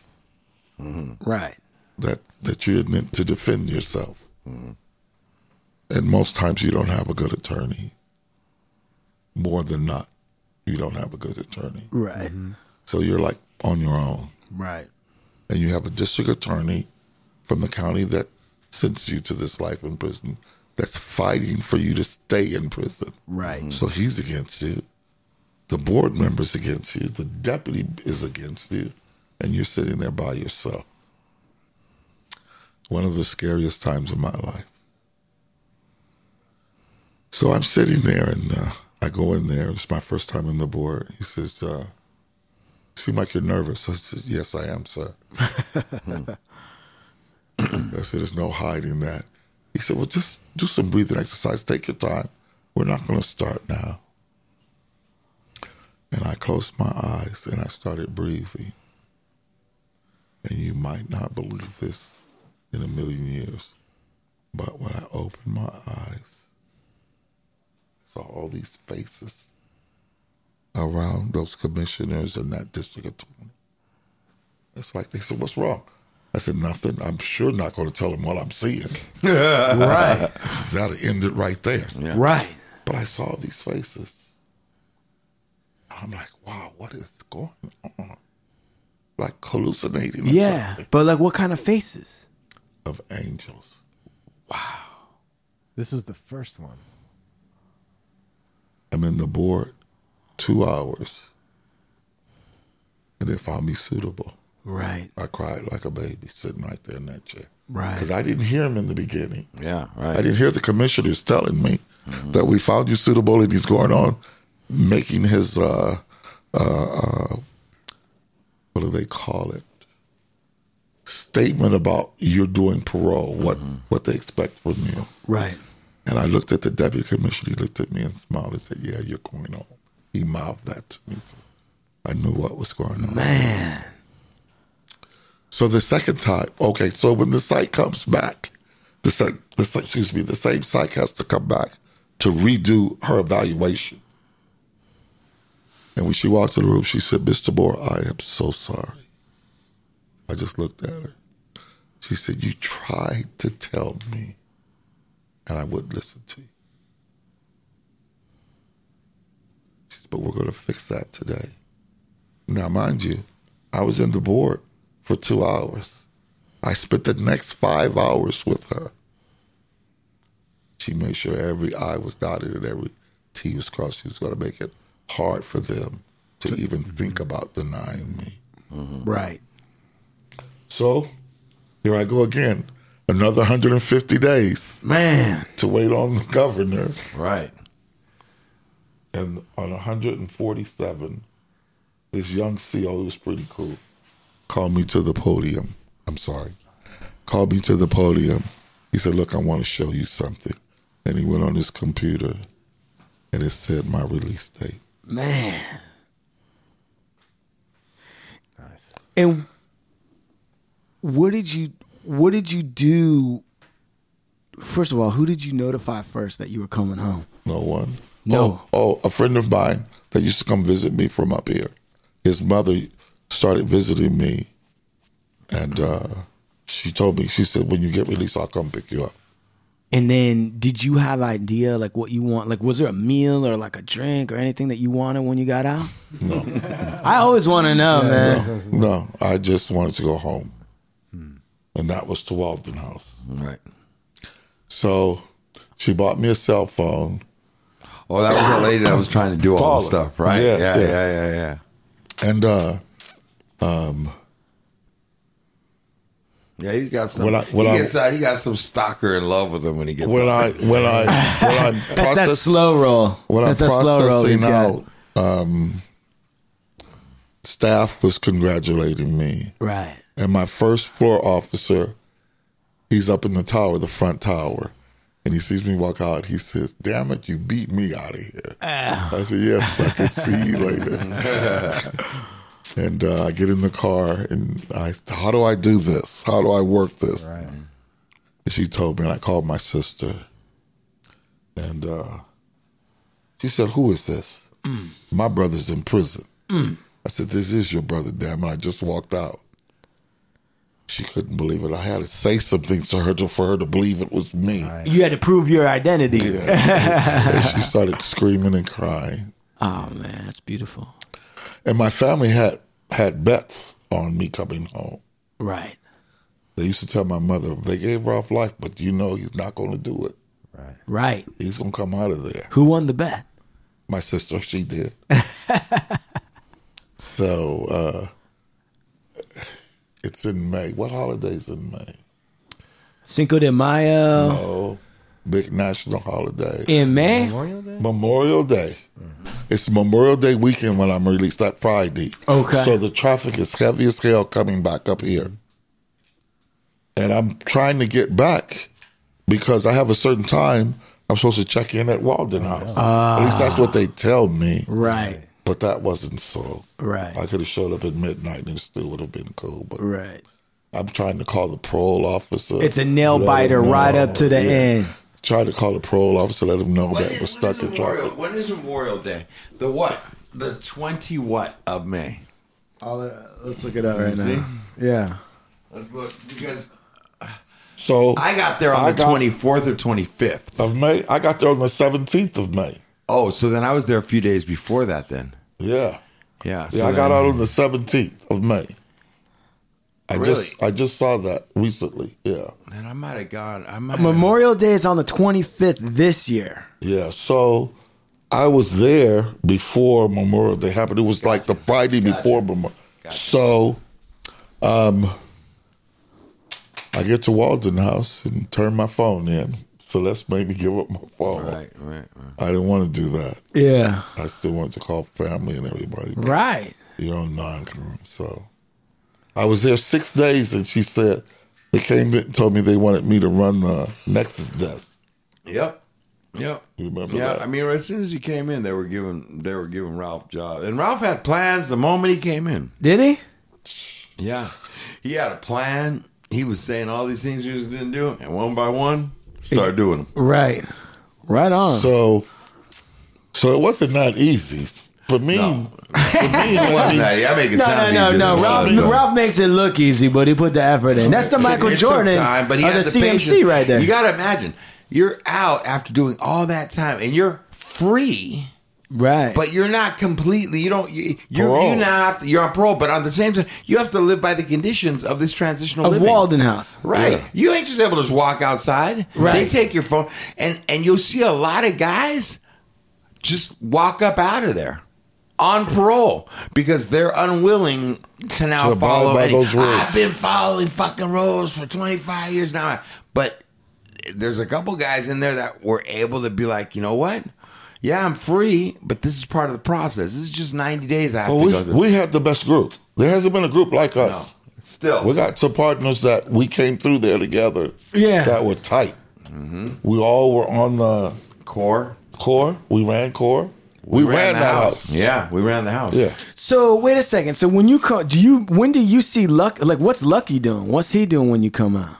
F: Right.
E: that that you're in it to defend yourself, Mm-hmm. and most times you don't have a good attorney. More than not, you don't have a good attorney,
F: Right.
E: so you're like on your own,
F: Right.
E: and you have a district attorney from the county that sends you to this life in prison that's fighting for you to stay in prison.
F: Right.
E: So he's against you. The board member's against you. The deputy is against you. And you're sitting there by yourself. One of the scariest times of my life. So I'm sitting there and uh, I go in there. It's my first time in the board. He says, uh, Seem like you're nervous. I said, Yes, I am, sir. I said, There's no hiding that. He said, Well, just do some breathing exercise. Take your time. We're not going to start now. And I closed my eyes and I started breathing. And you might not believe this in a million years, but when I opened my eyes, saw all these faces around those commissioners and that district attorney. It's like they said, "What's wrong?" I said, "Nothing. I'm sure not going to tell them what I'm seeing."
F: Right.
E: [LAUGHS] That'll end it right there.
F: Right.
E: But I saw these faces. And I'm like, wow, what is going on? Like hallucinating or
F: Yeah.
E: something
F: But like, what kind of faces?
E: of angels.
D: This was the first one.
E: I'm in the board two hours. And they found me suitable.
F: Right.
E: I cried like a baby sitting right there in that chair.
F: Right.
E: Because I didn't hear him in the beginning.
B: Yeah,
E: I
B: right.
E: didn't hear the commissioners telling me that we found you suitable and he's going on making his uh, uh, uh, what do they call it statement about you're doing parole what what they expect from you
F: Right.
E: and I looked at the deputy commissioner he looked at me and smiled and said yeah you're going on he mouthed that to me I knew what was going on
F: Man.
E: So the second time, okay. So when the psych comes back, the psych, the psych, excuse me, the same psych has to come back to redo her evaluation. And when she walked in the room, she said, "Mr. Moore, I am so sorry." I just looked at her. She said, "You tried to tell me, and I wouldn't listen to you." She said, "But we're going to fix that today." Now, mind you, I was in the board for two hours. I spent the next five hours with her. She made sure every I was dotted and every T was crossed. She was going to make it hard for them to even think about denying me.
F: Right.
E: So here I go again. Another 150 days
F: Man.
E: to wait on the governor.
B: Right.
E: And on 147, this young CO who was pretty cool. Called me to the podium. I'm sorry. Called me to the podium. He said, Look, I want to show you something. And he went on his computer and it said my release date.
F: Man.
D: Nice.
F: And what did you what did you do? First of all, who did you notify first that you were coming home?
E: No one.
F: No.
E: Oh, oh, a friend of mine that used to come visit me from up here. His mother started visiting me, and uh, she told me, she said, "When you get released, I'll come pick you up."
F: And then did you have idea like what you want? Like was there a meal or like a drink or anything that you wanted when you got out?
E: No.
F: [LAUGHS] I always want to know, man.
E: No, no, I just wanted to go home.
F: Hmm.
E: And that was to Walden House.
B: Right.
E: So she bought me a cell phone
B: Oh, that was the lady that was trying to do all the
E: Paula.
B: stuff, right?
E: Yeah,
B: yeah,
E: yeah.
B: yeah, yeah, yeah.
E: and uh
B: Yeah, he got some.
E: When I- when
B: he,
E: I-
B: gets out, he got some stalker in love with him when he gets
E: when
B: [LAUGHS] out.
E: I
F: [LAUGHS]
E: when I when I'm
F: That's that
E: process-
F: slow roll.
E: when I'm
F: That's that slow roll.
E: processing
F: he's got.
E: out um staff was congratulating me.
C: Right.
E: And my first floor officer, he's up in the tower, the front tower. And he sees me walk out. He says, Damn it, you beat me out of here.
F: Ah.
E: I said, Yes, I can see
F: [LAUGHS]
E: you later. and uh, I get in the car and I, How do I do this? How do I work this?
D: Right.
E: And she told me, and I called my sister. And uh, she said, Who is this? My brother's in prison. I said, This is your brother, damn it. I just walked out. She couldn't believe it. I had to say some things to her to, for her to believe it was me.
C: You had to prove your identity.
E: [LAUGHS] and she started screaming and crying.
C: Oh man, that's beautiful.
E: And my family had had bets on me coming home.
C: Right.
E: They used to tell my mother, they gave Ralph life, but you know he's not going to do it.
C: Right.
E: He's going to come out of there.
C: Who won the bet?
E: My sister, she did. so uh, it's in May. What holiday's in May?
C: Cinco de Mayo
E: Oh, big national holiday.
C: in May.
D: Memorial Day?
E: Memorial Day.
C: Mm-hmm.
E: It's Memorial Day weekend when I'm released that Friday.
C: Okay.
E: So the traffic is heavy as hell coming back up here. And I'm trying to get back because I have a certain time I'm supposed to check in at Walden
C: Oh,
E: House. at least that's
C: Ah.
E: what they tell me.
C: Right.
E: But that wasn't so.
C: Right.
E: I could have showed up at midnight and it still would have been cool. But
C: Right.
E: I'm trying to call the parole officer.
C: It's a nail
E: Let him
C: biter right
E: know.
C: up to the
E: Yeah.
C: end.
E: Tried to call the parole officer, let him know that
B: When
E: we're
B: is-
E: stuck
B: when
E: in
B: is
E: traffic.
B: Memorial- When is Memorial Day? The what? The twenty what of May?
C: let's look it up right
B: See?
C: Yeah.
B: Let's look because
E: So
B: I got there on
E: I
B: the
E: got-
B: twenty fourth or twenty fifth.
E: of May. I got there on the seventeenth of May.
B: Oh, so then I was there a few days before that. Then
E: Yeah,
B: yeah,
E: yeah.
B: so
E: I got
B: then-
E: out on the seventeenth of May. I just
B: Really?
E: I just saw that recently. Yeah,
B: Then I might have gone. I might
C: Memorial Day is on the 25th this year.
E: yeah. So I was there before Memorial Day happened. It was like the Friday before Memorial. So, um, I get to Walden House and turn my phone in. So let's maybe give up my phone.
B: Right, right, right.
E: I didn't want to do that.
C: Yeah.
E: I still wanted to call family and everybody. but-
C: Right.
E: you know, non-com. So I was there six days, and she said they came and told me they wanted me to run the Nexus desk.
B: Yep. Yep.
E: You remember
B: Yeah,
E: that?
B: I mean, as soon as he came in, they were giving they were giving Ralph jobs, and Ralph had plans the moment he came in.
C: Did he?
B: Yeah, he had a plan. He was saying all these things he was going to do, and one by one, start doing them.
C: Right. Right on.
E: So, so it wasn't that easy for me.
B: No.
E: For me, [LAUGHS] it wasn't
B: Nah, yeah, I make it
C: no,
B: sound
C: no,
B: easier than
C: no, no.
B: it
C: Ralph,
B: was, but-
C: Ralph makes it look easy, but he put the effort in. That's the Michael
B: It took
C: Jordan
B: time, but he
C: of the
B: had the
C: CMC
B: patience.
C: right there.
B: You got to imagine, you're out after doing all that time, and you're free.
C: right.
B: But you're not completely. You don't. You you,
E: Parole.
B: you now have to. You're on parole, but on the same time, you have to live by the conditions of this transitional
C: of
B: living.
C: Walden House.
B: Right.
E: Yeah.
B: You ain't just able to just walk outside.
C: Right.
B: They take your phone and and you'll see a lot of guys just walk up out of there on parole because they're unwilling to now
E: To abide
B: follow
E: by
B: any-
E: those rules.
B: I've been following fucking rules for 25 years now. But there's a couple guys in there that were able to be like, "You know what? Yeah, I'm free, but this is part of the process. This is just 90 days I have
E: Well,
B: to go
E: we,
B: through."
E: we had the best group. There hasn't been a group like
B: No.
E: us.
B: Still.
E: We got some partners that we came through there together.
C: Yeah.
E: that were tight. We all were on the
B: core.
E: core. We ran core. We, ran, the house.
B: Yeah, we ran the house.
E: Yeah.
C: So wait a second. So when you come, do you when do you see Luck? Like, what's Lucky doing? What's he doing when you come out?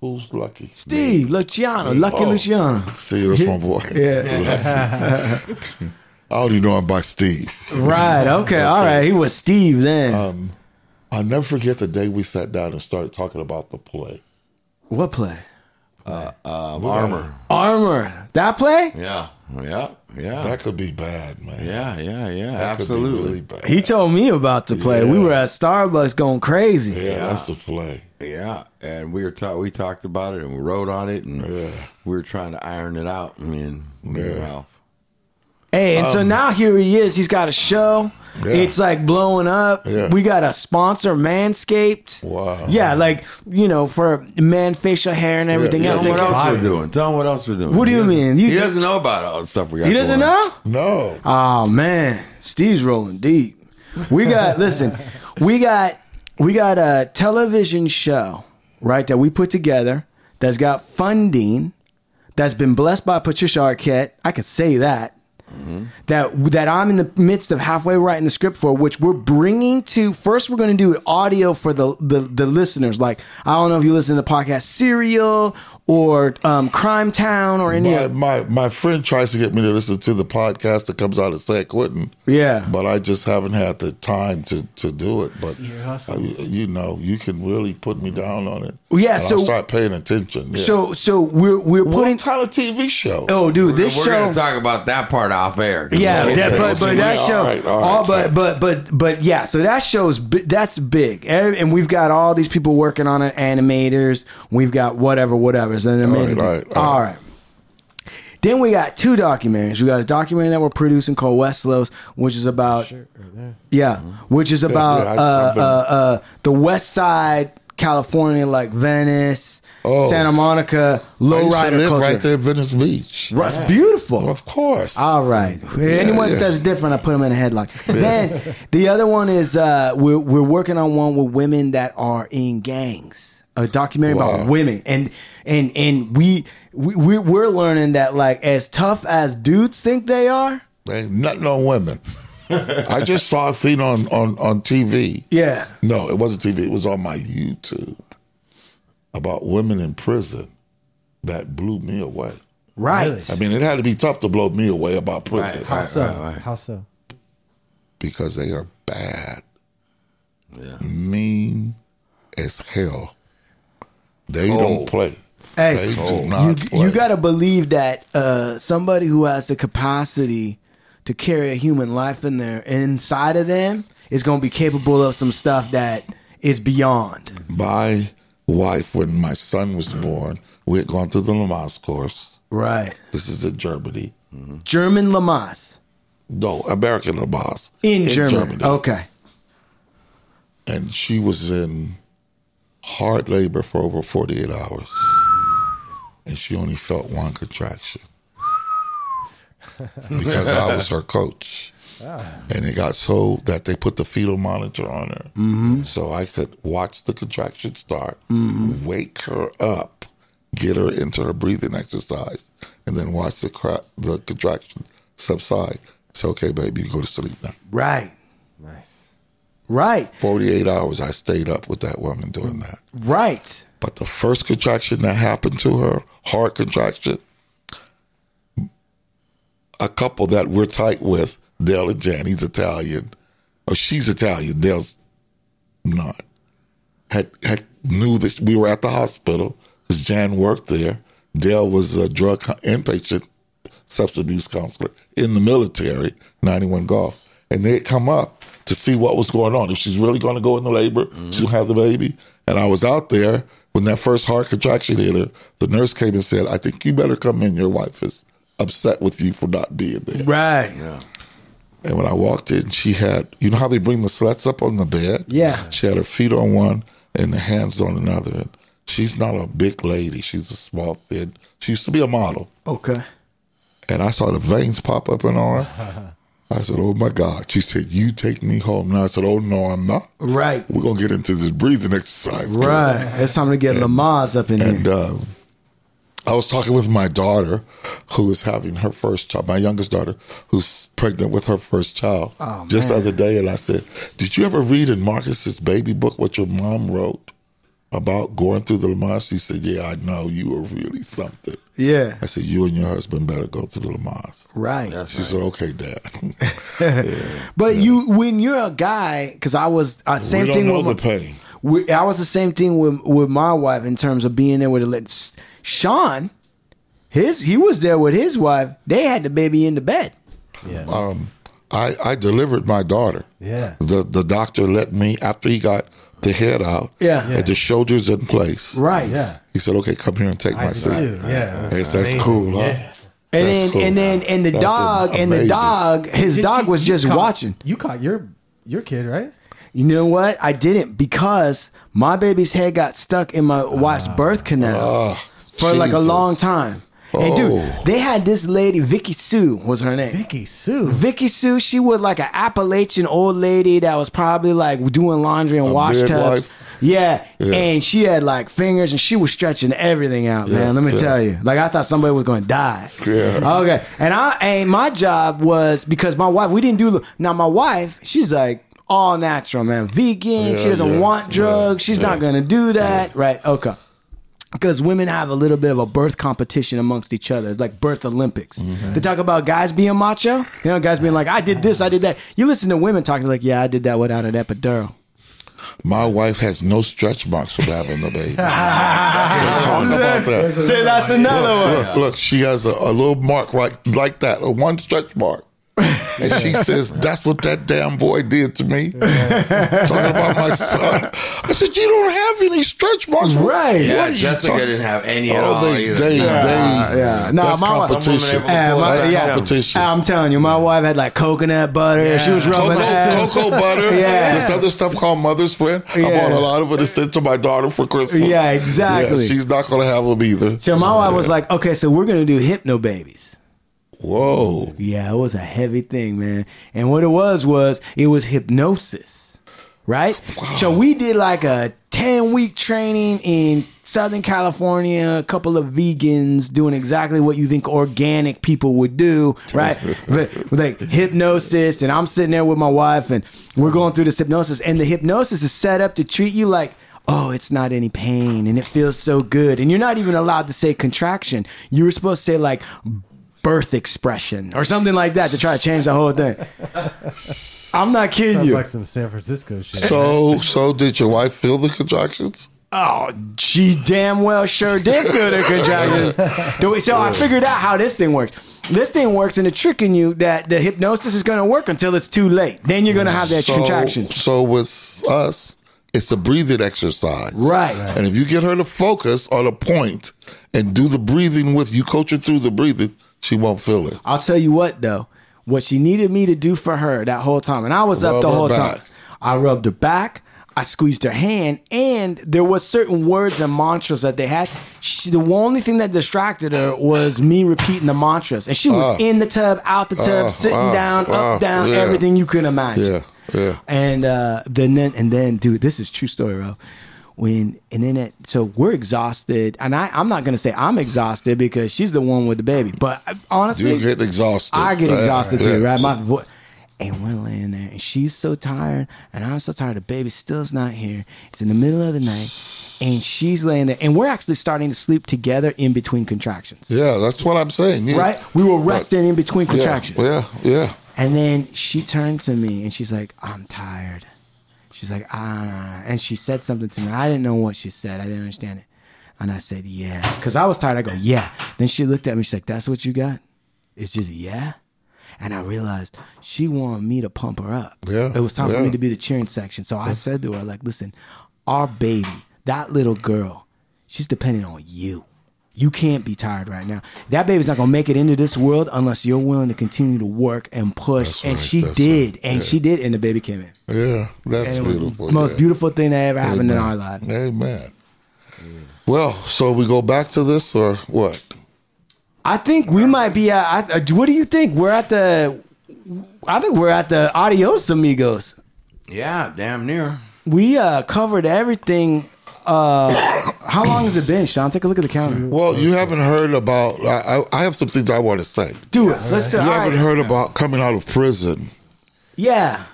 E: Who's lucky?
C: Steve Luciano, Lucky
E: Oh.
C: Luciano.
E: See, that's my boy. Yeah. [LAUGHS] I already know I'm by Steve. [LAUGHS]
C: Right. Okay. All right. He was Steve then.
E: Um, I'll never forget the day we sat down and started talking about the play.
C: what play?
B: Armor.
C: Armor. That play?
B: Yeah, yeah, yeah,
E: That could be bad, man.
B: yeah, yeah, yeah.
E: That could be really
B: absolutely.
E: bad.
C: He told me about the play. We
E: Yeah.
C: were at Starbucks going crazy.
E: yeah, that's the play.
B: Yeah, and we were ta- we talked about it and we wrote on it and
E: Yeah.
B: we were trying to iron it out. Me and me and
E: Yeah.
B: Ralph.
C: Hey, and so now here he is. He's got a show.
E: Um, Yeah.
C: It's like blowing up.
E: Yeah.
C: We got a sponsor, Manscaped.
E: Wow.
C: Yeah, like you know, for man facial hair and everything
E: yeah.
B: Tell
C: else.
B: him what
C: They-
B: else
D: Fire.
B: we're doing. Tell him what else we're doing.
C: What do
B: He
C: you
B: doesn't-
C: mean? You-
B: he doesn't know about all the stuff we got.
C: He doesn't
B: going on.
C: know.
E: No.
C: Oh man, Steve's rolling deep. We got [LAUGHS] listen. We got we got a television show right that we put together that's got funding that's been blessed by Patricia Arquette. I can say that.
B: Mm-hmm.
C: That that I'm in the midst of halfway writing the script for, which we're bringing to first. We're going to do an audio for the, the the listeners. Like I don't know if you listen to the podcast Serial or um, Crime Town or any.
E: My,
C: of
E: my my friend tries to get me to listen to the podcast that comes out of San Quentin.
C: Yeah.
E: but I just haven't had the time to, to do it. But I,
D: hustling.
E: you know, you can really put me down on it.
C: Well, yeah,
E: and
C: so-
E: I'll start paying attention. Yeah.
C: So so we're we're
E: what
C: putting.
E: kind of TV show?
C: Oh, dude, this
B: We're
C: show.
B: gonna talk about that part off air.
C: Yeah,
E: Okay,
C: that, but but
E: okay,
C: that
E: all
C: show, all
E: right, all right,
C: but but but but yeah. So that show's bi- that's big, and and we've got all these people working on it, animators. We've got whatever, whatever. It's an amazing.
E: all
C: thing.
E: right, all
C: all
E: right.
C: right. Then we got two documentaries. We got a documentary that we're producing called Westlow's, which is about yeah, which is about
E: Mm-hmm. yeah, I-
C: uh,
E: I've been-
C: uh, uh, the West Side, California, like Venice,
E: Oh.
C: Santa Monica,
E: I used to
C: lowrider
E: live
C: culture.
E: right there, at Venice Beach. Oh,
C: That's beautiful.
E: Of course.
C: All right. If Anyone
E: yeah.
C: says different, I put them in a
E: [LAUGHS]
C: headlock. Then the other one is uh, we're we're working on one with women that are in gangs. A documentary
E: Wow.
C: about women, and and and we we we- we're learning that like as tough as dudes think they are,
E: Ain't nothing on
C: [LAUGHS]
E: women. I just saw a thing on, on, on TV.
C: yeah,
E: No, it wasn't TV. It was on my YouTube about women in prison that blew me away.
C: right.
E: I mean, it had to be tough to blow me away about prison
D: How so? How so?
E: because they are bad, mean as hell. They don't play.
C: Hey,
E: they do not play.
C: Oh, you, you got to believe that uh, somebody who has the capacity to carry a human life in their inside of them is going to be capable of some stuff that is beyond.
E: my wife when my son was born. We had gone through the Lamaze course.
C: Right.
E: This is in Germany.
C: German Lamas
E: No, American Lamaze
C: in, Germany. Okay.
E: and she was in hard labor for over 48 hours. And she only felt one contraction because I was her coach. And it got so that they put the fetal monitor on her. So I could watch the contraction start, wake her up, get her into her breathing exercise, and then watch the, cra- the contraction subside. So, okay, baby, you go to sleep now.
C: Right.
D: Nice.
C: Right.
E: 48 hours I stayed up with that woman doing that.
C: Right.
E: But the first contraction that happened to her, hard contraction, a couple that we're tight with, Dale and Janny's Italian, or she's Italian, Dale's not, had, had knew that we were at the hospital because Jan worked there. Dale was a drug co- inpatient substance abuse counselor in the military, 91 Golf. And they had come up to see what was going on. If she's really going to go into labor, she'll have the baby. And I was out there when that first heart contraction hit her. The nurse came and said, I think you better come in. Your wife is upset with you for not being there.
C: Right.
E: And when I walked in, she had, you know how they bring the slats up on the bed?
C: Yeah.
E: She had her feet on one and her hands on another. And she's not a big lady. She's a small, thin. She used to be a model
C: Okay.
E: and I saw the veins pop up in
C: [LAUGHS]
E: her arm. I said, "Oh my God!" She said, "You take me home." And I said, "Oh no, I'm not.
C: Right.
E: We're gonna get into this breathing exercise." girl."
C: Right. It's time to get Lamas up in
E: And
C: here.
E: uh, I was talking with my daughter, who is having her first child, my youngest daughter, who's pregnant with her first child,
C: Oh,
E: just the other day. And I said, Did you ever read in Marcus's baby book what your mom wrote about going through the Lamaze? She said, Yeah, I know. You were really something.
C: Yeah.
E: I said, You and your husband better go through the Lamaze.
C: Right.
E: She said, "Okay, Dad." [LAUGHS]
C: But you, when you're a guy, because I was uh, same
E: we don't
C: thing
E: know
C: with my-
E: the pain.
C: we, I was the same thing with with my wife in terms of being there with the s Sean, his he was there with his wife. They had the baby in the bed.
D: Yeah.
E: Um, I I delivered my daughter.
D: Yeah.
E: The the doctor let me after he got the head out.
C: Yeah.
E: And the shoulders in place.
C: Right.
D: Yeah.
E: He said, "Okay, come here and take
D: I
E: my
D: did
E: son."
D: too. Yeah.
E: Yes, that's cool, huh?
C: And
E: That's
C: then
E: cool.
C: and then and the
E: That's
C: dog and the
E: amazing.
C: dog his
D: Did
C: dog
D: you-
C: was
D: you
C: just
D: caught-
C: watching.
D: You caught your your kid, right?
C: You know what? I didn't because my baby's head got stuck in my wife's birth canal
E: Ah,
C: for like a
E: Jesus.
C: long time. And
E: Oh.
C: dude, they had this lady, Vicky Sue was her name.
D: Vicky Sue.
C: Vicky Sue, she was like an Appalachian old lady that was probably like doing laundry and wash
E: midwife.
C: tubs. Yeah.
E: Yeah.
C: and she had like fingers and she was stretching everything out,
E: Yeah,
C: man. Let me
E: yeah.
C: tell you, like I thought somebody was going to die.
E: Yeah.
C: Okay, and I and my job was because my wife, we didn't do now. My wife, she's like all natural, man, vegan.
E: Yeah,
C: she doesn't
E: yeah,
C: want
E: yeah,
C: drugs. she's not
E: yeah.
C: going to do that, right? Okay because women have a little bit of a birth competition amongst each other. It's like birth Olympics.
E: Mm-hmm.
C: They talk about guys being macho, you know, guys being like, I did this, I did that. You listen to women talking like, yeah, I did that without an epidural.
E: My wife has no stretch marks from having
C: [LAUGHS]
E: the baby. Let's talk about that.
C: See, that's another one.
E: Look, look, she has a, a little mark right like that, a one stretch mark. And
C: [LAUGHS]
E: she says, That's what that damn boy did to me. Talking about my son. I said, You don't have any stretch marks.
C: Right.
E: What
B: Yeah,
E: are you
B: Jessica
E: talking-
B: didn't have any at
E: Oh,
B: all.
E: they,
B: either.
E: they,
B: Nah.
E: they.
C: yeah. No,
E: that's
C: my-
E: competition.
B: Some women able to pull
E: that's
B: that down.
E: competition.
C: I'm telling you, my wife had like coconut butter. She was rubbing that.
E: Cocoa, cocoa butter.
C: [LAUGHS] Yeah.
E: This other stuff called Mother's Friend. I
C: Yeah.
E: bought a lot of it to send to my daughter for Christmas.
C: Yeah, exactly.
E: Yeah, she's not going to have them either.
C: So my wife was like, okay, so we're going to do hypno babies.
E: Whoa.
C: Yeah, it was a heavy thing, man. And what it was was it was hypnosis, right? So we did like a 10 week training in Southern California, a couple of vegans doing exactly what you think organic people would do, right? but like hypnosis, and I'm sitting there with my wife and we're going through this hypnosis, and the hypnosis is set up to treat you like oh, it's not any pain and it feels so good. And you're not even allowed to say contraction. You were supposed to say like birth expression or something like that to try to change the whole thing. I'm not kidding
D: Sounds
C: you.
D: like some San Francisco shit.
E: So, so did your wife feel the contractions?
C: oh, she damn well sure did feel the contractions. The way- so I figured out how this thing works. This thing works into tricking you that the hypnosis is going to work until it's too late. Then you're going to have that
E: so,
C: contractions.
E: So with us, it's a breathing exercise.
C: Right. Right.
E: And if you get her to focus on a point and do the breathing with you, coach her through the breathing, she won't feel it.
C: I'll tell you what though, what she needed me to do for her that whole time, and I was up
E: Rub
C: the
E: her
C: whole
E: back.
C: time. I rubbed her back. I squeezed her hand, and there was certain words and mantras that they had. She, the only thing that distracted her was me repeating the mantras, and she was
E: Ah.
C: in the tub, out the tub,
E: Ah,
C: sitting
E: ah,
C: down,
E: ah,
C: up, down,
E: yeah.
C: everything you could imagine.
E: Yeah. Yeah.
C: And uh, then, then and then, dude, this is true story, bro. When and then it, so we're exhausted, and I I'm not gonna say I'm exhausted because she's the one with the baby, but I- honestly,
E: You get exhausted.
C: I get
E: Yeah,
C: exhausted
E: yeah.
C: too, right? My voice. And we're laying there, and she's so tired, and I'm so tired. The baby still's not here. It's in the middle of the night, and she's laying there, and we're actually starting to sleep together in between contractions.
E: Yeah, that's what I'm saying. Yeah.
C: Right? We were resting in between
E: Yeah,
C: contractions.
E: Yeah, yeah.
C: And then she turned to me and she's like, I'm tired. She's like, ah, and she said something to me. I didn't know what she said. I didn't understand it. And I said, yeah. Because I was tired. I go, yeah. Then she looked at me. She's like, that's what you got? It's just, yeah. And I realized she wanted me to pump her up.
E: Yeah,
C: It was time
E: yeah.
C: for me to be the cheering section. So I said to her, like, listen, our baby, that little girl, she's dependent on you. You can't be tired right now. That baby's not gonna make it into this world unless you're willing to continue to work and push.
E: That's
C: and
E: right,
C: she
E: that's
C: did,
E: right.
C: and
E: Yeah.
C: she did, and the baby came in.
E: Yeah,
C: And
E: that's
C: it was
E: beautiful.
C: the most
E: yeah.
C: beautiful thing that ever happened in our life.
E: Amen. Well, so we go back to this or what?
C: I think we might be at. I, uh, what do you think? We're at the. I think we're at the adios amigos.
B: Yeah, damn near.
C: We uh, covered everything. Uh, [COUGHS] how long has it been, Sean? Take a look at the calendar.
E: Well, you haven't heard about. I, I, I have some things I want to say.
C: Do it. Let's do
E: You
C: it. All
E: haven't
C: right.
E: heard about coming out of prison
C: Yeah.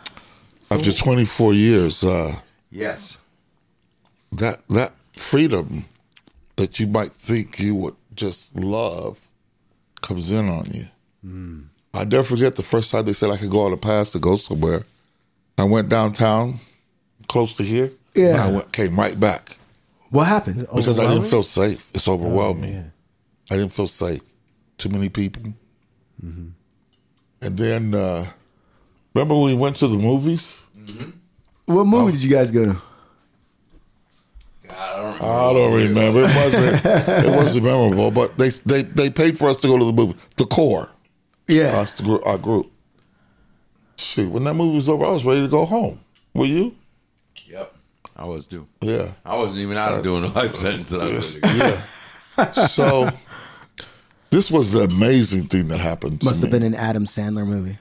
E: after 24 years. Uh,
B: Yes.
E: that that freedom that you might think you would just love comes in on you. I never forget the first time they said I could go on a pass to go somewhere. I went downtown, close to here.
C: Yeah.
E: and I went, came right back
C: What happened?
E: because I didn't
D: Overwhelming?
E: feel safe. It's overwhelming. I didn't feel safe. Too many people. And then, uh, remember when we went to the movies?
C: Mm-hmm. What movie did you guys go to?
E: I don't remember. It wasn't. it wasn't memorable. But they they they paid for us to go to the movie. The core,
C: Yeah.
E: us the group, our group. Shoot, when that movie was over, I was ready to go home. Were you?
B: Yep. I was due.
E: Yeah. Uh, [LAUGHS]
B: I wasn't even out of doing a life sentence. that I was
E: Yeah. So This was the amazing thing that happened. to
F: Must have
E: me.
F: been an Adam Sandler movie.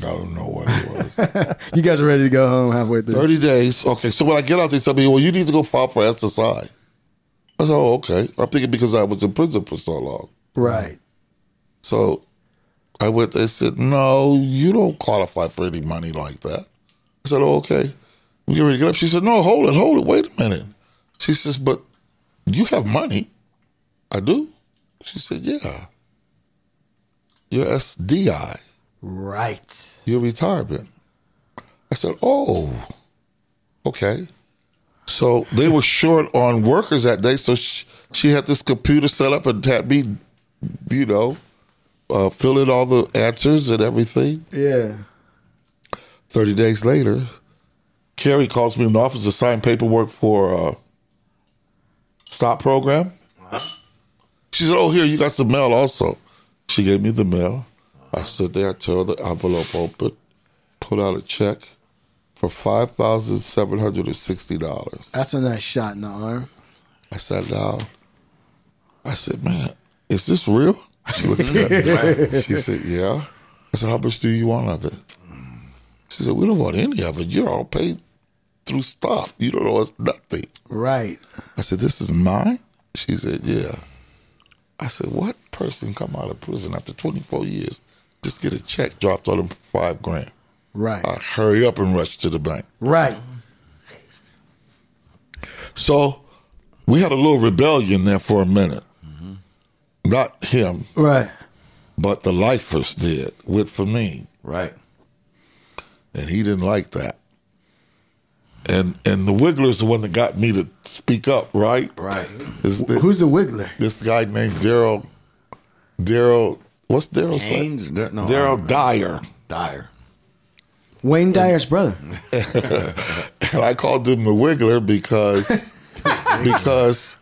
E: I don't know what it was.
F: You guys are ready to go home halfway through.
E: Thirty days. Okay. So when I get out, they tell me, "Well, you need to go file for SSI." I said, "Oh, okay." I'm thinking because I was in prison for so long.
F: Right.
E: So I went. They said, "No, you don't qualify for any money like that." I said, "Oh, okay." We get ready to get up. She said, "No, hold it, hold it, wait a minute." She says, "But you have money." I do. She said, "Yeah." Your SDI,
F: Right.
E: your retirement. I said, "Oh, okay." So they were short on workers that day, so she, she had this computer set up and had me, you know, uh, fill in all the answers and everything.
F: Yeah.
E: 30 days later, Carrie calls me in the office to sign paperwork for uh, stop program. She said, Oh, here, you got some mail also. She gave me the mail. I stood there, I tore the envelope open, put out a check for $5,760.
F: That's a nice shot in the arm.
E: I sat down. I said, "Man, is this real?" She looked at me. She said, "Yeah." I said, "How much do you want of it?" She said, "We don't want any of it. You're all paid through stop. You don't owe us nothing."
F: Right.
E: I said, "This is mine." She said, "Yeah." I said, "What person come out of prison after 24 years just get a check dropped on them for five grand?"
F: Right.
E: I hurry up and rush to the bank.
F: Right.
E: So we had a little rebellion there for a minute. Not him,
F: Right.
E: but the lifers did with for me,
B: Right.
E: and he didn't like that. And and the Wiggler's the one that got me to speak up, right?
B: Right.
E: Is the-
F: Who's the Wiggler?
E: this guy named Daryl? Daryl, what's Daryl's name?
B: Haynes? No. I don't know.
E: Daryl Dyer.
B: Dyer.
F: Wayne Dyer's brother.
E: And I called him the Wiggler
B: [LAUGHS]
E: because because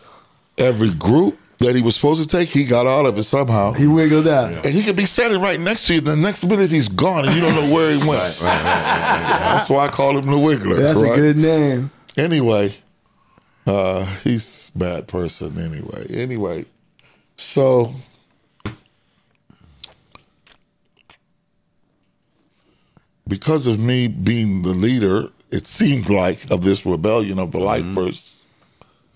E: every group that he was supposed to take, he got out of it somehow.
F: He wiggled out.
E: and he could be standing right next to you. The next minute, he's gone, and you don't know where he went. That's why I call him the Wiggler.
F: That's
E: right?
F: a good name.
E: anyway, uh, he's a bad person anyway. Anyway, so because of me being the leader, it seemed like of this rebellion of the
B: Mm-hmm.
E: lifers,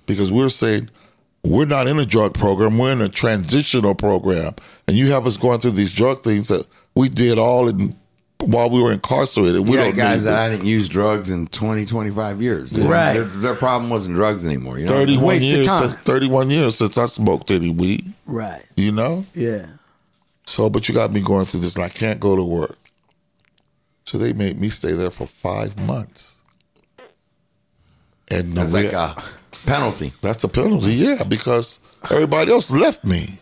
E: because we're saying we're not in a drug program, we're in a transitional program, and you have us going through these drug things that we did all in while we were incarcerated. We
B: We got
E: don't
B: guys
E: need
B: that I
E: this.
B: didn't use drugs in 20, 25 years.
F: Right.
B: Their, their problem wasn't drugs anymore. You know?
E: 31
F: Waste of
E: years
F: time.
E: since 31 years since I smoked any weed,
F: Right.
E: you know?
F: Yeah.
E: So but you got me going through this and I can't go to work. So they made me stay there for 5 months. And
B: It's
E: the
B: like
E: rea-
B: a penalty.
E: that's a penalty, yeah, because everybody else left me.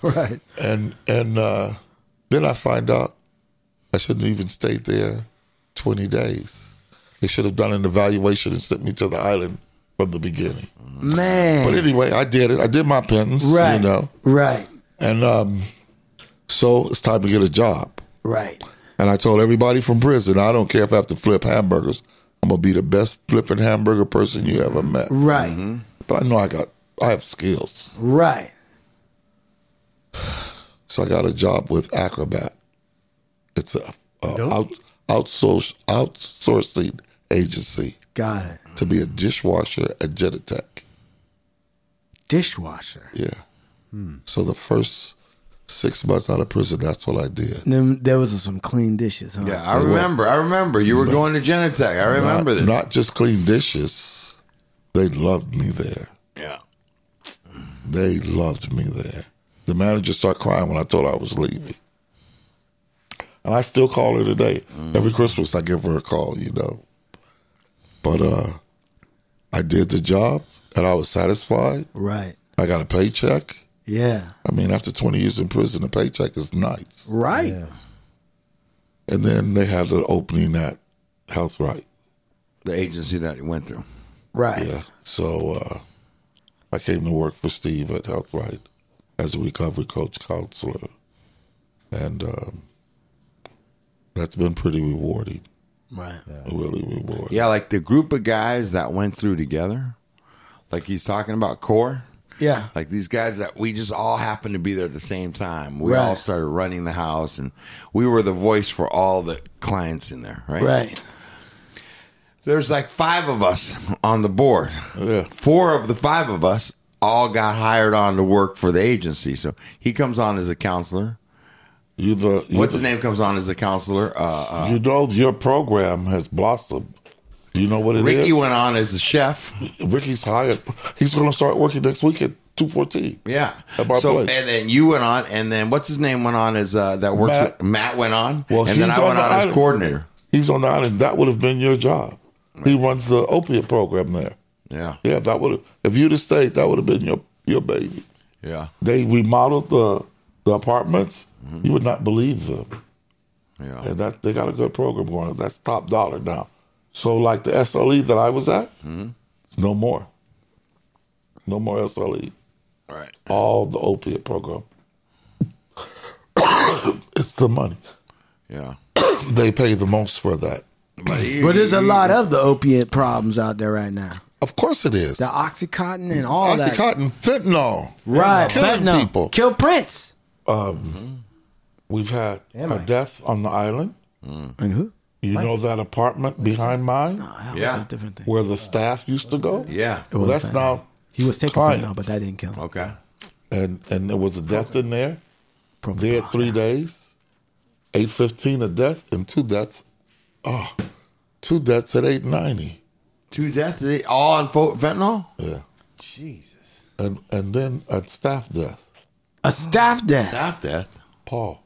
F: Right.
E: And and uh, then I find out I shouldn't have even stayed there 20 days. They should have done an evaluation and sent me to the island from the beginning. But
F: Man.
E: anyway, I did it. I did my penance,
F: Right.
E: you know.
F: Right.
E: And um, so it's time to get a job.
F: Right.
E: And I told everybody from prison, I don't care if I have to flip hamburgers. I'm gonna be the best flipping hamburger person you ever met.
F: Right.
E: But I know I got, I have skills.
F: Right.
E: So I got a job with Acrobat. It's a, a out, outsource, outsourcing agency
F: Got it.
E: to be a dishwasher at Genentech.
F: Dishwasher.
E: Yeah. So the first six months out of prison, that's what I did.
F: Then there was some clean dishes, huh?
B: Yeah, I remember. I remember. You were going to Genentech. I remember
E: not,
B: this.
E: not just clean dishes. They loved me there.
B: yeah.
E: They loved me there. The manager started crying when I told her I was leaving. And I still call her today.
B: Mm-hmm.
E: Every Christmas I give her a call, you know. But uh I did the job and I was satisfied.
F: Right.
E: I got a paycheck.
F: Yeah.
E: I mean, after 20 years in prison, a paycheck is nice.
F: Right.
D: Yeah.
E: And then they had an opening at Health Right.
B: The agency that you went through.
F: Right.
E: Yeah. So uh, I came to work for Steve at Health Right as a recovery coach counselor. And um, that's been pretty rewarding.
F: Right.
E: Really rewarding.
B: Yeah, like the group of guys that went through together. Like he's talking about core.
F: Yeah.
B: Like these guys that we just all happened to be there at the same time. We all
F: Right.
B: started running the house and we were the voice for all the clients in there, right?
F: Right.
B: There's like five of us on the board.
E: Yeah.
B: Four of the five of us all got hired on to work for the agency. So he comes on as a counselor.
E: You the you
B: What's
E: the,
B: his name comes on as a counselor? Uh, uh,
E: You know your program has blossomed. You know what it is.
B: Ricky went on as a chef.
E: Ricky's hired. He's going to start working next week at two fourteen.
B: Yeah.
E: At my
B: so
E: place.
B: and then you went on, and then what's his name went on as uh, that works.
E: Matt.
B: With, Matt went on,
E: Well,
B: and then
E: he's
B: I went
E: on the
B: on as
E: island.
B: coordinator.
E: He's on the island. That would have been your job. He runs the opiate program there.
B: Yeah.
E: Yeah, that would have. If you'd have stayed, that would have been your your baby.
B: Yeah.
E: They remodeled the the apartments. You would not believe them.
B: Yeah.
E: And that they got a good program going. That's top dollar now. So like the SLE that I was at, no more. No more SLE.
B: All right.
E: All the opiate program. [COUGHS] it's the money.
B: Yeah.
E: They pay the most for that.
B: But, he-
F: But there's a lot of the opiate problems out there right now.
E: Of course it is.
F: The Oxycontin and all that.
E: Oxycontin, fentanyl.
F: Right.
E: It's killing
F: fentanyl.
E: people.
F: Kill Prince.
E: We've had
D: Am
E: a
D: I?
E: death on the island.
F: And who?
E: You know that apartment behind mine
F: Oh,
B: Yeah.
F: different thing.
E: where the staff used to go?
B: Yeah.
E: Well, that's
F: fentanyl.
E: now
F: He was taking
E: Clients.
F: fentanyl, but that didn't kill him.
B: Okay.
E: and and there was a death in there.
F: Probably
E: Dead
F: not.
E: three days, eight fifteen a death, and two deaths. Oh, two deaths at eight ninety.
B: Two deaths, all on fo- fentanyl.
E: Yeah,
D: Jesus.
E: and and then a staff death.
F: A staff death.
B: Staff death.
E: Paul.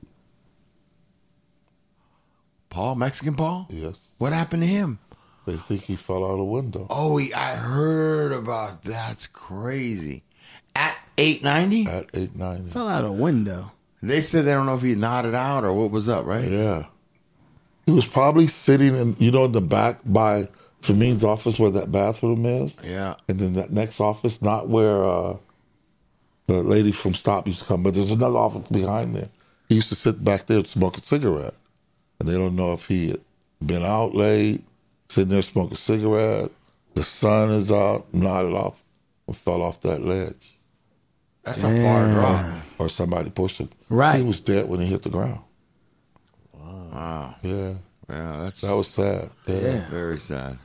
B: Paul, Mexican Paul.
E: Yes,
B: What happened to him?
E: they think he fell out a window
B: Oh, he, I heard about that's crazy. At eight ninety,
E: at eight ninety.
F: Fell out a window.
B: they said they don't know if he nodded out or what was up, right?
E: Yeah, he was probably sitting in you know in the back by Famine's office where that bathroom is.
B: Yeah.
E: and then that next office, not where uh, the lady from Stop used to come, but there's another office behind there. He used to sit back there and smoke a cigarette, and they don't know if he had been out late, sitting there smoking a cigarette. The sun is out, nodded off, or fell off that ledge,
B: That's a far drop.
E: or somebody pushed him.
F: Right.
E: he was dead when he hit the ground. Wow. Yeah,
B: Yeah, that's
E: that was sad. yeah.
B: very sad.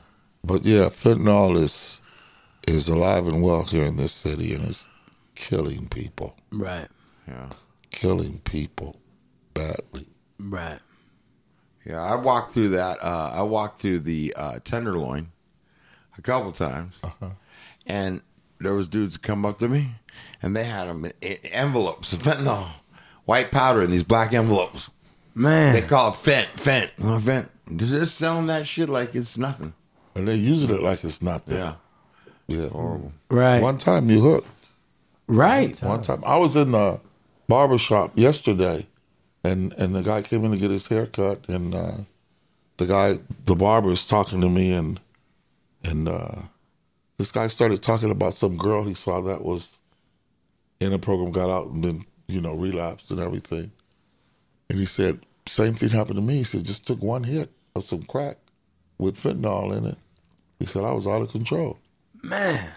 E: But yeah, fentanyl is is alive and well here in this city, and it's killing people,
F: Right.
B: Yeah.
E: killing people badly.
F: Right.
B: Yeah, I walked through that. Uh, I walked through the uh, tenderloin a couple times,
E: Uh-huh.
B: and there was dudes that come up to me, and they had them in, in envelopes of fentanyl, white powder in these black envelopes.
F: Man.
B: They call it fent, fent, oh, fent. They're just selling that shit like it's nothing.
E: And they're using it like it's not there.
B: Yeah,
E: Yeah,
F: right.
E: One time you hooked.
F: right.
E: One time I was in the barber shop yesterday, and and the guy came in to get his hair cut, and uh, the guy, the barber, is talking to me, and and uh, this guy started talking about some girl he saw that was in a program, got out, and then you know relapsed and everything. And he said, same thing happened to me. He said, just took one hit of some crack with fentanyl in it. He said I was out of control.
F: Man.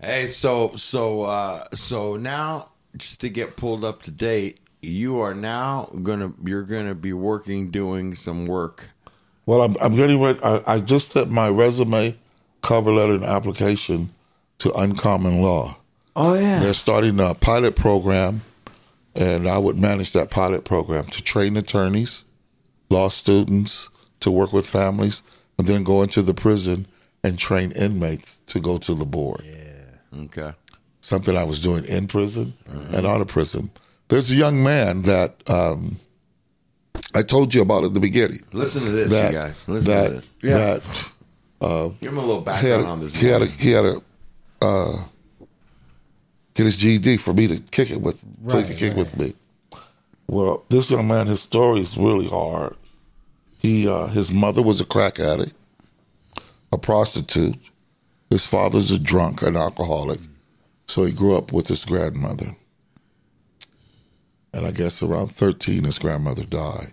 B: Hey, so so uh so now just to get pulled up to date, you are now gonna you're gonna be working doing some work.
E: Well, I'm, I'm getting ready. I, I just sent my resume, cover letter, and application to Uncommon Law.
F: Oh, yeah.
E: They're starting a pilot program, and I would manage that pilot program to train attorneys, law students, to work with families, and then go into the prison and train inmates to go to the board.
B: Okay.
E: Something I was doing in prison
B: Mm-hmm.
E: and out of prison. There's a young man that um, I told you about at the beginning.
B: Listen to this,
E: that,
B: you guys. Listen
E: that,
B: to this.
E: that
B: Give him a little
E: he had
B: background on
E: a,
B: this.
E: he had a, he had a uh, get his GED for me to kick it with, so he could kick with me. Well, this young man, his story is really hard. He uh, his mother was a crack addict, a prostitute. His father's a drunk, an alcoholic. So he grew up with his grandmother. And I guess around 13, his grandmother died.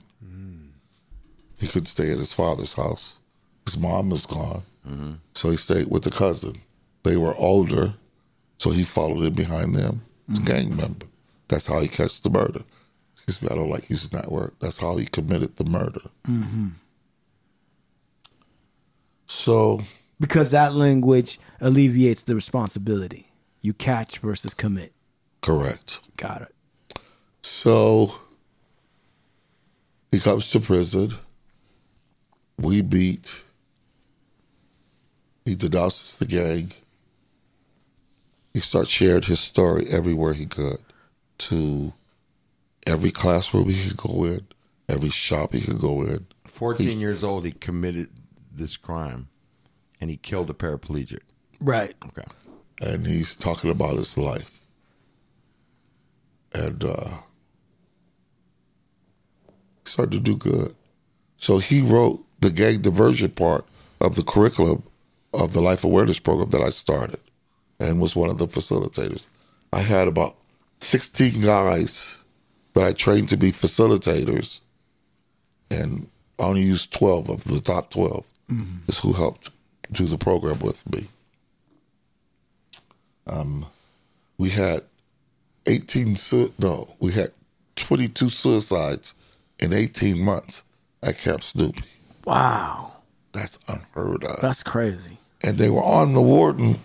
E: He couldn't stay at his father's house. His mom was gone. So he stayed with the cousin. They were older, So he followed in behind them. He's a gang member. That's how he catched the murder. Excuse me, I don't like using that word. That's how he committed the murder. So
F: because that language alleviates the responsibility. You catch versus commit.
E: correct.
F: Got it.
E: So he comes to prison. We beat. He denounces the gang. He starts sharing his story everywhere he could to every classroom he could go in, every shop he could go in.
B: 14 years old, he committed this crime and he killed a paraplegic.
F: Right.
B: Okay.
E: and he's talking about his life. And uh, he started to do good. So he wrote the gang diversion part of the curriculum of the life awareness program that I started and was one of the facilitators. I had about 16 guys that I trained to be facilitators, and I only used 12 of the top 12 is who helped do the program with me. we had 18 sui- no we had 22 suicides in 18 months at camp snoopy
F: Wow.
E: that's unheard of
F: That's crazy.
E: and they were on the warden,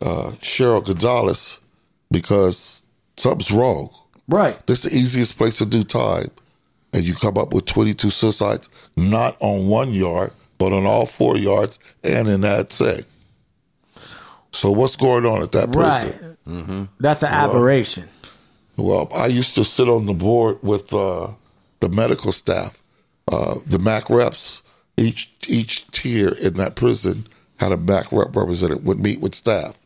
E: uh, Cheryl Gonzalez, because something's wrong.
F: Right.
E: This is the easiest place to do time. And you come up with 22 suicides, not on one yard, but on all four yards and in that set. So what's going on at that prison?
F: Right.
E: Mm-hmm.
F: That's an aberration.
E: Well, I used to sit on the board with uh, the medical staff, uh, the MAC reps. Each each tier in that prison had a MAC rep representative would meet with staff.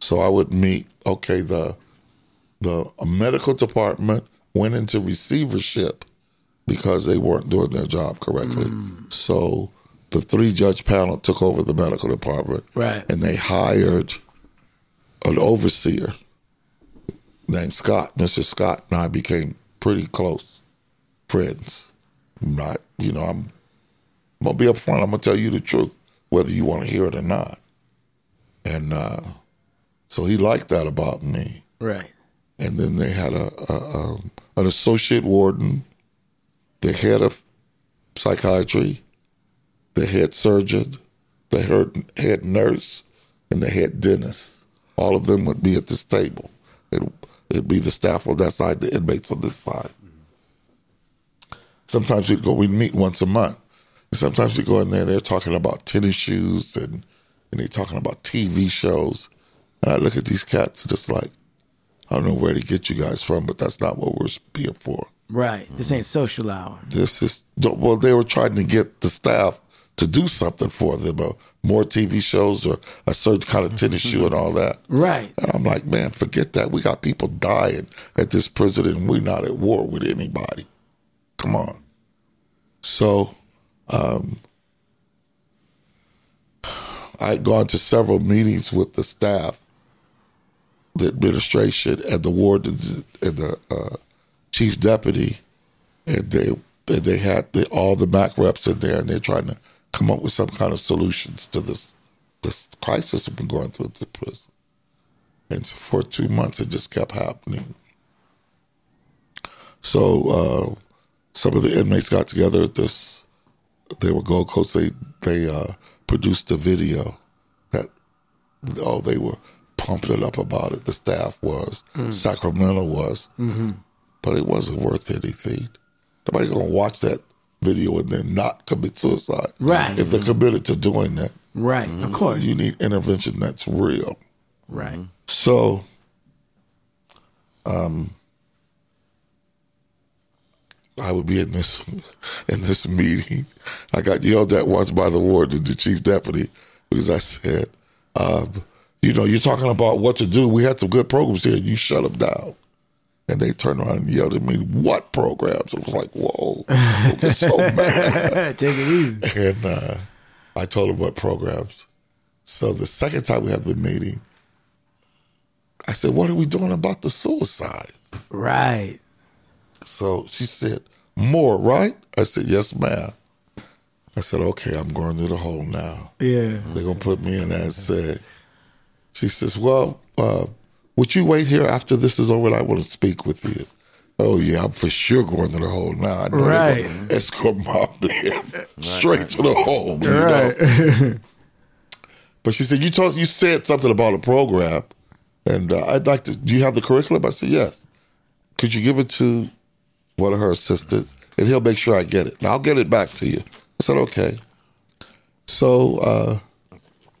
E: So I would meet. Okay, the the medical department went into receivership because they weren't doing their job correctly. So the three judge panel took over the medical department,
F: Right.
E: And they hired an overseer named Scott, Mr. Scott, and I became pretty close friends. I'm not, you know, I'm, I'm gonna be upfront. I'm gonna tell you the truth, whether you want to hear it or not. And uh, so he liked that about me.
F: Right.
E: And then they had a, a, um an associate warden, the head of psychiatry, the head surgeon, the head, head nurse, and the head dentist. All of them would be at this table. It, it'd be the staff on that side, the inmates on this side. Sometimes we'd go, we'd meet once a month. And sometimes we go in there, they're talking about tennis shoes and, and they're talking about TV shows. And I look at these cats and it's like, I don't know where to get you guys from, but that's not what we're here for
F: Right. This
E: Mm-hmm.
F: ain't social hour.
E: this is well they were trying to get the staff to do something for them uh, more tv shows or a certain kind of tennis shoe and all that
F: Right.
E: and i'm like man forget that we got people dying at this prison and we're not at war with anybody come on so um, i'd gone to several meetings with the staff the administration and the wardens and the uh, chief deputy and they and they had the, all the back reps in there, and they're trying to come up with some kind of solutions to this this crisis that's been going through at the prison. And so for two months, it just kept happening. So uh, some of the inmates got together at this. They were Gold Coast. They they uh, produced a video that oh they were pumping it up about it. The staff was Sacramento was but it wasn't worth anything. Nobody's gonna watch that video and then not commit suicide.
F: Right.
E: If they're committed to doing that,
F: Right. Of course.
E: Mm-hmm. you need intervention that's real.
F: Right.
E: So, um, I would be in this in this meeting. I got yelled at once by the warden, the chief deputy, because I said, um, "You know, you're talking about what to do. We had some good programs here. You shut them down." And they turned around and yelled at me, "What programs?" It was like, "Whoa!" I was so [LAUGHS] mad.
F: Take it easy.
E: And uh, I told him what programs. So the second time we had the meeting, I said, What are we doing about the suicides?
F: Right.
E: So she said, More, right? I said, Yes, ma'am. I said, Okay, I'm going to the hole now.
F: Yeah.
E: They're going to put me in that said, She says, Well, uh, would you wait here after this is over? And I want to speak with you. Oh, yeah, I'm for sure going to the hole now. I know
F: Right.
E: It's going my [LAUGHS] ass straight to the hole. You know? But she said, "You told you said something about a program, and uh, I'd like to. Do you have the curriculum?" I said, "Yes." Could you give it to one of her assistants, and he'll make sure I get it. And I'll get it back to you. I said, "Okay." So uh,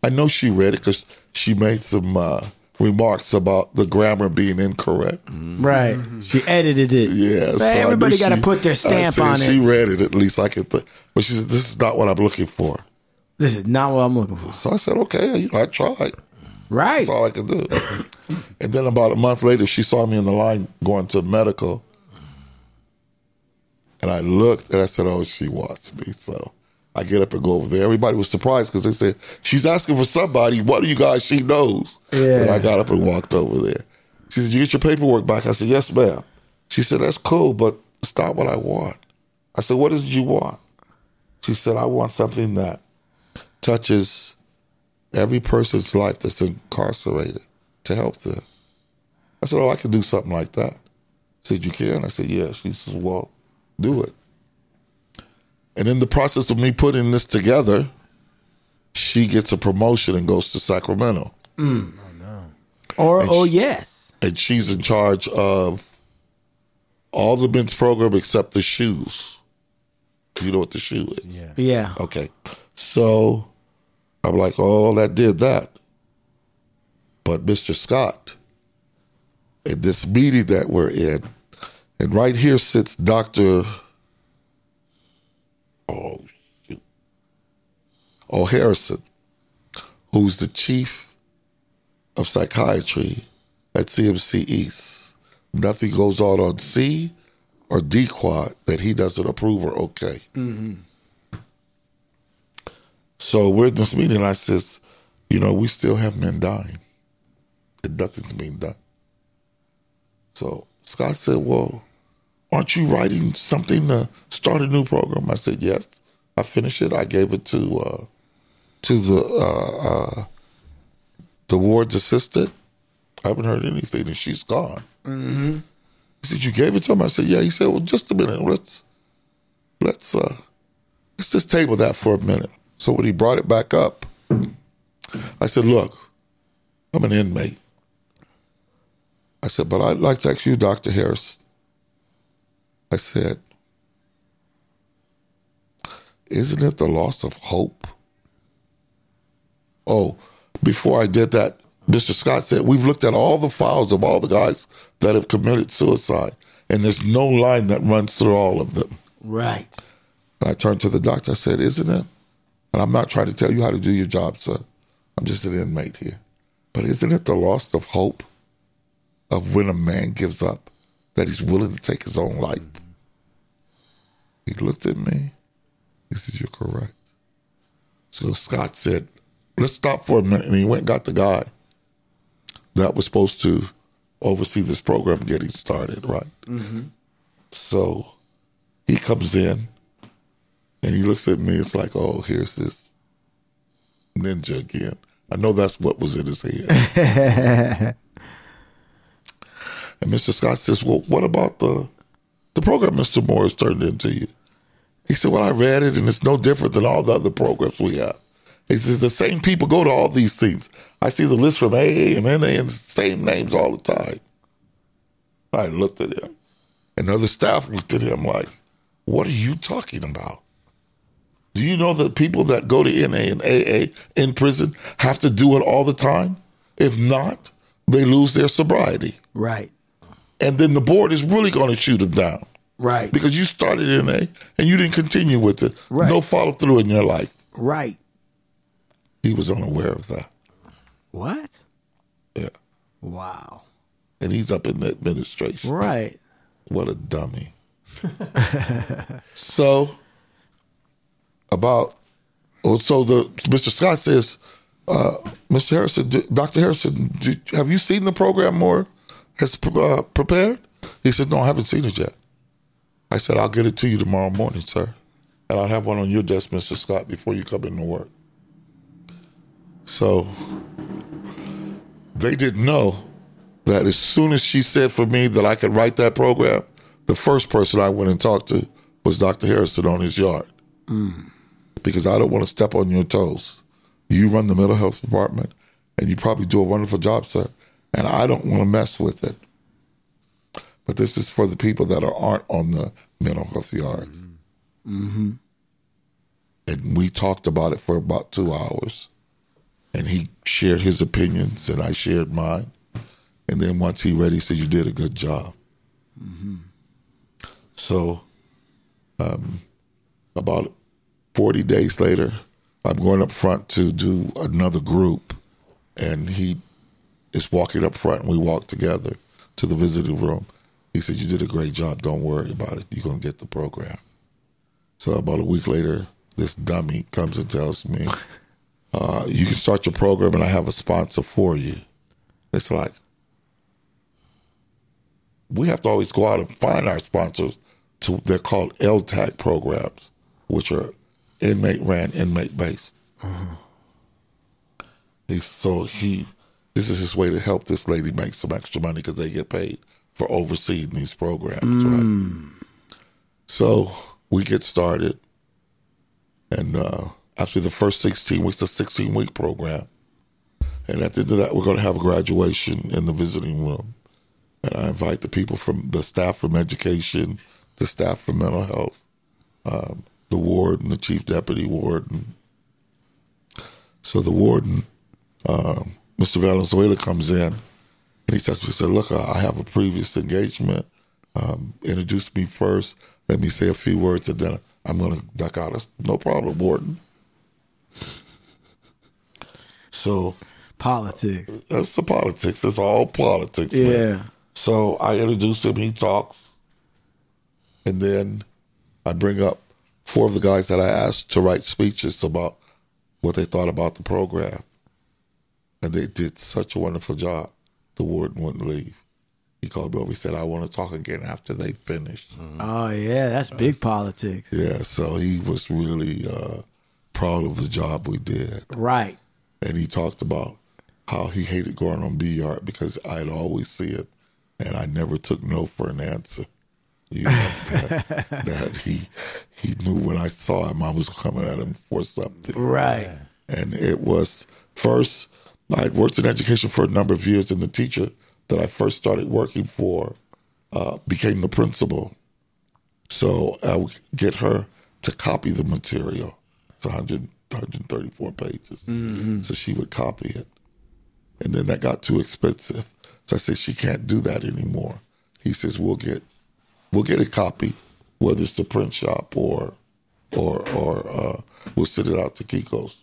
E: I know she read it because she made some uh, remarks about the grammar being incorrect.
C: Mm-hmm.
F: Right. She edited it.
E: Yeah, so I knew
F: everybody gotta
E: she-
F: put their stamp
E: I said
F: on
E: She
F: it.
E: read it at least. I could, th- but she said, "This is not what I'm looking for."
F: This is not what I'm looking for.
E: So I said, "Okay, you know, I tried."
F: Right.
E: That's all I could do. and then about a month later, she saw me in the line going to medical. And I looked and I said, oh, she wants me. So I get up and go over there. Everybody was surprised because they said, she's asking for somebody. What do you guys she knows? And I got up and walked over there. She said, you get your paperwork back? I said, yes, ma'am. She said, that's cool, but it's not what I want. I said, what is it you want? She said, I want something that touches every person's life that's incarcerated to help them. I said, Oh, I can do something like that. She said, You can? I said, Yeah. She says, Well, do it. And in the process of me putting this together, she gets a promotion and goes to Sacramento.
F: Or oh yes.
E: And she's in charge of all the men's program except the shoes. You know what the shoe is? Yeah.
F: Yeah.
E: Okay. So I'm like, oh, that did that. But Mr. Scott, in this meeting that we're in, and right here sits Dr. Oh, shoot. Oh, Harrison, who's the chief of psychiatry at CMC East. Nothing goes on on C or D quad that he doesn't approve or okay. So we're at this meeting. and I says, you know, we still have men dying, and nothing's being done. So Scott said, well, aren't you writing something to start a new program? I said, yes. I finished it. I gave it to uh, to the uh, uh, the ward's assistant. I haven't heard anything, and she's gone. Mm-hmm. He said, you gave it to him. I said, yeah. He said, well, just a minute. Let's let's uh, let's just table that for a minute. So when he brought it back up, I said, Look, I'm an inmate. I said, But I'd like to ask you, Dr. Harris. I said, Isn't it the loss of hope? Oh, before I did that, Mr. Scott said, We've looked at all the files of all the guys that have committed suicide, and there's no line that runs through all of them.
F: Right.
E: And I turned to the doctor. I said, Isn't it? And I'm not trying to tell you how to do your job, sir. I'm just an inmate here. But isn't it the loss of hope of when a man gives up that he's willing to take his own life? He looked at me. He said, You're correct. So Scott said, Let's stop for a minute. And he went and got the guy that was supposed to oversee this program getting started, right? So he comes in. And he looks at me, it's like, oh, here's this ninja again. I know that's what was in his head. and Mr. Scott says, Well, what about the the program Mr. Morris turned into you? He said, Well, I read it and it's no different than all the other programs we have. He says, the same people go to all these things. I see the list from AA and NA and the same names all the time. I looked at him. And the other staff looked at him like, What are you talking about? Do you know that people that go to NA and AA in prison have to do it all the time? If not, they lose their sobriety.
F: Right.
E: And then the board is really going to shoot them down
F: Right.
E: because you started NA and you didn't continue with it. No follow through in your life.
F: Right.
E: He was unaware of that.
F: What?
E: Yeah.
F: Wow.
E: And he's up in the administration.
F: Right.
E: What a dummy. so about oh, so the Mr. Scott says, uh, Mr. Harrison, d- Dr. Harrison, d have you seen the program more has pre- uh, prepared? He said, No, I haven't seen it yet. I said, I'll get it to you tomorrow morning, sir. And I'll have one on your desk, Mr. Scott, before you come into work. So they didn't know that as soon as she said for me that I could write that program, the first person I went and talked to was Dr. Harrison on his yard. Because I don't want to step on your toes. You run the mental health department and you probably do a wonderful job, sir. And I don't want to mess with it. But this is for the people that are, aren't on the mental health yards. And we talked about it for about two hours. And he shared his opinions and I shared mine. And then once he read, he said, "You did a good job." So, um, about forty days later, I'm going up front to do another group, and he is walking up front, and we walk together to the visiting room. He said, "You did a great job. Don't worry about it. You're gonna get the program." So about a week later, this dummy comes and tells me, uh, "You can start your program, and I have a sponsor for you." It's like, we have to always go out and find our sponsors. To they're called LTAC programs, which are inmate ran, inmate based. He, so he, this is his way to help this lady make some extra money because they get paid for overseeing these programs. Right? So we get started, and uh, after the first sixteen weeks, the sixteen week program, and at the end of that, we're going to have a graduation in the visiting room and I invite the people from the staff from education, the staff from mental health, um, the warden, the chief deputy warden. So the warden, um, Mr. Valenzuela, comes in and he says, "We said, look, I I have a previous engagement. Um, introduce me first. Let me say a few words, and then I'm going to duck out." of No problem, warden. So
F: Politics.
E: that's the politics. It's all politics. man.
F: Yeah.
E: So I introduce him. He talks, and then I bring up four of the guys that I asked to write speeches about what they thought about the program, and they did such a wonderful job. The warden wouldn't leave. He called me over. He said, "I want to talk again after they finish."
C: Mm.
F: Oh yeah, that's big politics.
E: Yeah. So he was really uh, proud of the job we did.
F: Right.
E: and he talked about how he hated going on B yard because I'd always see it, and I never took no for an answer. You know, that, that he he knew when I saw him, I was coming at him for something,
F: Right.
E: and it was first. I had worked in education for a number of years, and the teacher that I first started working for uh, became the principal. So I would get her to copy the material. It's 100, 134 pages. So she would copy it. And then that got too expensive. So I said, she can't do that anymore. He says, we'll get we'll get a copy, whether it's the print shop or or or uh, we'll send it out to Kiko's.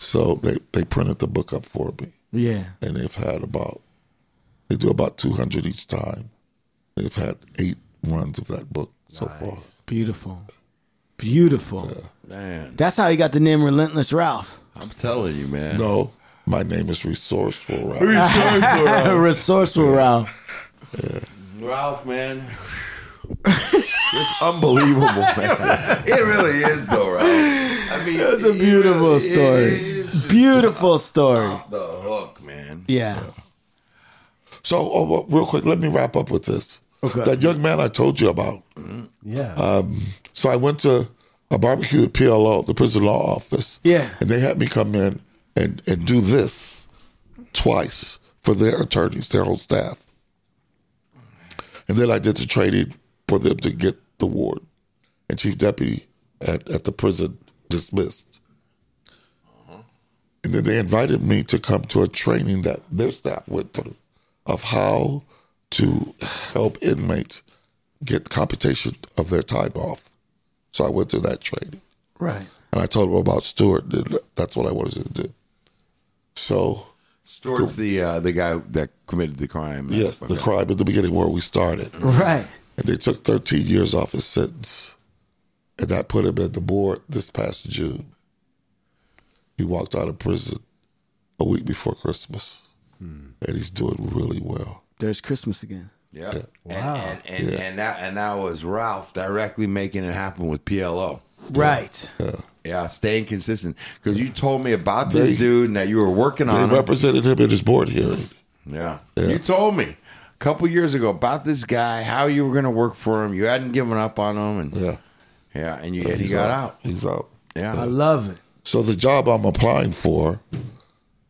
E: So they, they printed the book up for me
F: Yeah.
E: and they've had about they do about 200 each time they've had eight runs of that book so far
F: Beautiful. Beautiful. That's how he got the name Relentless Ralph.
B: I'm telling you, man.
E: no my name is resourceful
F: [LAUGHS]
E: right
F: Resourceful Ralph.
B: Ralph, man. it's unbelievable, man. It really is, though, Ralph. I mean,
F: That's a
B: it
F: beautiful
B: really
F: story.
B: is just
F: Beautiful story.
B: off the hook, man.
F: Yeah.
E: [LAUGHS] so oh, well, real quick let me wrap up with this
F: Okay.
E: that young man i told you about
D: Yeah.
E: so i went to a barbecue at plo the prison law office
F: Yeah.
E: and they had me come in and, and do this twice for their attorneys their whole staff And then I did the training for them to get the ward and chief deputy at, at the prison dismissed. And then they invited me to come to a training that their staff went through of how to help inmates get computation of their time off. So I went through that training.
F: Right.
E: And I told them about Stewart. and That's what I wanted to do. So,
B: Stewart's the uh, the guy that committed the crime.
E: yes, the
B: Okay.
E: crime at the beginning where we started.
F: Right.
E: and they took 13 years off his sentence. And that put him at the board this past June. He walked out of prison a week before Christmas,
B: Hmm.
E: and he's doing really well.
F: There's Christmas again.
B: Yeah. And, and, and, and, that, and that was Ralph directly making it happen with PLO.
F: Right.
B: It Yeah, staying consistent. Because you told me about this dude and that you were working
E: They
B: on him.
E: represented him at his board hearing.
B: Yeah. You told me a couple years ago about this guy, how you were going to work for him. You hadn't given up on him. And
E: Yeah.
B: yeah, and, you, and he got out.
E: He's out.
B: Yeah.
C: I love it.
E: So the job I'm applying for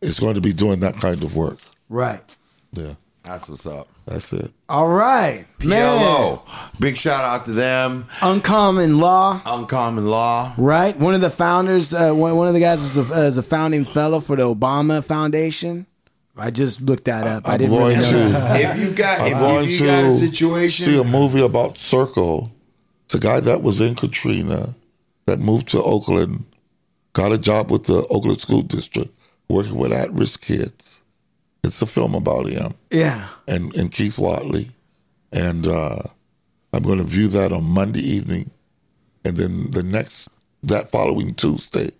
E: is going to be doing that kind of work.
C: Right.
E: Yeah.
B: That's what's up.
E: That's it.
C: All right. Man.
B: PLO. Big shout out to them.
F: Uncommon Law,
B: Uncommon
C: [LAUGHS]
B: Law.
F: right? One of the founders, uh, one, one of the guys was a, uh, is a founding fellow for the Obama Foundation. I just looked that up. I,
E: I'm
F: didn't really
E: going
F: know.
E: to.
B: If you got,
E: I'm
B: if,
E: going
B: if you
E: to
B: got a situation,
E: see a movie about Circle. It's a guy that was in Katrina that moved to Oakland, got a job with the Oakland School District, working with at risk kids. It's a film about him
F: Yeah.
E: and, and Keith Watley. And uh, I'm going to view that on Monday evening. And then the next, that following Tuesday,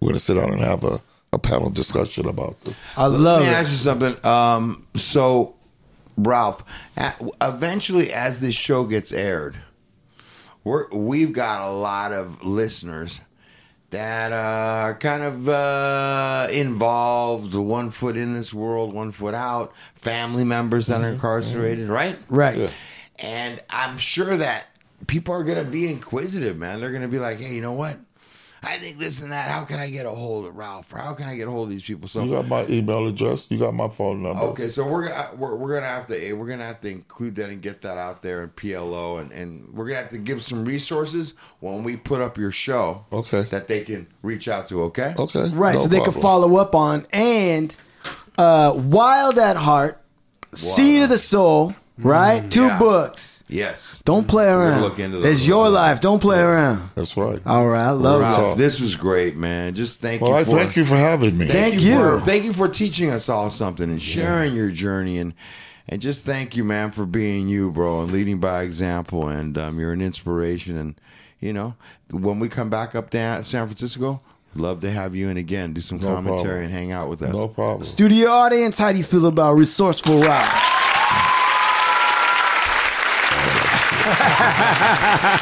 E: we're going to sit down and have a, a panel discussion about this.
F: I love
B: Let me
F: it.
B: ask you something. Um, so, Ralph, a- eventually, as this show gets aired, we're, we've got a lot of listeners that uh, are kind of uh, involved, one foot in this world, one foot out, family members that are incarcerated, right?
C: Right.
B: And I'm sure that people are going to be inquisitive, man. They're going to be like, hey, you know what? I think this and that. How can I get a hold of Ralph? Or how can I get a hold of these people? So
E: You got my email address, you got my phone number.
B: Okay, so we're gonna we're, we're gonna have to eh, we're gonna have to include that and get that out there in PLO, and and we're gonna have to give some resources when we put up your show.
E: Okay.
B: that they can reach out to. Okay,
E: Okay.
F: Right.
E: no
F: so they could
E: problem.
F: follow up on. And uh, Wild at Heart, Seed of the Soul, right? Two
B: yeah.
F: books.
B: yes.
F: Don't play around.
B: look into those.
F: it's your life. Don't play around.
E: That's right.
F: All right. I love
B: Ralph,
E: talk.
B: this was great, man. Just thank
E: well,
B: you.
E: I
B: for,
E: thank you for having me.
F: Thank
B: for-
F: you.
B: thank you for teaching us all something and sharing your journey and. And just thank you, man, for being you, bro, and leading by example. And um, you're an inspiration. And you know, when we come back up to San Francisco, love to have you in again, do some
E: No
B: commentary
E: problem.
B: and hang out with us.
E: No problem.
F: it. Studio audience, how do you feel about Resourceful Rock?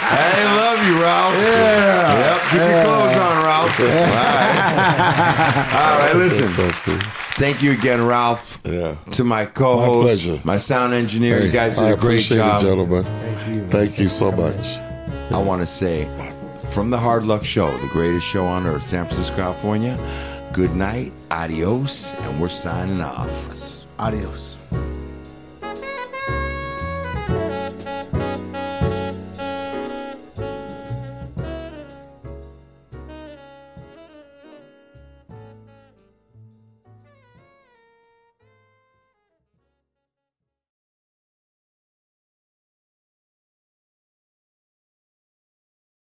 B: Hey, love you, Ralph. Yeah. Yep. Keep your clothes on,
E: [LAUGHS]
B: Ralph. All right. All right. Listen.
E: Thank you.
B: Thank you again, Ralph.
E: Yeah.
B: To my co-host,
E: pleasure.
B: sound engineer. you guys did
E: I
B: a great
E: appreciate
B: job.
E: it, gentlemen.
D: Thank you.
E: Thank you so much.
B: I want to say, from the Hard Luck Show, the greatest show on earth, San Francisco, California. Good night, adios, and we're signing off.
F: Adios.